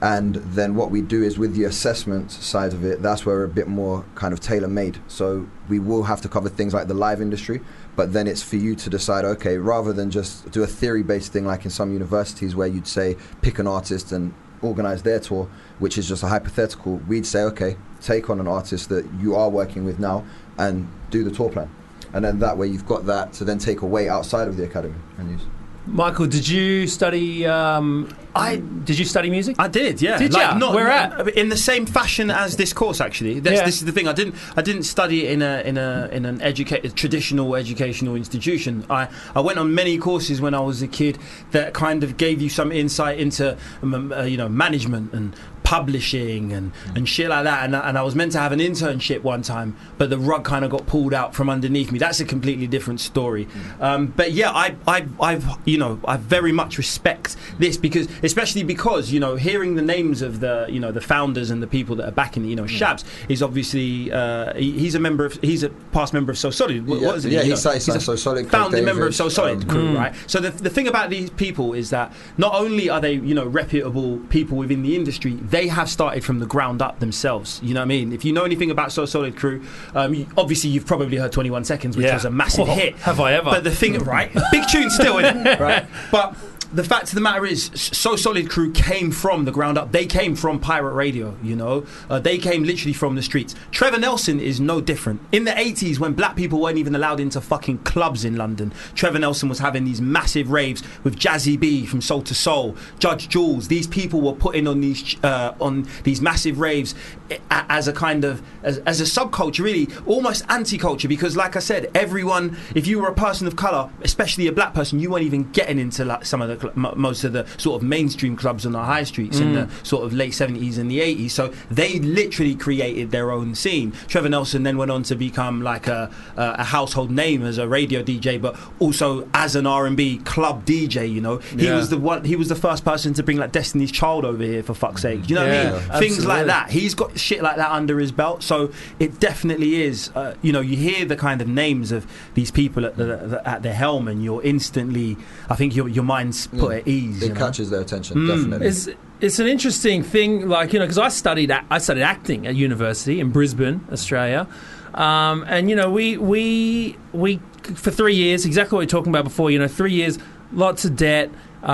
Speaker 12: And then what we do is with the assessment side of it, that's where we're a bit more kind of tailor made. So we will have to cover things like the live industry, but then it's for you to decide okay, rather than just do a theory based thing like in some universities where you'd say pick an artist and organize their tour, which is just a hypothetical, we'd say, okay, take on an artist that you are working with now and do the tour plan. And then that way you've got that to then take away outside of the academy and use.
Speaker 3: Michael, did you study, um, I, did you study music?
Speaker 6: I did, yeah.
Speaker 3: Did ya?
Speaker 6: Not,
Speaker 3: Where
Speaker 6: not-
Speaker 3: at?
Speaker 6: In the same fashion as this course, actually. This,
Speaker 3: Yeah.
Speaker 6: this is the thing. I didn't. I didn't study in a in a in an educa- traditional educational institution. I I went on many courses when I was a kid that kind of gave you some insight into um, uh, you know management and publishing and, and shit like that and, I- and I was meant to have an internship one time but the rug kind of got pulled out from underneath me that's a completely different story um, but yeah I, I, I've you know I very much respect this because especially because you know hearing the names of the you know the founders and the people that are backing it, you know
Speaker 12: Mm.
Speaker 6: Shabs is obviously uh, he, he's a member of he's a past member of So Solid What-
Speaker 12: Yeah,
Speaker 6: what is it
Speaker 12: yeah,
Speaker 6: You
Speaker 12: he's-
Speaker 6: know,
Speaker 12: he's
Speaker 6: a
Speaker 12: like So Solid, Craig
Speaker 6: founding member of
Speaker 12: Davis,
Speaker 6: So Solid
Speaker 12: um,
Speaker 6: crew right so the, the thing about these people is that not only are they you know reputable people within the industry they have started from the ground up themselves you know what I mean if you know anything about So Solid Crew um, you, obviously you've probably heard 21 Seconds which
Speaker 3: Yeah.
Speaker 6: was a massive
Speaker 3: Oh,
Speaker 6: hit
Speaker 3: have I ever. Hmm.
Speaker 6: but the thing right big tune still isn't it right but the fact of the matter is, S- So Solid Crew came from the ground up. They came from pirate radio, you know. Uh, they came literally from the streets. Trevor Nelson is no different. In the 80s, when black people weren't even allowed into fucking clubs in London, Trevor Nelson was having these massive raves with Jazzy B from Soul to Soul, Judge Jules. These people were putting on these uh, on these massive raves eh, a- as a kind of as, as a subculture, really almost anti-culture. Because, like I said, everyone, if you were a person of color, especially a black person, you weren't even getting into like some of the cl- mo- most of the sort of mainstream clubs on the high streets in
Speaker 3: Mm.
Speaker 6: the sort of late seventies and the eighties. So they literally created their own scene. Trevor Nelson then went on to become like a a a household name as a radio DJ, but also as an R and B club DJ. You know, he
Speaker 3: Yeah.
Speaker 6: was the one. He was the first person to bring like Destiny's Child over here for fuck's sake. You know
Speaker 3: Yeah,
Speaker 6: what I mean? Things like
Speaker 3: absolutely.
Speaker 6: that that. He's got shit like that under his belt. So it definitely is. Uh, you know, you hear the kind of names of these people at the, the, at the helm, and you're instantly. I think your your mind's put at ease. you
Speaker 12: It
Speaker 6: know?
Speaker 12: catches their attention,
Speaker 6: Mm.
Speaker 12: definitely.
Speaker 3: It's it's an interesting thing, like you know, because I studied a- I studied acting at university in Brisbane, Australia, um, and you know we we we for three years exactly what we are talking about before. You know, three years, lots of debt.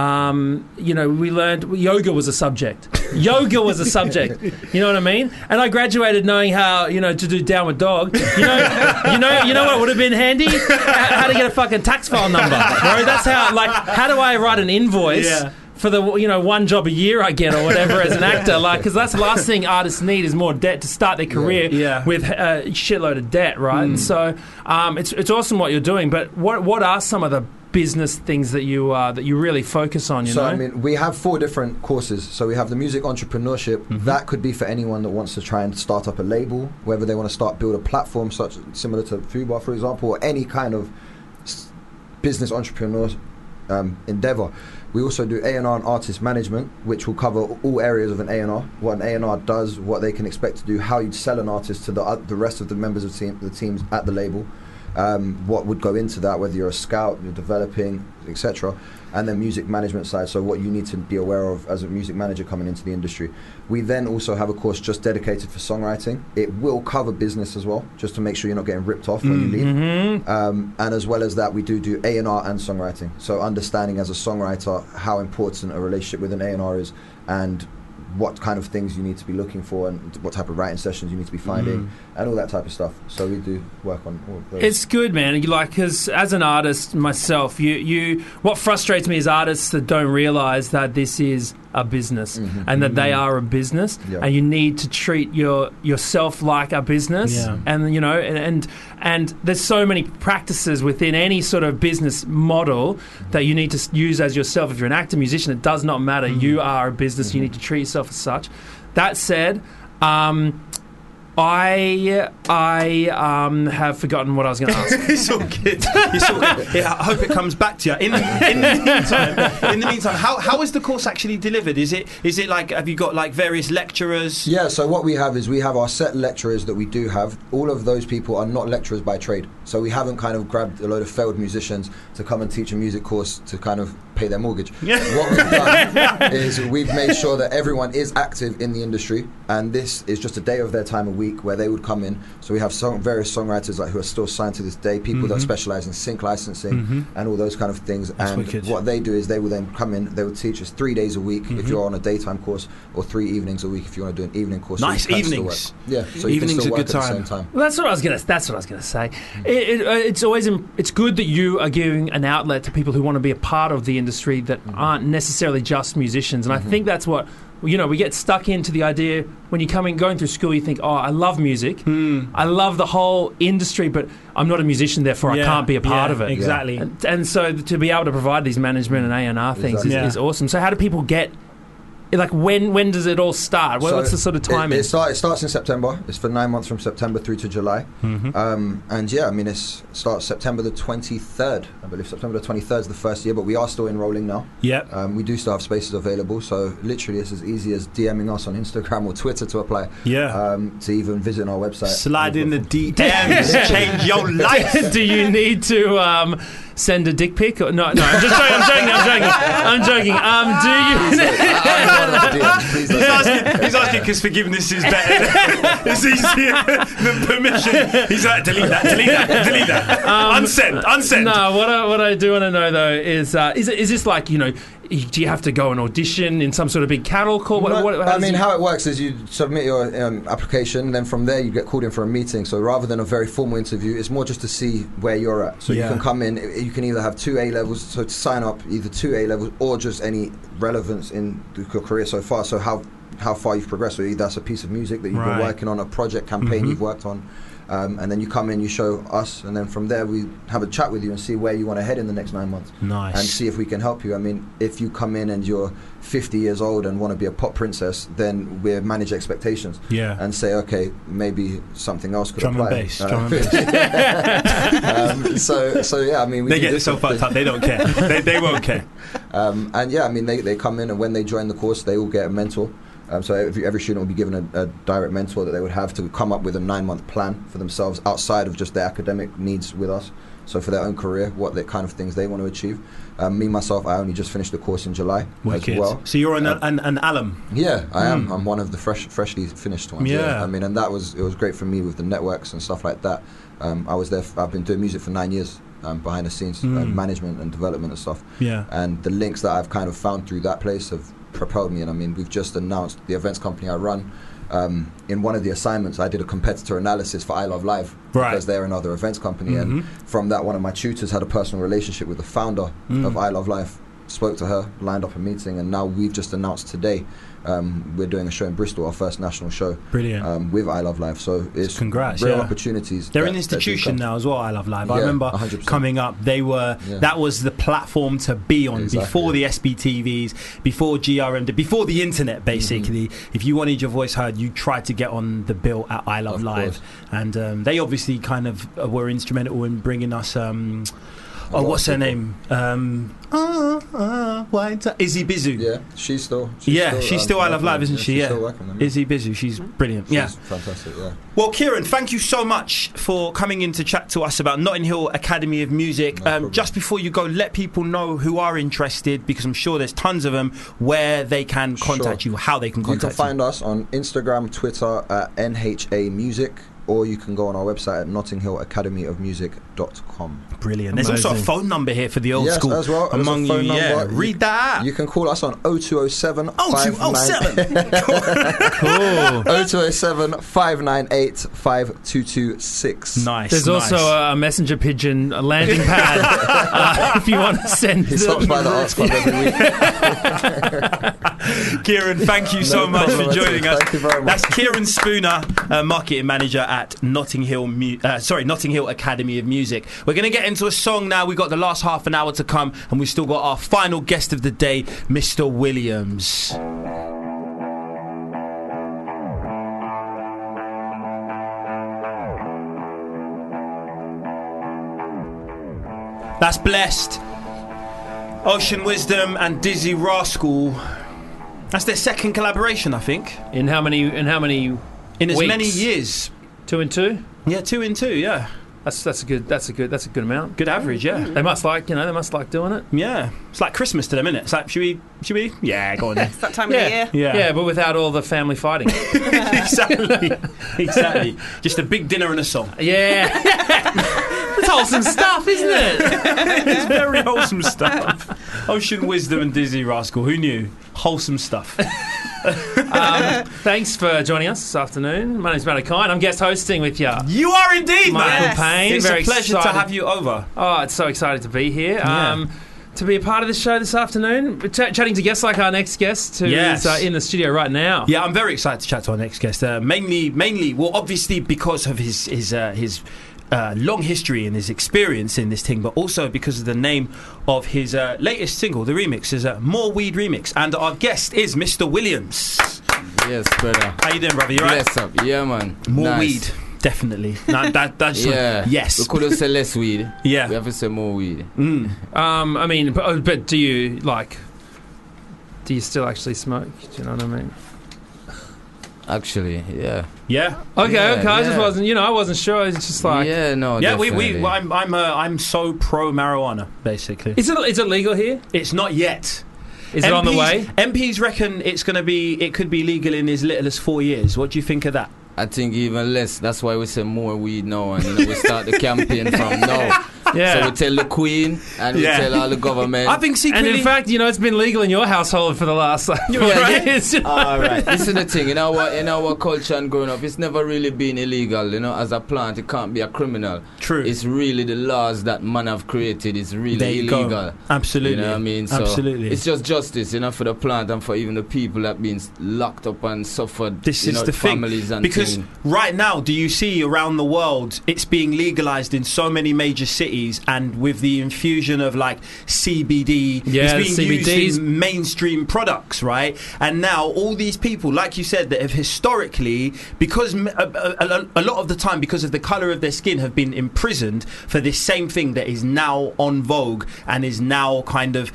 Speaker 3: Um, you know, we learned yoga was a subject. yoga was a subject. You know what I mean? And I graduated knowing how you know to do downward dog. You know, you know, you know what would have been handy? H- How to get a fucking tax file number, bro. That's how. Like, how do I write an invoice?
Speaker 7: Yeah.
Speaker 3: For the you know one job a year I get or whatever as an actor like because that's the last thing artists need is more debt to start their career
Speaker 7: Yeah.
Speaker 3: with a shitload of debt right
Speaker 12: Hmm.
Speaker 3: and so um, it's it's awesome what you're doing but what what are some of the business things that you uh, that you really focus on you
Speaker 12: so
Speaker 3: know
Speaker 12: I mean, we have four different courses. So we have the music entrepreneurship.
Speaker 3: Mm-hmm.
Speaker 12: That could be for anyone that wants to try and start up a label, whether they want to start build a platform such similar to Fubar, for example, or any kind of s- business entrepreneur um, endeavor. We also do A and R and artist management, which will cover all areas of an A and R, what an A and R does, what they can expect to do, how you'd sell an artist to the oth- the rest of the members of the team, the teams at the label. Um, what would go into that? Whether you're a scout, you're developing, etc and then music management side. So what you need to be aware of as a music manager coming into the industry. We then also have a course just dedicated for songwriting. It will cover business as well, just to make sure you're not getting ripped off when you leave. Um, and as well as that, we do do A and R and songwriting. So understanding as a songwriter how important a relationship with an A and R is, and what kind of things you need to be looking for, and what type of writing sessions you need to be finding, and all that type of stuff. So we do work on all of those.
Speaker 3: It's good, man. You Like, because as an artist myself, you, you what frustrates me is artists that don't realize that this is a business
Speaker 12: Mm-hmm.
Speaker 3: and that they are a business,
Speaker 12: Yeah.
Speaker 3: and you need to treat your yourself like a business.
Speaker 7: Yeah.
Speaker 3: And you know, and, and and there's so many practices within any sort of business model that you need to s- use as yourself. If you're an actor, musician, it does not matter. You are a business. You need to treat yourself as such. That said. Um, I I um, have forgotten what I was going to ask.
Speaker 6: It's all good. It's all good. Yeah, I hope it comes back to you. In the, in the meantime, in the meantime, how, how is the course actually delivered? Is it is it like have you got like various lecturers?
Speaker 12: Yeah, so what we have is we have our set lecturers that we do have. All of those people are not lecturers by trade. So we haven't kind of grabbed a load of failed musicians to come and teach a music course to kind of pay their mortgage. what we've done is we've made sure that everyone is active in the industry and this is just a day of their time a week where they would come in. So we have song, various songwriters like, who are still signed to this day, people that specialize in sync licensing and all those kind of things. and
Speaker 7: wicked.
Speaker 12: what they do is they will then come in, they will teach us three days a week
Speaker 7: Mm-hmm.
Speaker 12: if you're on a daytime course, or three evenings a week if you want to do an evening course. so
Speaker 7: Nice
Speaker 12: you can still
Speaker 7: evenings.
Speaker 12: work. Yeah, so you can
Speaker 7: Evenings
Speaker 12: still
Speaker 7: are
Speaker 12: work
Speaker 7: good
Speaker 12: at
Speaker 7: time.
Speaker 12: the same time.
Speaker 3: Well, that's what I was gonna. That's what I was gonna say. It, it, uh, it's always im- it's good that you are giving an outlet to people who want to be a part of the industry that
Speaker 7: Mm-hmm.
Speaker 3: aren't necessarily just musicians. And I think that's what you know. We get stuck into the idea when you come in going through school. You think, oh, I love music.
Speaker 6: Hmm.
Speaker 3: I love the whole industry, but I'm not a musician, therefore I
Speaker 7: Yeah,
Speaker 3: can't be a part
Speaker 7: yeah,
Speaker 3: of it.
Speaker 7: Exactly.
Speaker 3: And, and so to be able to provide these management and A and R things is,
Speaker 7: Exactly.
Speaker 3: is awesome. So how do people get? Like when? When does it all start? What,
Speaker 12: So
Speaker 3: what's the sort of
Speaker 12: it-
Speaker 3: timing?
Speaker 12: It, start, it starts in September. It's for nine months from September through to July.
Speaker 6: Mm-hmm.
Speaker 12: Um, and yeah, I mean, it's, it starts September the 23rd. I believe September the 23rd is the first year, but we are still enrolling now.
Speaker 7: Yep.
Speaker 12: Um, we do still have spaces available, so literally it's as easy as DMing us on Instagram or Twitter to apply.
Speaker 7: Yeah.
Speaker 12: Um, to even visit our website.
Speaker 7: Slide in the
Speaker 12: uh,
Speaker 7: DMs, change your life.
Speaker 3: Do you need to um, send a dick pic? Or, no, no. I'm just joking. I'm joking. I'm joking. I'm joking. Um, do you?
Speaker 12: I'm one of the DMs, please don't-
Speaker 6: He's asking, he's asking because forgiveness is better. it's easier than permission. He's like, delete that, delete that, delete that. unsend, unsend.
Speaker 3: No. What I, what I do want to know though is uh, is it- is this like you know? y- Do you have to go and audition in some sort of big cattle call? What,
Speaker 12: No,
Speaker 3: what,
Speaker 12: I
Speaker 3: does
Speaker 12: mean,
Speaker 3: it-
Speaker 12: how it works is you submit your um, application, then from there you get called in for a meeting. So rather than a very formal interview, it's more just to see where you're at. So
Speaker 7: Yeah.
Speaker 12: you can come in, you can either have two A levels, so to sign up either two A levels or just any relevance in th- your career so far. So how how far you've progressed, so either that's a piece of music that you've
Speaker 7: Right. Mm-hmm.
Speaker 12: been working on, a project campaign you've worked on. Um, and then you come in, you show us, and then from there we have a chat with you and see where you want to head in the next nine months
Speaker 7: Nice.
Speaker 12: and see if we can help you. I mean, if you come in and you're 50 years old and want to be a pop princess, then we manage expectations.
Speaker 7: Yeah.
Speaker 12: And say, okay, maybe something else could
Speaker 7: Drum and
Speaker 12: apply.
Speaker 7: bass,
Speaker 12: Uh,
Speaker 7: drum and bass.
Speaker 12: um, so, so yeah, I mean, we
Speaker 7: They
Speaker 12: do
Speaker 7: get themselves
Speaker 12: different
Speaker 7: fucked
Speaker 12: things.
Speaker 7: up. They don't care. They, they won't care.
Speaker 12: Um, and yeah, I mean, they, they come in and when they join the course, they all get a mentor. Um, so every, every student will be given a, a direct mentor that they would have to come up with a nine month plan for themselves outside of just their academic needs with us. So for their own career, what the kind of things they want to achieve. Um, me myself, I only just finished the course in July
Speaker 7: Wicked.
Speaker 12: as well. Um,
Speaker 7: so you're an, an, an alum.
Speaker 12: Yeah, I am. I'm one of the fresh, freshly finished ones.
Speaker 7: Yeah.
Speaker 12: I mean, and that was it was great for me with the networks and stuff like that. Um, I was there. F- I've been doing music for nine years. um, behind the scenes
Speaker 6: Mm.
Speaker 12: uh, management and development and stuff.
Speaker 6: Yeah.
Speaker 12: And the links that I've kind of found through that place have propelled me. And I mean, we've just announced the events company I run. Um, in one of the assignments, I did a competitor analysis for I Love Live
Speaker 6: Right.
Speaker 12: because they're another events company.
Speaker 6: Mhm.
Speaker 12: And from that, one of my tutors had a personal relationship with the founder
Speaker 6: Mm.
Speaker 12: of I Love Life. Spoke to her, lined up a meeting, and now we've just announced today um, we're doing a show in Bristol, our first national show
Speaker 6: Brilliant.
Speaker 12: um, with I Love Life. So it's
Speaker 6: Congrats,
Speaker 12: real
Speaker 6: yeah.
Speaker 12: opportunities.
Speaker 6: They're
Speaker 12: that-
Speaker 6: an
Speaker 12: that do
Speaker 6: institution
Speaker 12: come.
Speaker 6: now as well. I Love Live. I
Speaker 12: Yeah,
Speaker 6: remember
Speaker 12: 100%.
Speaker 6: coming up, they were
Speaker 12: Yeah.
Speaker 6: that was the platform to be on
Speaker 12: Exactly.
Speaker 6: before the SBTVs, before GRM, before the
Speaker 12: Mm-hmm.
Speaker 6: internet. Basically, if you wanted your voice heard, you tried to get on the bill at I Love
Speaker 12: Of
Speaker 6: Live,
Speaker 12: course.
Speaker 6: and um, they obviously kind of uh, were instrumental in bringing us. Um, oh,
Speaker 12: A lot of
Speaker 6: what's her
Speaker 12: people.
Speaker 6: name? Um, uh, uh, why t- Izzy Bizu.
Speaker 12: Yeah, she's still. um,
Speaker 6: Yeah, she's still I Love Live, isn't she?
Speaker 12: she's
Speaker 6: Yeah.
Speaker 12: still working on them.
Speaker 6: Izzy Bizu. She's brilliant.
Speaker 12: She's
Speaker 6: yeah.
Speaker 12: fantastic. Yeah.
Speaker 6: Well, Kieran, thank you so much for coming in to chat to us about Notting Hill Academy of Music. um,
Speaker 12: No problem.
Speaker 6: just before you go, let people know who are interested, because I'm sure there's tons of them, where they can contact
Speaker 12: Sure.
Speaker 6: you, how they can
Speaker 12: You can
Speaker 6: contact
Speaker 12: find us on Instagram, Twitter at NHA Music, or you can go on our website at nottinghillacademyofmusic.com.
Speaker 6: you. Brilliant. There's also a
Speaker 3: Amazing.
Speaker 6: phone number here for the old
Speaker 12: Yes,
Speaker 6: school.
Speaker 12: as well, and there's a
Speaker 6: among
Speaker 12: phone
Speaker 6: you, yeah.
Speaker 12: number. You-
Speaker 6: Read that. Oh,
Speaker 12: You can call us on 0207
Speaker 6: 0207. cool.
Speaker 12: 0207 598 5226.
Speaker 6: Nice.
Speaker 3: There's
Speaker 6: nice.
Speaker 3: also a messenger pigeon a landing pad uh, if you want to send.
Speaker 12: He stops by the arts club every week.
Speaker 6: Kieran, thank you so
Speaker 12: No
Speaker 6: much for
Speaker 12: problem at all.
Speaker 6: joining us.
Speaker 12: Thank you very much.
Speaker 6: That's Kieran Spooner, uh, marketing manager at Notting Hill. Mu- uh, sorry, Notting Hill Academy of Music. We're going to get into a song now. We've got the last half an hour to come, and we've still got our final guest of the day, Mr. Williams. That's blessed. Ocean Wisdom and Dizzy Rascal. That's their second collaboration, I think,
Speaker 3: In how many? In how many?
Speaker 6: in as
Speaker 3: Weeks.
Speaker 6: many years.
Speaker 3: Two and two.
Speaker 6: Yeah, two in two. Yeah,
Speaker 3: That's that's a good. That's a good. That's a good amount.
Speaker 6: good average. Yeah,
Speaker 3: They must like you know. They must like doing it.
Speaker 6: yeah. It's like Christmas to them, isn't it? It's like, should we? Should we? Yeah, go on. Then.
Speaker 4: It's that time
Speaker 3: Yeah.
Speaker 4: of the year.
Speaker 6: Yeah.
Speaker 3: Yeah, but without all the family fighting.
Speaker 6: exactly, exactly. Just a big dinner and a song.
Speaker 3: yeah, it's wholesome stuff, isn't it?
Speaker 6: It's very wholesome stuff. Ocean Wisdom and Dizzy Rascal. Who knew? Wholesome stuff.
Speaker 3: Um, thanks for joining us this afternoon. My name's Matt O'Kine. I'm guest hosting with you.
Speaker 6: You are indeed,
Speaker 3: Michael
Speaker 6: man.
Speaker 4: Yes.
Speaker 3: Payne.
Speaker 6: It's
Speaker 3: very
Speaker 6: a pleasure
Speaker 3: excited.
Speaker 6: to have you over.
Speaker 3: Oh, it's so excited to be here.
Speaker 6: Yeah.
Speaker 3: Um, to be a part of the show this afternoon, We're ch- chatting to guests like our next guest, who is
Speaker 6: Yes.
Speaker 3: uh, in the studio right now.
Speaker 6: Yeah, I'm very excited to chat to our next guest. Uh, mainly, mainly, well, obviously because of his his uh, his. Uh, long history and his experience in this thing, but also because of the name of his uh, latest single, the remix is a More Weed remix, and our guest is Mr. Williams.
Speaker 9: Yes, brother.
Speaker 6: How you doing, brother? You all right?
Speaker 9: Less up. Yeah, man.
Speaker 6: More
Speaker 9: Nice.
Speaker 6: weed, definitely. No, that, that's
Speaker 9: Yeah.
Speaker 6: yes,
Speaker 9: We could have said less weed.
Speaker 6: yeah.
Speaker 9: We have to say more weed.
Speaker 6: Mm.
Speaker 3: Um, I mean, but, oh, but do you like? Do you still actually smoke? Do you know what I mean?
Speaker 9: Actually, yeah.
Speaker 6: yeah,
Speaker 3: Okay,
Speaker 9: Yeah,
Speaker 3: okay. I just
Speaker 9: yeah.
Speaker 3: wasn't. You know, I wasn't sure. It's just like,
Speaker 9: yeah, no.
Speaker 6: yeah. We, we,
Speaker 9: Oh, definitely.
Speaker 6: well, I'm, I'm, uh, I'm so pro marijuana. Basically,
Speaker 3: is it is it legal here?
Speaker 6: it's not yet.
Speaker 3: Is it on the way?
Speaker 6: MPs reckon it's going to be, it could be legal in as little as four years. What do you think of that?
Speaker 9: I think even less. That's why we say more weed now, and you know, we start the campaign from now. So
Speaker 3: Yeah.
Speaker 9: we tell the Queen and we
Speaker 6: Yeah.
Speaker 9: tell all the government.
Speaker 6: I think
Speaker 3: and
Speaker 6: secretly.
Speaker 3: in fact, you know, it's been legal in your household for the last like four
Speaker 9: right.
Speaker 3: years.
Speaker 9: All right. This is the thing in our in our culture and growing up, it's never really been illegal. You know, as a plant, it can't be a criminal.
Speaker 6: true.
Speaker 9: It's really the laws that man have created. It's really
Speaker 6: there you
Speaker 9: illegal.
Speaker 6: go. Absolutely.
Speaker 9: You know what I mean? So
Speaker 6: Absolutely.
Speaker 9: It's just justice, you know, for the plant and for even the people that been s- locked up and suffered.
Speaker 6: This
Speaker 9: you
Speaker 6: is
Speaker 9: know,
Speaker 6: the thing,
Speaker 9: families and
Speaker 6: because
Speaker 9: thing.
Speaker 6: right now, do you see around the world it's being legalized in so many major cities, and with the infusion of like CBD,
Speaker 3: Yeah,
Speaker 6: it's being
Speaker 3: CBDs.
Speaker 6: used in mainstream products, right? And now all these people, like you said, that have historically, because m- a, a- a lot of the time, because of the color of their skin, have been imprisoned for this same thing that is now on vogue and is now kind of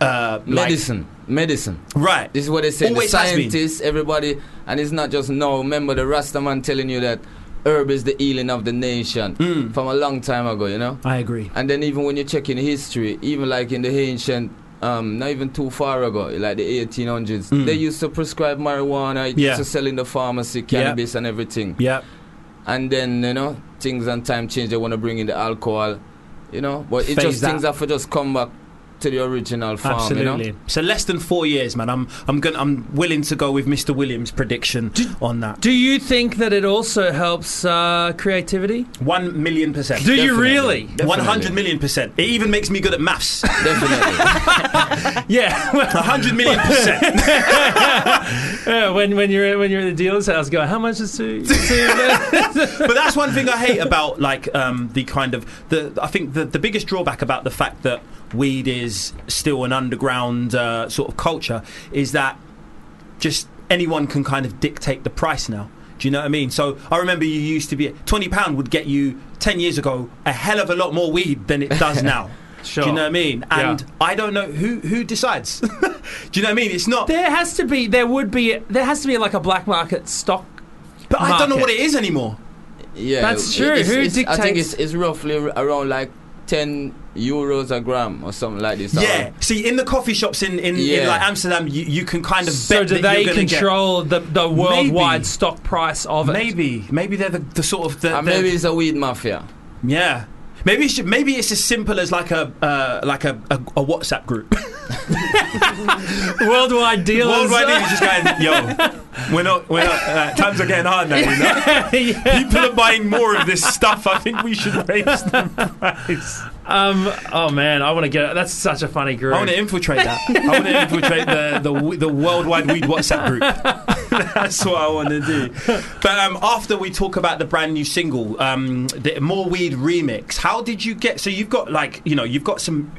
Speaker 6: uh, like-
Speaker 9: medicine, medicine.
Speaker 6: right?
Speaker 9: This is what they say.
Speaker 6: Always
Speaker 9: the
Speaker 6: has been.
Speaker 9: scientists, everybody, and it's not just no. Remember the Rastaman telling you that herb is the healing of the nation
Speaker 6: Mm.
Speaker 9: from a long time ago, you know.
Speaker 6: I agree.
Speaker 9: And then even when you check in history, even like in the ancient, um, not even too far ago, like the 1800s,
Speaker 6: Mm.
Speaker 9: they used to prescribe marijuana, it
Speaker 6: Yeah.
Speaker 9: used to sell in the pharmacy, cannabis and everything.
Speaker 6: Yeah.
Speaker 9: And then, you know, things and time change, they want to bring in the alcohol.
Speaker 12: you know. But it
Speaker 6: Phase
Speaker 12: just
Speaker 6: that.
Speaker 12: things have to just come back to the original form,
Speaker 6: Absolutely.
Speaker 12: you know.
Speaker 6: So less than four years, man. I'm I'm going I'm willing to go with Mr. Williams' prediction on that.
Speaker 3: Do you think that it also helps uh, creativity?
Speaker 6: One million percent.
Speaker 3: Do you really?
Speaker 6: One hundred million percent. It even makes me good at maths.
Speaker 12: Definitely.
Speaker 3: Yeah.
Speaker 6: hundred million percent.
Speaker 3: yeah. When when you're when you're at the dealer's house, going, how much is two?
Speaker 6: But that's one thing I hate about like um, the kind of the. I think the the biggest drawback about the fact that weed is still an underground uh, sort of culture is that just anyone can kind of dictate the price now. Do you know what I mean? So I remember you used to be twenty pound would get you ten years ago a hell of a lot more weed than it does now.
Speaker 3: Sure.
Speaker 6: Do you know what I mean?
Speaker 3: Yeah.
Speaker 6: And I don't know who who decides. Do you know what I mean? It's not.
Speaker 3: There has to be. There would be. There has to be like a black market stock.
Speaker 6: But I don't know
Speaker 3: market.
Speaker 6: what it is anymore.
Speaker 12: Yeah,
Speaker 3: That's
Speaker 12: it-
Speaker 3: true.
Speaker 12: it's-
Speaker 3: Who
Speaker 12: it's- I think
Speaker 3: dictates-
Speaker 12: it's, it's roughly ar- around like ten euros a gram or something like this.
Speaker 6: Yeah. See, in the coffee shops in in, in
Speaker 12: Yeah.
Speaker 6: like Amsterdam, you, you can kind of
Speaker 3: So
Speaker 6: bet
Speaker 3: do
Speaker 6: that
Speaker 3: they
Speaker 6: you're gonna
Speaker 3: control the, the worldwide
Speaker 6: Maybe.
Speaker 3: stock price of
Speaker 6: Get,
Speaker 3: it? Uh,
Speaker 6: maybe, maybe they're the, the sort of the,
Speaker 12: And
Speaker 6: the-
Speaker 12: maybe it's a weed mafia.
Speaker 6: yeah. Maybe it's, maybe it's as simple as like a uh, like a, a, a WhatsApp group.
Speaker 3: worldwide dealers.
Speaker 6: Worldwide, you're just going, yo, we're not, we're not. Uh, times are getting hard now. You know? People are buying more of this stuff. I think we should raise the price.
Speaker 3: Um, oh man, I want to get. That's such a funny group.
Speaker 6: I want to infiltrate that. I want to infiltrate the, the w- the worldwide weed WhatsApp group. That's what I want to do. But um, after we talk about the brand new single, um, the More Weed remix, how did you get? So you've got like you know you've got some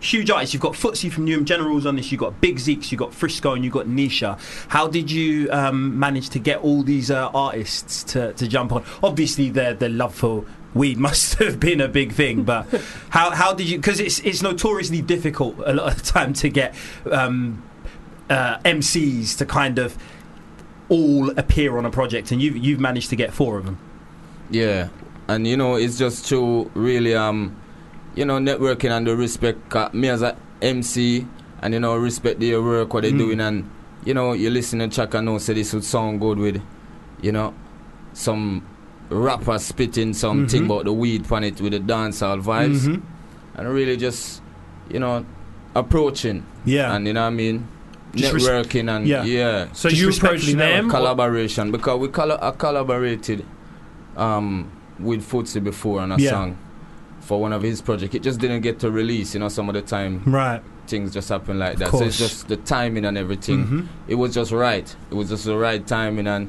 Speaker 6: huge artists. You've got Footsie from Newham Generals on this. You've got Big Zeeks. You've got Frisco, and you've got Nisha. How did you um, manage to get all these uh, artists to, to jump on? Obviously, their their love for weed must have been a big thing. But how how did you? Because it's it's notoriously difficult a lot of the time to get um, uh, MCs to kind of all appear on a project, and you've you've managed to get four of them.
Speaker 12: Yeah, and you know it's just to really um, you know networking and the respect uh, me as a MC and you know respect their work what they're
Speaker 6: Mm.
Speaker 12: doing and you know you listen to track and know say this would sound good with, you know, some rapper spitting something
Speaker 6: Mhm.
Speaker 12: about the weed on it with the dancehall
Speaker 6: Mm-hmm.
Speaker 12: vibes and really just you know approaching
Speaker 6: Yeah.
Speaker 12: and you know what I mean
Speaker 6: Just res-
Speaker 12: networking and
Speaker 6: yeah.
Speaker 12: yeah
Speaker 3: so
Speaker 6: Just
Speaker 3: you approach
Speaker 6: respectfully
Speaker 3: them. or-
Speaker 12: collaboration because we collo- I collaborated um, with Footsie before on a
Speaker 6: Yeah.
Speaker 12: song for one of his projects. It just didn't get to release, you know. Some of the time
Speaker 6: Right.
Speaker 12: things just happen like that. So
Speaker 6: course.
Speaker 12: it's just the timing and everything.
Speaker 6: Mhm.
Speaker 12: It was just right. It was just the right timing, and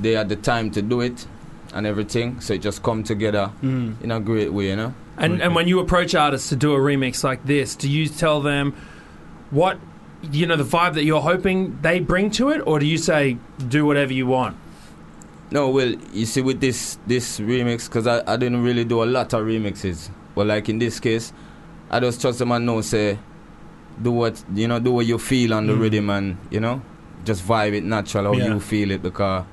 Speaker 12: they had the time to do it and everything. So it just come together
Speaker 6: Mm.
Speaker 12: in a great way, you know.
Speaker 3: And and when you approach artists to do a remix like this, do you tell them what you know the vibe that you're hoping they bring to it, or do you say do whatever you want?
Speaker 12: No, well, you see, with this this remix, because I, I didn't really do a lot of remixes. But like in this case, I just trust the man know say, do what you know, do what you feel on the
Speaker 6: Mm.
Speaker 12: rhythm, and you know, just vibe it natural how
Speaker 6: Yeah.
Speaker 12: you feel it because.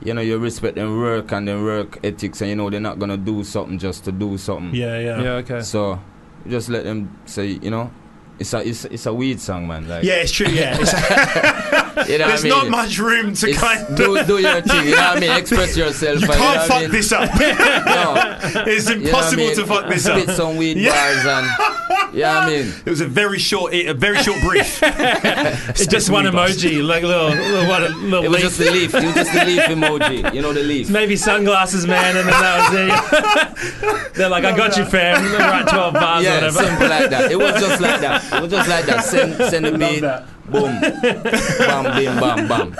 Speaker 12: You know, you respect them work and them work ethics, and you know they're not gonna do something just to do something.
Speaker 6: Yeah, yeah.
Speaker 3: okay.
Speaker 12: So, you just let them say, you know, it's a it's, it's a weed song, man. Like,
Speaker 6: Yeah, it's true. Yeah, It's-
Speaker 12: you know what
Speaker 6: there's
Speaker 12: I
Speaker 6: not
Speaker 12: mean?
Speaker 6: much room to
Speaker 12: It's-
Speaker 6: kind. of...
Speaker 12: do do your thing. You know what I mean? Express yourself.
Speaker 6: You
Speaker 12: and, know
Speaker 6: can't
Speaker 12: what I
Speaker 6: fuck
Speaker 12: mean?
Speaker 6: this up.
Speaker 12: No,
Speaker 6: It's
Speaker 12: You know what I
Speaker 6: impossible
Speaker 12: mean?
Speaker 6: to fuck this up.
Speaker 12: Spit some weed
Speaker 6: Yeah.
Speaker 12: bars and yeah, I mean,
Speaker 6: It was a very short, a very short brief.
Speaker 3: It's just one emoji, like little little, one, little
Speaker 12: it was
Speaker 3: leaf.
Speaker 12: just the leaf. It was just the leaf emoji. You know the leaf.
Speaker 3: maybe sunglasses, man, and then that was it. They're like, I got you, fam. Right, twelve bars or
Speaker 12: Yeah,
Speaker 3: whatever.
Speaker 12: simple like that. It was just like that. It was just like that. Send send the beat. Boom, bam, bim, bam, bam.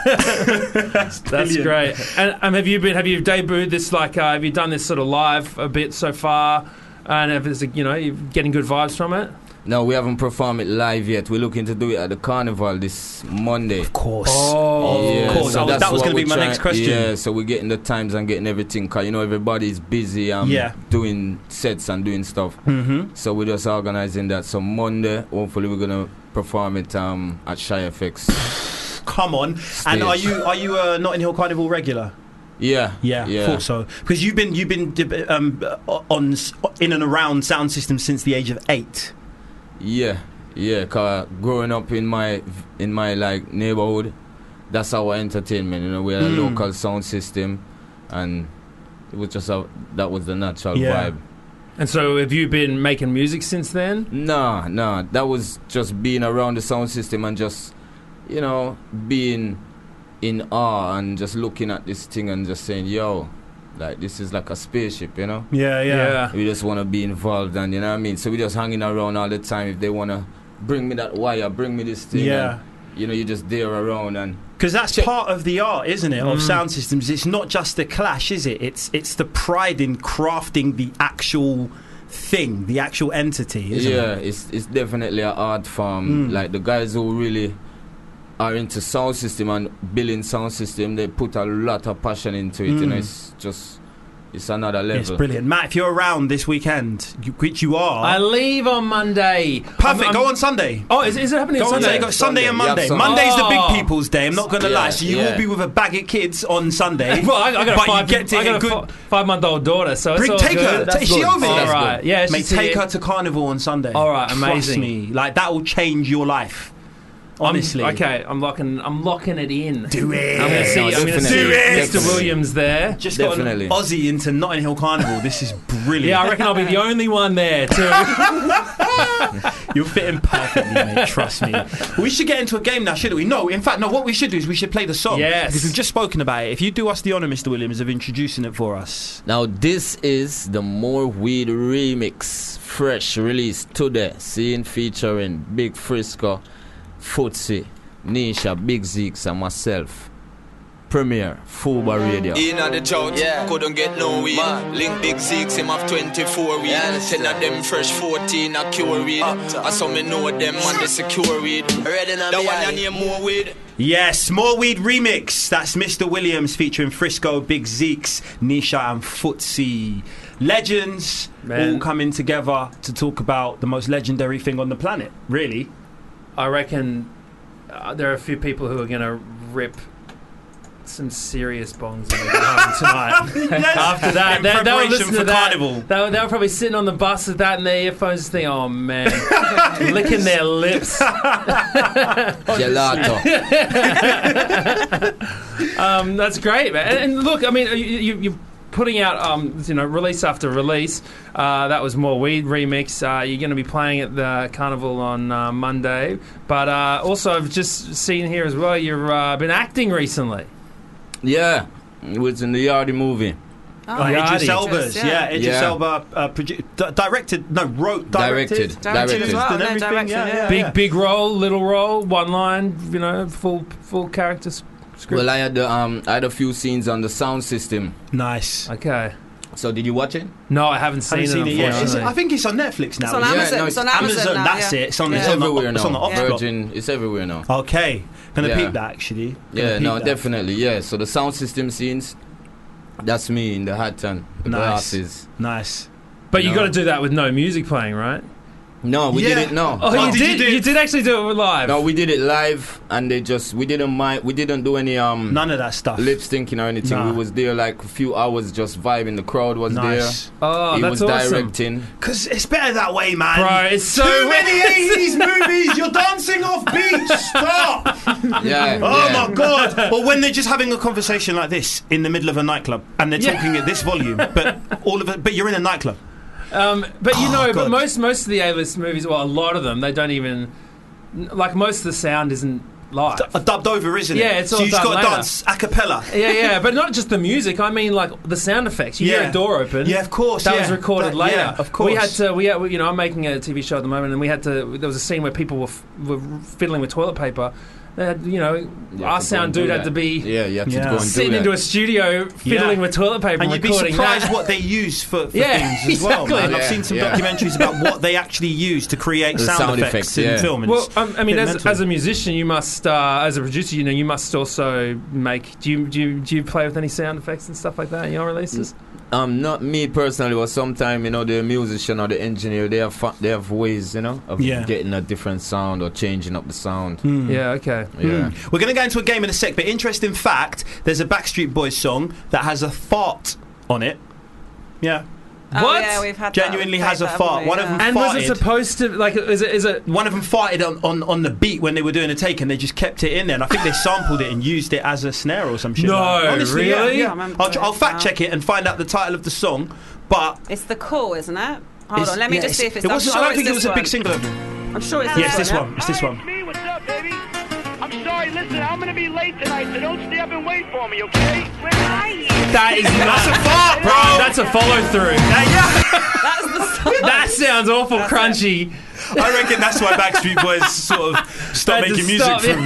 Speaker 3: That's great. And um, have you been? Have you debuted this? Like, uh, have you done this sort of live a bit so far? And if it's you know you're getting good vibes from it.
Speaker 12: No, we haven't performed it live yet. We're looking to do it at the carnival this Monday.
Speaker 6: Of course.
Speaker 3: Oh,
Speaker 12: Yeah,
Speaker 6: Of course. I was-
Speaker 12: that's
Speaker 6: that was
Speaker 12: what
Speaker 6: gonna be
Speaker 12: we're
Speaker 6: my
Speaker 12: trying-
Speaker 6: next question.
Speaker 12: Yeah, so we're getting the times and getting everything. Cause you know everybody's busy. Um,
Speaker 6: Yeah.
Speaker 12: doing sets and doing stuff.
Speaker 6: Mm-hmm.
Speaker 12: So we're just organizing that. So Monday, hopefully, we're gonna perform it um, at Shy FX.
Speaker 6: Come on. And are you are you a Notting Hill Carnival regular?
Speaker 12: Yeah,
Speaker 6: Yeah,
Speaker 12: yeah.
Speaker 6: thought so. Because you've been you've been deb- um, on s- in and around sound system since the age of eight.
Speaker 12: Yeah, yeah. Cause growing up in my in my like neighborhood, that's our entertainment. You know, we had a
Speaker 6: Mm.
Speaker 12: local sound system, and it was just a, that was the natural
Speaker 6: Yeah.
Speaker 12: vibe.
Speaker 3: And so, have you been making music since then?
Speaker 12: Nah, nah. That was just being around the sound system and just, you know, being in awe and just looking at this thing and just saying, yo, like this is like a spaceship, you know?
Speaker 3: Yeah, yeah.
Speaker 12: We just want to be involved and, you know what I mean? So we just hanging around all the time. If they want to bring me that wire, bring me this thing.
Speaker 6: Yeah.
Speaker 12: and, you know, you just there around and
Speaker 6: Because that's part of the art, isn't it,
Speaker 3: Mm.
Speaker 6: of sound systems? It's not just the clash, is it? It's it's the pride in crafting the actual thing, the actual entity, isn't
Speaker 12: yeah,
Speaker 6: it?
Speaker 12: it's it's definitely an art form.
Speaker 13: Hmm.
Speaker 6: Mm.
Speaker 12: Like the guys who really are into sound system and building sound system, they put a lot of passion into it, and
Speaker 13: Hmm.
Speaker 6: Mm.
Speaker 12: it's just it's another level.
Speaker 6: It's brilliant. Matt, if you're around this weekend, you, which you are,
Speaker 3: I leave on Monday.
Speaker 6: perfect.
Speaker 3: I'm-
Speaker 6: go
Speaker 3: I'm-
Speaker 6: on Sunday.
Speaker 3: Oh, is, is it happening
Speaker 6: Go on
Speaker 3: on
Speaker 6: Sunday.
Speaker 3: Sunday?
Speaker 6: Go Sunday and
Speaker 12: Sunday.
Speaker 6: Monday.
Speaker 12: Yeah, Sunday.
Speaker 6: Monday's the
Speaker 3: Oh.
Speaker 6: big people's day. I'm not going to lie. So you
Speaker 12: Yeah.
Speaker 6: will be with a bag of kids on Sunday.
Speaker 3: Well, I, I got a
Speaker 6: but
Speaker 3: five.
Speaker 6: you get to
Speaker 3: I got
Speaker 6: hear
Speaker 3: a
Speaker 6: good.
Speaker 3: five month old daughter, so it's
Speaker 6: Bring,
Speaker 3: all
Speaker 6: take
Speaker 3: good.
Speaker 6: her.
Speaker 12: That's
Speaker 6: Take, she
Speaker 12: good.
Speaker 6: over.
Speaker 12: Oh,
Speaker 6: here.
Speaker 12: that's
Speaker 3: right.
Speaker 12: good.
Speaker 3: Yeah,
Speaker 6: Mate,
Speaker 3: she's
Speaker 6: take
Speaker 3: here.
Speaker 6: her to carnival on Sunday.
Speaker 3: All right,
Speaker 6: Trust
Speaker 3: amazing.
Speaker 6: me, like that will change your life.
Speaker 3: I'm-
Speaker 6: Honestly,
Speaker 3: okay, I'm locking. I'm locking it in.
Speaker 6: Do it.
Speaker 3: I'm going to see. I'm going to
Speaker 12: Definitely.
Speaker 3: see
Speaker 12: Do it.
Speaker 3: Mr. Williams there.
Speaker 6: Just
Speaker 12: Definitely.
Speaker 6: got an Aussie into Notting Hill Carnival. This is brilliant.
Speaker 3: Yeah, I reckon I'll be the only one there too.
Speaker 6: You'll fit in perfectly, mate. Trust me. We should get into a game now, shouldn't we? No, in fact, no. What we should do is we should play the song.
Speaker 3: Yes.
Speaker 6: Because we've just spoken about it. If you do us the honour, Mr. Williams, of introducing it for us.
Speaker 12: Now this is the More Weed remix, fresh release today, seeing featuring Big Frisco, Footsie, Nisha, Big Zeeks, and myself. Premiere, Fuba Radio.
Speaker 14: Mm-hmm. In at the drought, couldn't get no weed. Link big six, him have 24 weed. Ten of them fresh 14, a cure weed. I saw me know them and they secure weed.
Speaker 9: Red in a
Speaker 14: That
Speaker 9: me
Speaker 14: one I
Speaker 9: eye.
Speaker 14: need more weed.
Speaker 6: Yes, more weed remix. That's Mr. Williams featuring Frisco, Big Zeeks, Nisha, and Footsie. Legends
Speaker 3: Man.
Speaker 6: all coming together to talk about the most legendary thing on the planet. Really?
Speaker 3: I reckon uh, there are a few people who are going to rip some serious bongs when they get home tonight. After that,
Speaker 6: In
Speaker 3: they, they were
Speaker 6: preparation
Speaker 3: listening
Speaker 6: for
Speaker 3: to that.
Speaker 6: Carnival.
Speaker 3: They were, they were probably sitting on the bus with that in their earphones, thinking, "Oh man, licking their lips."
Speaker 12: Gelato.
Speaker 3: Um, that's great, man. And, and look, I mean, you, you, you're putting out, um, you know, release after release. Uh, that was more weed remix. Uh, you're going to be playing at the carnival on uh, Monday, but uh, also I've just seen here as well. You've uh, been acting recently.
Speaker 12: yeah, it was in the Yardie movie.
Speaker 6: Uh, Idris
Speaker 3: Yachty.
Speaker 6: Elba's,
Speaker 4: Idris,
Speaker 6: yeah.
Speaker 4: yeah.
Speaker 6: Idris
Speaker 12: Yeah.
Speaker 6: Elba uh, produ- di- directed, no, wrote, directed,
Speaker 12: Directed. Directed as
Speaker 4: well,
Speaker 6: and
Speaker 4: no,
Speaker 6: everything,
Speaker 4: directed,
Speaker 6: yeah,
Speaker 4: yeah.
Speaker 6: yeah,
Speaker 3: Big
Speaker 6: yeah.
Speaker 3: big role, little role, one line. You know, full full character s- script.
Speaker 12: Well, I had the, um, I had a few scenes on the sound system.
Speaker 6: Nice.
Speaker 3: okay.
Speaker 12: So did you watch it?
Speaker 3: No, I haven't seen,
Speaker 6: Haven't seen it yet. It's-
Speaker 3: unfortunately.
Speaker 6: I think it's on Netflix now.
Speaker 4: It's on
Speaker 6: isn't it?
Speaker 4: Amazon.
Speaker 12: no,
Speaker 4: it's on
Speaker 12: it's
Speaker 4: Amazon.
Speaker 6: Amazon,
Speaker 4: now,
Speaker 6: that's
Speaker 4: yeah.
Speaker 6: it. It's on,
Speaker 4: Yeah.
Speaker 6: it's
Speaker 12: It's
Speaker 6: on
Speaker 12: everywhere
Speaker 6: the, it's on the
Speaker 12: now.
Speaker 6: off block.
Speaker 12: Virgin, it's everywhere now.
Speaker 6: Okay, gonna
Speaker 12: Yeah.
Speaker 6: peep that actually. Gonna
Speaker 12: Yeah,
Speaker 6: peep
Speaker 12: no,
Speaker 6: that.
Speaker 12: definitely. Yeah, so the sound system scenes. That's me in the hat and the
Speaker 6: Nice.
Speaker 12: glasses.
Speaker 6: Nice.
Speaker 3: but you
Speaker 12: No.
Speaker 3: got to do that with no music playing, right?
Speaker 12: No, we
Speaker 6: Yeah.
Speaker 12: did it. No,
Speaker 3: Oh,
Speaker 12: no,
Speaker 3: you
Speaker 6: did you
Speaker 3: did. You
Speaker 6: do-
Speaker 3: did, actually do it live.
Speaker 12: no, we did it live, and they just we didn't mind. We didn't do any um
Speaker 6: None of that stuff.
Speaker 12: lip syncing or anything.
Speaker 6: Nah.
Speaker 12: We was there like a few hours, just vibing. The crowd was
Speaker 6: Nice.
Speaker 3: oh,
Speaker 12: there. he
Speaker 3: that's
Speaker 12: was
Speaker 3: awesome.
Speaker 12: directing.
Speaker 6: Cause it's better that way, man.
Speaker 3: Bro, it's so
Speaker 6: Too many '80s movies. You're dancing off beat. Stop.
Speaker 12: Yeah.
Speaker 6: Oh
Speaker 12: yeah.
Speaker 6: my god! Or when they're just having a conversation like this in the middle of a nightclub and they're
Speaker 3: Yeah.
Speaker 6: talking at this volume, but all of it, but you're in a nightclub.
Speaker 3: Um, but you
Speaker 6: Oh,
Speaker 3: know, but
Speaker 6: God.
Speaker 3: most most of the A-list movies, well, a lot of them, they don't even n- like most of the sound isn't live.
Speaker 6: A uh, dubbed over, isn't it?
Speaker 3: Yeah, it's all
Speaker 6: so you just
Speaker 3: done
Speaker 6: got to
Speaker 3: later.
Speaker 6: dance a cappella.
Speaker 3: yeah, yeah, but not just the music. I mean, like the sound effects. You hear
Speaker 6: Yeah.
Speaker 3: a door open.
Speaker 6: Yeah, of course.
Speaker 3: That
Speaker 6: yeah.
Speaker 3: was recorded
Speaker 6: That-
Speaker 3: later.
Speaker 6: Yeah, of course.
Speaker 3: We had to. We had, you know, I'm making a TV show at the moment, and we had to. There was a scene where people were, f- were fiddling with toilet paper. They had, you know,
Speaker 12: You have
Speaker 3: our
Speaker 12: to go
Speaker 3: sound
Speaker 12: and do
Speaker 3: dude
Speaker 12: that.
Speaker 3: had to be
Speaker 12: Yeah, you have to
Speaker 6: Yeah.
Speaker 12: go and do
Speaker 3: sitting
Speaker 12: that.
Speaker 3: into a studio fiddling
Speaker 6: Yeah.
Speaker 3: with toilet paper,
Speaker 6: And you'd be
Speaker 3: recording
Speaker 6: surprised
Speaker 3: that.
Speaker 6: what they use for, for
Speaker 3: Yeah,
Speaker 6: things as well.
Speaker 3: exactly.
Speaker 6: Man. I've
Speaker 12: Yeah,
Speaker 6: seen some
Speaker 12: yeah.
Speaker 6: documentaries about what they actually use to create
Speaker 12: The
Speaker 6: sound,
Speaker 12: sound
Speaker 6: effects,
Speaker 12: effects,
Speaker 6: in
Speaker 12: yeah.
Speaker 6: film. And
Speaker 3: Well,
Speaker 6: it's-
Speaker 3: um, I mean,
Speaker 6: bit
Speaker 3: as,
Speaker 6: mental.
Speaker 3: as a musician, you must, uh, as a producer, you know, you must also make. Do you do you, do you play with any sound effects and stuff like that in your releases?
Speaker 12: Um, not me personally, but sometimes you know the musician or the engineer they have fa- they have ways you know of
Speaker 6: Yeah.
Speaker 12: getting a different sound or changing up the sound.
Speaker 6: Mm.
Speaker 3: Yeah. Okay.
Speaker 12: Yeah,
Speaker 6: Mm. We're going to go into a game in a sec, but interesting fact there's a Backstreet Boys song that has a fart on it. Yeah.
Speaker 4: Oh,
Speaker 3: What?
Speaker 4: Yeah, we've had that.
Speaker 6: Genuinely
Speaker 4: We've
Speaker 6: has a
Speaker 4: played that,
Speaker 6: fart.
Speaker 4: haven't we?
Speaker 6: One of them-
Speaker 4: Yeah.
Speaker 3: And was it
Speaker 6: Farted.
Speaker 3: supposed to like? Is it? Is it?
Speaker 6: One of them farted on, on, on the beat when they were doing a take and they just kept it in there. And I think they sampled it and used it as a snare or some shit.
Speaker 3: No,
Speaker 6: like that. Honestly, yeah,
Speaker 3: really?
Speaker 6: yeah.
Speaker 4: I remember
Speaker 6: I'll, tr- I'll
Speaker 4: it
Speaker 6: fact
Speaker 4: now.
Speaker 6: check it and find out the title of the song. But
Speaker 4: it's the call, isn't it? Hold
Speaker 6: It's-
Speaker 4: on, let me
Speaker 6: yeah,
Speaker 4: just see if it's.
Speaker 6: it's- it
Speaker 4: I'm
Speaker 6: wasn't- I
Speaker 4: sure
Speaker 6: don't
Speaker 4: it's
Speaker 6: think it
Speaker 4: this
Speaker 6: was a big
Speaker 4: one.
Speaker 6: single.
Speaker 4: I'm sure it's.
Speaker 6: Yes,
Speaker 4: this
Speaker 6: this
Speaker 4: one.
Speaker 6: one. It's this one.
Speaker 15: me, what's up, baby? I'm sorry, listen, I'm gonna be late tonight, so don't stay up and wait for me, okay? Where are you?
Speaker 3: That is not
Speaker 15: That's a fart, bro.
Speaker 3: That's a follow through. That sounds awful crunchy.
Speaker 6: I reckon that's why Backstreet Boys sort of
Speaker 3: Had
Speaker 6: stopped
Speaker 3: to
Speaker 6: making music
Speaker 3: stop,
Speaker 6: for a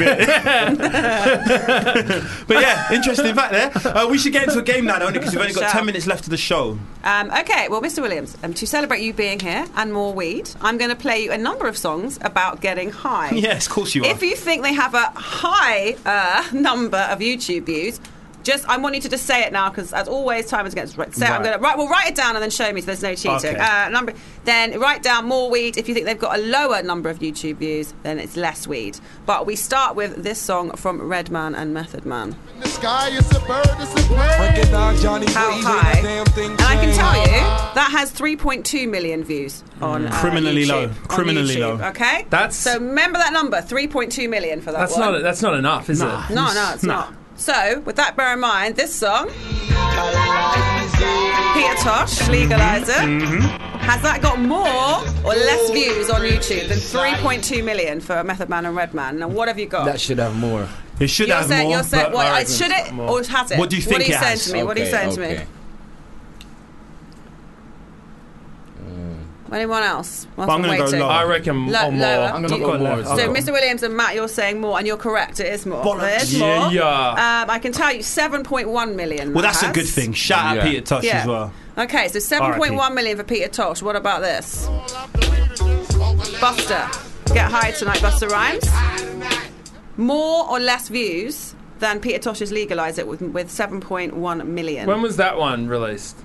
Speaker 3: yeah.
Speaker 6: bit. but yeah, interesting fact there. Uh, we should get into a game now, only because we've only got
Speaker 4: Shall.
Speaker 6: ten minutes left of the show.
Speaker 4: Um, okay, well, Mr. Williams, um, to celebrate you being here and more weed, I'm going to play you a number of songs about getting high.
Speaker 6: Yes, of course you are.
Speaker 4: If you think they have a high uh, number of YouTube views, just I want you to just say it now because, as always, time is against. Right, say it, I'm
Speaker 16: Right.
Speaker 4: going to right. Well, write it down and then show me so there's no
Speaker 16: Okay.
Speaker 4: cheating. Uh, number. Then write down more weed. If you think they've got a lower number of YouTube views, then it's less weed. But we start with this song from Redman and Method Man.
Speaker 13: the sky, it's a bird, it's a plane. Break it down, Johnny.
Speaker 4: How
Speaker 13: please,
Speaker 4: high?
Speaker 13: ain't a damn thing
Speaker 4: And I can
Speaker 13: changed.
Speaker 4: tell you that has 3.2 million views on uh,
Speaker 3: Criminally
Speaker 4: YouTube.
Speaker 3: low.
Speaker 4: On
Speaker 3: Criminally
Speaker 4: YouTube,
Speaker 3: low.
Speaker 4: Okay.
Speaker 3: That's-
Speaker 4: so. Remember that number, 3.2 million for that
Speaker 3: That's
Speaker 4: one.
Speaker 3: not. That's not enough, is it?
Speaker 4: No, no, it's not. So, with that bear in mind, this song, Peter Tosh,
Speaker 17: Mm-hmm.
Speaker 4: Legalize It, has that got more or less views on YouTube than 3.2 million for Method Man and Redman? Now, what have you got?
Speaker 17: That should have more.
Speaker 6: It should
Speaker 4: You're saying, you're saying, well, it should it or has it?
Speaker 17: What do you
Speaker 4: What
Speaker 17: think
Speaker 4: are you
Speaker 17: it
Speaker 4: saying
Speaker 17: has?
Speaker 4: to me? what are you
Speaker 17: Okay,
Speaker 4: saying to
Speaker 17: okay.
Speaker 4: me? Mm. Anyone else? Whilst
Speaker 3: I'm gonna go
Speaker 4: waiting.
Speaker 3: lower. I reckon
Speaker 4: Lo-
Speaker 3: or more.
Speaker 4: lower.
Speaker 3: I'm gonna
Speaker 4: You-
Speaker 3: go lower.
Speaker 4: So,
Speaker 3: I'll go-
Speaker 4: Mr. Williams and Matt, you're saying more, and you're correct. It is more.
Speaker 3: Bollocks.
Speaker 4: It is
Speaker 6: Yeah,
Speaker 4: more.
Speaker 6: yeah.
Speaker 4: Um, I can tell you, 7.1 million.
Speaker 6: Well, that's
Speaker 4: that
Speaker 6: a good
Speaker 4: has.
Speaker 6: thing. Shout out
Speaker 17: Yeah.
Speaker 6: Peter Tosh
Speaker 4: Yeah.
Speaker 6: as well.
Speaker 4: Okay, so 7.1 million for Peter Tosh. What about this? Buster, get high tonight, Buster Rhymes. More or less views than Peter Tosh's Legalize It with, with 7.1 million.
Speaker 3: When was that one released?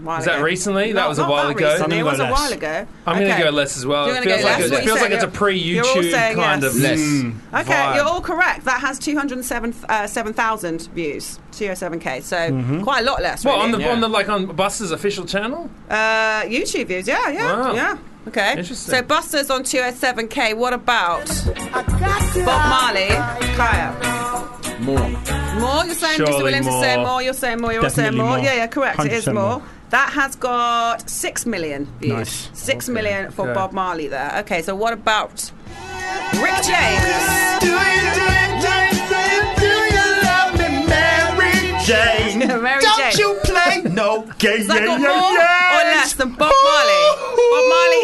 Speaker 4: While
Speaker 3: Is that
Speaker 4: ago.
Speaker 3: recently?
Speaker 4: Not-
Speaker 3: That was a
Speaker 4: not
Speaker 3: while
Speaker 4: that
Speaker 3: ago.
Speaker 4: recently,
Speaker 3: I'm
Speaker 4: It
Speaker 3: gonna
Speaker 4: was
Speaker 3: go
Speaker 4: a
Speaker 3: less.
Speaker 4: while ago.
Speaker 3: I'm
Speaker 4: okay.
Speaker 3: gonna go less as well.
Speaker 4: You're
Speaker 3: It
Speaker 4: gonna go
Speaker 3: feels like
Speaker 4: less?
Speaker 3: it- it
Speaker 4: What you
Speaker 3: feels like
Speaker 4: saying?
Speaker 3: it's a pre-YouTube
Speaker 4: You're all saying
Speaker 3: kind
Speaker 4: yes.
Speaker 3: of
Speaker 17: Less.
Speaker 6: Mm.
Speaker 4: Okay,
Speaker 3: vibe.
Speaker 4: you're all correct. That has 207 uh, 7,000 views, 207k. So
Speaker 6: Mm-hmm.
Speaker 3: Mhm.
Speaker 4: quite a lot less.
Speaker 3: Well,
Speaker 4: really.
Speaker 3: on the on the like on Buster's official channel.
Speaker 4: Uh, YouTube views, yeah, yeah,
Speaker 3: Wow.
Speaker 4: yeah. Okay.
Speaker 3: Interesting.
Speaker 4: So Buster's on 207k. What about Bob Marley, Kaya?
Speaker 17: More.
Speaker 4: More? You're saying Mr.
Speaker 17: Surely
Speaker 4: Williams is saying
Speaker 17: more.
Speaker 4: more. You're saying more. You're all saying
Speaker 17: Definitely
Speaker 4: more.
Speaker 17: more.
Speaker 4: Yeah, yeah, correct. It is
Speaker 17: 100%
Speaker 4: more.
Speaker 17: more.
Speaker 4: That has got six million views.
Speaker 17: Nice.
Speaker 4: Six million for
Speaker 17: Okay.
Speaker 4: Bob Marley there. Okay, so what about Rick James?
Speaker 6: Jane,
Speaker 4: Mary
Speaker 6: don't
Speaker 4: Jane.
Speaker 6: you play no game?
Speaker 4: Has that got more or less than Bob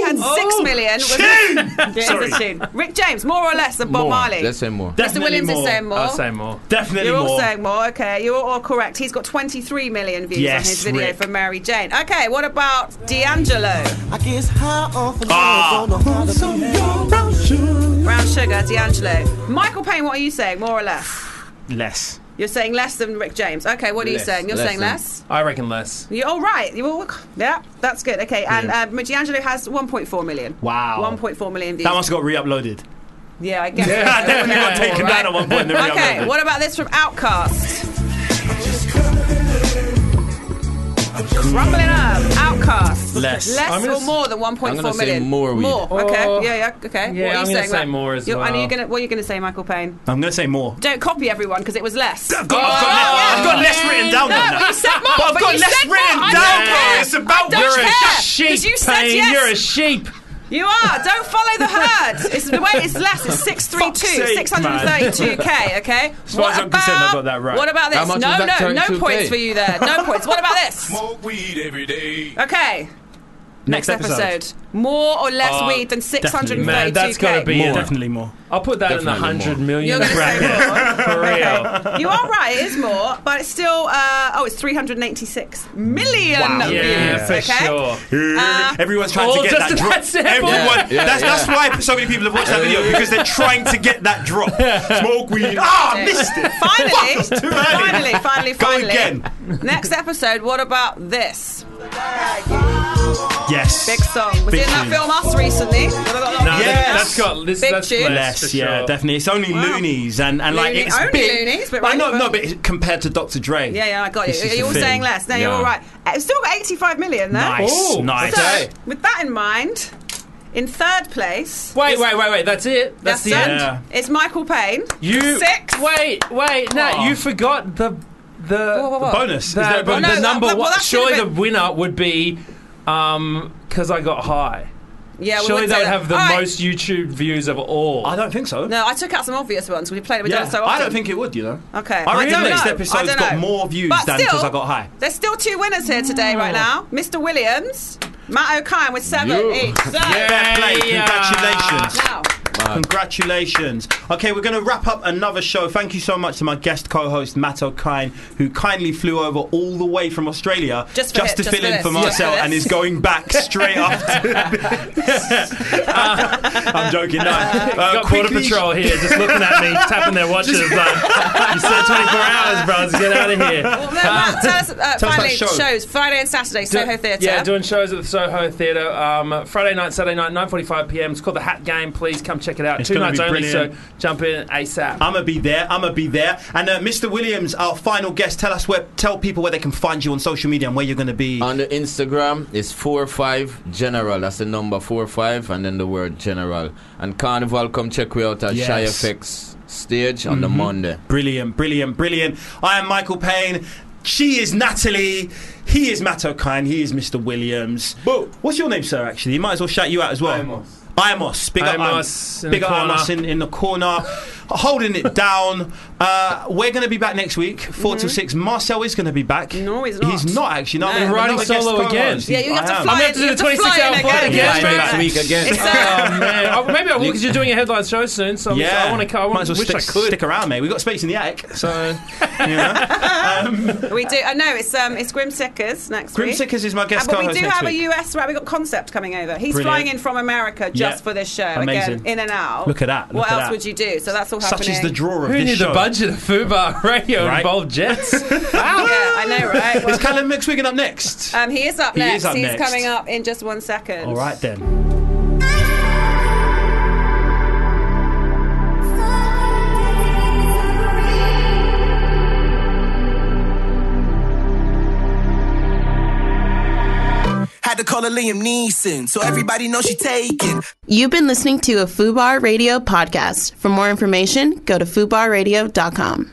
Speaker 4: Marley? Bob Marley had six million. Was it- Yeah, it's a tune. Rick James, more or less than Bob
Speaker 17: More.
Speaker 4: Marley.
Speaker 17: Let's say more.
Speaker 4: Mr. Williams is saying more.
Speaker 3: more.
Speaker 6: Definitely
Speaker 4: You're all
Speaker 6: more.
Speaker 4: saying more. Okay, you're all correct. He's got 23 million views on
Speaker 6: Yes,
Speaker 4: his video
Speaker 6: Rick.
Speaker 4: for Mary Jane. Okay, what about D'Angelo? I guess high off
Speaker 6: Ah.
Speaker 4: brown sugar. Brown sugar, D'Angelo. Michael Payne, what are you saying? More or less?
Speaker 6: Less.
Speaker 4: You're saying less than Rick James. Okay, what are you saying? You're saying less.
Speaker 3: I reckon less.
Speaker 4: You're all right. You all, yeah, that's good. Okay, and uh, D'Angelo has 1.4 million.
Speaker 6: Wow.
Speaker 4: 1.4 million views.
Speaker 6: That must have got re-uploaded.
Speaker 4: Yeah, I guess.
Speaker 6: Yeah,
Speaker 4: so.
Speaker 6: definitely got
Speaker 4: Yeah.
Speaker 6: taken down at one point. and then
Speaker 4: Okay,
Speaker 6: re-uploaded.
Speaker 4: what about this from Outcast? Rumbling up, Outcast.
Speaker 3: Less. I'm
Speaker 4: less
Speaker 3: gonna
Speaker 4: or
Speaker 3: s-
Speaker 4: more than
Speaker 3: I'm
Speaker 4: 1.4
Speaker 3: gonna
Speaker 4: million.
Speaker 3: say more weed.
Speaker 4: More. Okay.
Speaker 3: Oh.
Speaker 4: yeah. Yeah.
Speaker 3: Yeah,
Speaker 4: Okay. what are you
Speaker 3: I'm gonna
Speaker 4: saying?
Speaker 3: say
Speaker 4: Matt?
Speaker 3: more as
Speaker 4: You're- And are you
Speaker 3: well.
Speaker 4: gonna, what are you going to say, Michael Payne?
Speaker 6: I'm gonna say more.
Speaker 4: Don't copy everyone because it was less. I've
Speaker 6: got- I've got le- I've got less written down
Speaker 4: no,
Speaker 6: than
Speaker 4: but
Speaker 6: that.
Speaker 4: you said more.
Speaker 6: But I've got
Speaker 4: you
Speaker 6: less
Speaker 4: said more.
Speaker 6: written
Speaker 4: I
Speaker 6: down,
Speaker 4: don't care.
Speaker 6: bro. It's about
Speaker 4: I don't
Speaker 6: you're a
Speaker 4: care,
Speaker 6: sheep,
Speaker 4: 'cause You said
Speaker 3: Payne,
Speaker 4: yes.
Speaker 3: you're a sheep.
Speaker 4: You are. Don't follow the herd. It's the way it's less. It's six three two,
Speaker 6: sake,
Speaker 4: six hundred thirty-two k.
Speaker 6: man.
Speaker 4: Okay.
Speaker 6: As far as I'm concerned, I got that right.
Speaker 4: What about
Speaker 6: How
Speaker 4: this?
Speaker 6: much
Speaker 4: No,
Speaker 6: was that
Speaker 4: no, no
Speaker 6: 32K?
Speaker 4: points for you there. No points. What about this?
Speaker 11: Smoke weed every day.
Speaker 4: Okay.
Speaker 6: Next
Speaker 4: More or less
Speaker 6: Uh,
Speaker 4: weed than six hundred thirty-two k.
Speaker 6: definitely. Man, that's gotta be it. Definitely
Speaker 3: more. I'll put that in the
Speaker 6: Definitely
Speaker 3: hundred
Speaker 6: more.
Speaker 3: million
Speaker 6: You're gonna say
Speaker 3: bracket. For real.
Speaker 4: You are right. It is more, but it's still. Uh, oh, it's three hundred eighty-six million.
Speaker 6: Wow.
Speaker 4: views,
Speaker 6: Yeah, for
Speaker 4: okay?
Speaker 6: sure.
Speaker 4: Uh,
Speaker 6: Everyone's trying to
Speaker 3: all
Speaker 6: get
Speaker 3: just
Speaker 6: that
Speaker 3: that
Speaker 6: drop.
Speaker 3: simple.
Speaker 6: Everyone,
Speaker 3: Yeah, yeah,
Speaker 6: that's, that's
Speaker 3: yeah.
Speaker 6: why so many people have watched that video because they're trying to get that drop. Smoke weed. Ah, I missed it.
Speaker 4: Finally, finally, finally,
Speaker 6: Go
Speaker 4: finally.
Speaker 6: again.
Speaker 4: Next episode. What about this?
Speaker 6: Yes.
Speaker 4: Big song. Was
Speaker 6: Big
Speaker 4: it in that
Speaker 6: tune.
Speaker 4: film Us recently?
Speaker 6: No, that- Yes. that's got-
Speaker 3: this-
Speaker 4: Big
Speaker 3: that's
Speaker 4: tune.
Speaker 6: Less, yeah, definitely. It's only loonies and, and like
Speaker 4: Looney-
Speaker 6: it's
Speaker 4: only
Speaker 6: big.
Speaker 4: loonies, but
Speaker 6: I know,
Speaker 4: right,
Speaker 6: no, but it's compared to Dr. Dre.
Speaker 4: Yeah, yeah, I got
Speaker 6: This
Speaker 4: you.
Speaker 6: is the
Speaker 4: You're all
Speaker 6: thing.
Speaker 4: saying less. No, you're
Speaker 6: Yeah.
Speaker 4: all right. Uh, It's still got 85 million there.
Speaker 6: Nice, Ooh, nice.
Speaker 4: So,
Speaker 6: okay.
Speaker 4: with that in mind, in third place.
Speaker 3: Wait, wait, wait, wait. That's it. That's, the
Speaker 4: it.
Speaker 3: end.
Speaker 4: It's Michael Payne.
Speaker 3: You
Speaker 4: Six.
Speaker 3: Wait, wait. No,
Speaker 4: Aw.
Speaker 3: you forgot the the,
Speaker 4: Whoa, whoa, whoa.
Speaker 3: the
Speaker 4: Bonus. Is
Speaker 3: The,
Speaker 4: there a bonus?
Speaker 3: the
Speaker 4: Oh, no,
Speaker 3: number
Speaker 4: that- well,
Speaker 3: one.
Speaker 4: that should've
Speaker 3: surely the
Speaker 4: been-
Speaker 3: winner would be um because I got high.
Speaker 4: Yeah, we
Speaker 3: surely
Speaker 4: would
Speaker 3: that
Speaker 4: say
Speaker 3: would
Speaker 4: that.
Speaker 3: have the
Speaker 4: All right.
Speaker 3: most YouTube views of all. I
Speaker 6: don't think so.
Speaker 4: No, I took out some obvious ones. We played it. We done it so often.
Speaker 6: I don't think it would, you know.
Speaker 4: Okay.
Speaker 6: I reckon
Speaker 4: don't
Speaker 6: the next
Speaker 4: know. I
Speaker 6: episode's
Speaker 4: don't
Speaker 6: got
Speaker 4: know.
Speaker 6: more views
Speaker 4: But
Speaker 6: than
Speaker 4: still-
Speaker 6: because I got high.
Speaker 4: There's still two winners here today, right now. Mr. Williams, Matt O'Kine with seven
Speaker 6: You.
Speaker 4: each. So-
Speaker 6: Fair play. Congratulations.
Speaker 4: Now,
Speaker 7: Uh,
Speaker 6: Congratulations. Okay, we're going to wrap up another show. Thank you so much to my guest co host, Matt O'Kine, who kindly flew over all the way from Australia
Speaker 7: Just for
Speaker 6: to
Speaker 7: it- just
Speaker 6: fill
Speaker 7: for
Speaker 6: in
Speaker 7: this,
Speaker 6: for
Speaker 7: just for
Speaker 6: Marcel
Speaker 7: this.
Speaker 6: and is going back straight after. this. I'm joking. No. Uh,
Speaker 3: Got Border
Speaker 6: quickly-
Speaker 3: Patrol here just looking at me, tapping their watches like, you said 24 hours, bros, get out of here.
Speaker 4: well, Matt, tell us, uh,
Speaker 3: tell us about
Speaker 4: finally,
Speaker 3: shows.
Speaker 4: shows Friday and Saturday,
Speaker 3: Do-
Speaker 4: Soho Theatre.
Speaker 3: Yeah, doing shows at the Soho Theatre um, Friday night, Saturday night, 9:45 p.m. It's called the Hat Game. Please come check it out.
Speaker 6: It's
Speaker 3: Two
Speaker 6: gonna
Speaker 3: nights
Speaker 6: be
Speaker 3: only,
Speaker 6: brilliant.
Speaker 3: so jump in ASAP.
Speaker 6: I'm gonna be there. I'm gonna be there. And uh, Mr. Williams, our final guest, tell us where, tell people where they can find you on social media and where you're gonna be.
Speaker 17: On the Instagram, it's four five general. That's the number four five, and then the word general. And Carnival, come check we out at
Speaker 6: Yes.
Speaker 17: Shy FX stage on the
Speaker 6: Mhm.
Speaker 17: Monday.
Speaker 6: Brilliant, brilliant, brilliant. I am Michael Payne. She is Natalie. He is Matt O'Kine. He is Mr. Williams. What's your name, sir, actually? You might as well shout you out as well. Imos. Imos. Big up
Speaker 3: Imos
Speaker 6: Im-
Speaker 3: in
Speaker 6: Big
Speaker 3: the
Speaker 6: up
Speaker 3: corner.
Speaker 6: Imos in, in the corner. Holding it down. Uh, we're going to be back next week, 4
Speaker 3: Mm-hmm.
Speaker 6: till 6. Marcel is going to be back. No, he's not. He's not, actually. No,
Speaker 3: No.
Speaker 6: I'm gonna have
Speaker 3: Riding
Speaker 6: another guest
Speaker 3: solo
Speaker 6: co-host.
Speaker 3: again.
Speaker 6: He's-
Speaker 3: Yeah, you have
Speaker 6: I
Speaker 3: to
Speaker 6: am.
Speaker 3: fly I'm gonna have to in- do you the have to fly 26 hour in flight again. again.
Speaker 6: Yeah,
Speaker 3: Next week
Speaker 17: again.
Speaker 3: It's, uh, man. Oh, maybe I will because you're doing a headline show soon. So I'm-
Speaker 6: yeah,
Speaker 3: I want to come.
Speaker 6: Might as well
Speaker 3: wish
Speaker 6: stick,
Speaker 3: I could.
Speaker 6: stick around, mate. We've got space in the attic, so
Speaker 4: we do. I know it's um, it's Grimsickers next
Speaker 6: Grim
Speaker 4: week.
Speaker 6: Sickers is my guest
Speaker 4: Uh, but we
Speaker 6: co-host
Speaker 4: do
Speaker 6: next
Speaker 4: have
Speaker 6: week.
Speaker 4: a US rap. We got Concept coming over. He's
Speaker 6: Brilliant.
Speaker 4: flying in from America just
Speaker 6: Yeah.
Speaker 4: for this show.
Speaker 6: Amazing.
Speaker 4: Again, in and out.
Speaker 6: Look at that, look
Speaker 4: what
Speaker 6: at
Speaker 4: else
Speaker 6: that.
Speaker 4: would you do? So that's all
Speaker 6: Such
Speaker 4: happening.
Speaker 6: is the draw of
Speaker 3: Who
Speaker 6: this
Speaker 3: knew
Speaker 6: show.
Speaker 3: the budget of Fubar Radio
Speaker 6: Right?
Speaker 3: involved jets?
Speaker 4: Wow. Yeah, I know, right?
Speaker 6: Is Callum McSwiggan up next?
Speaker 4: Um, he is up
Speaker 6: He
Speaker 4: next.
Speaker 6: is up
Speaker 4: He's
Speaker 6: next.
Speaker 4: coming up in just one second.
Speaker 6: All right then.
Speaker 5: Had to call her Liam Neeson, so everybody knows she taken.
Speaker 1: You've been listening to a Fubar Radio podcast. For more information, go to fubarradio.com.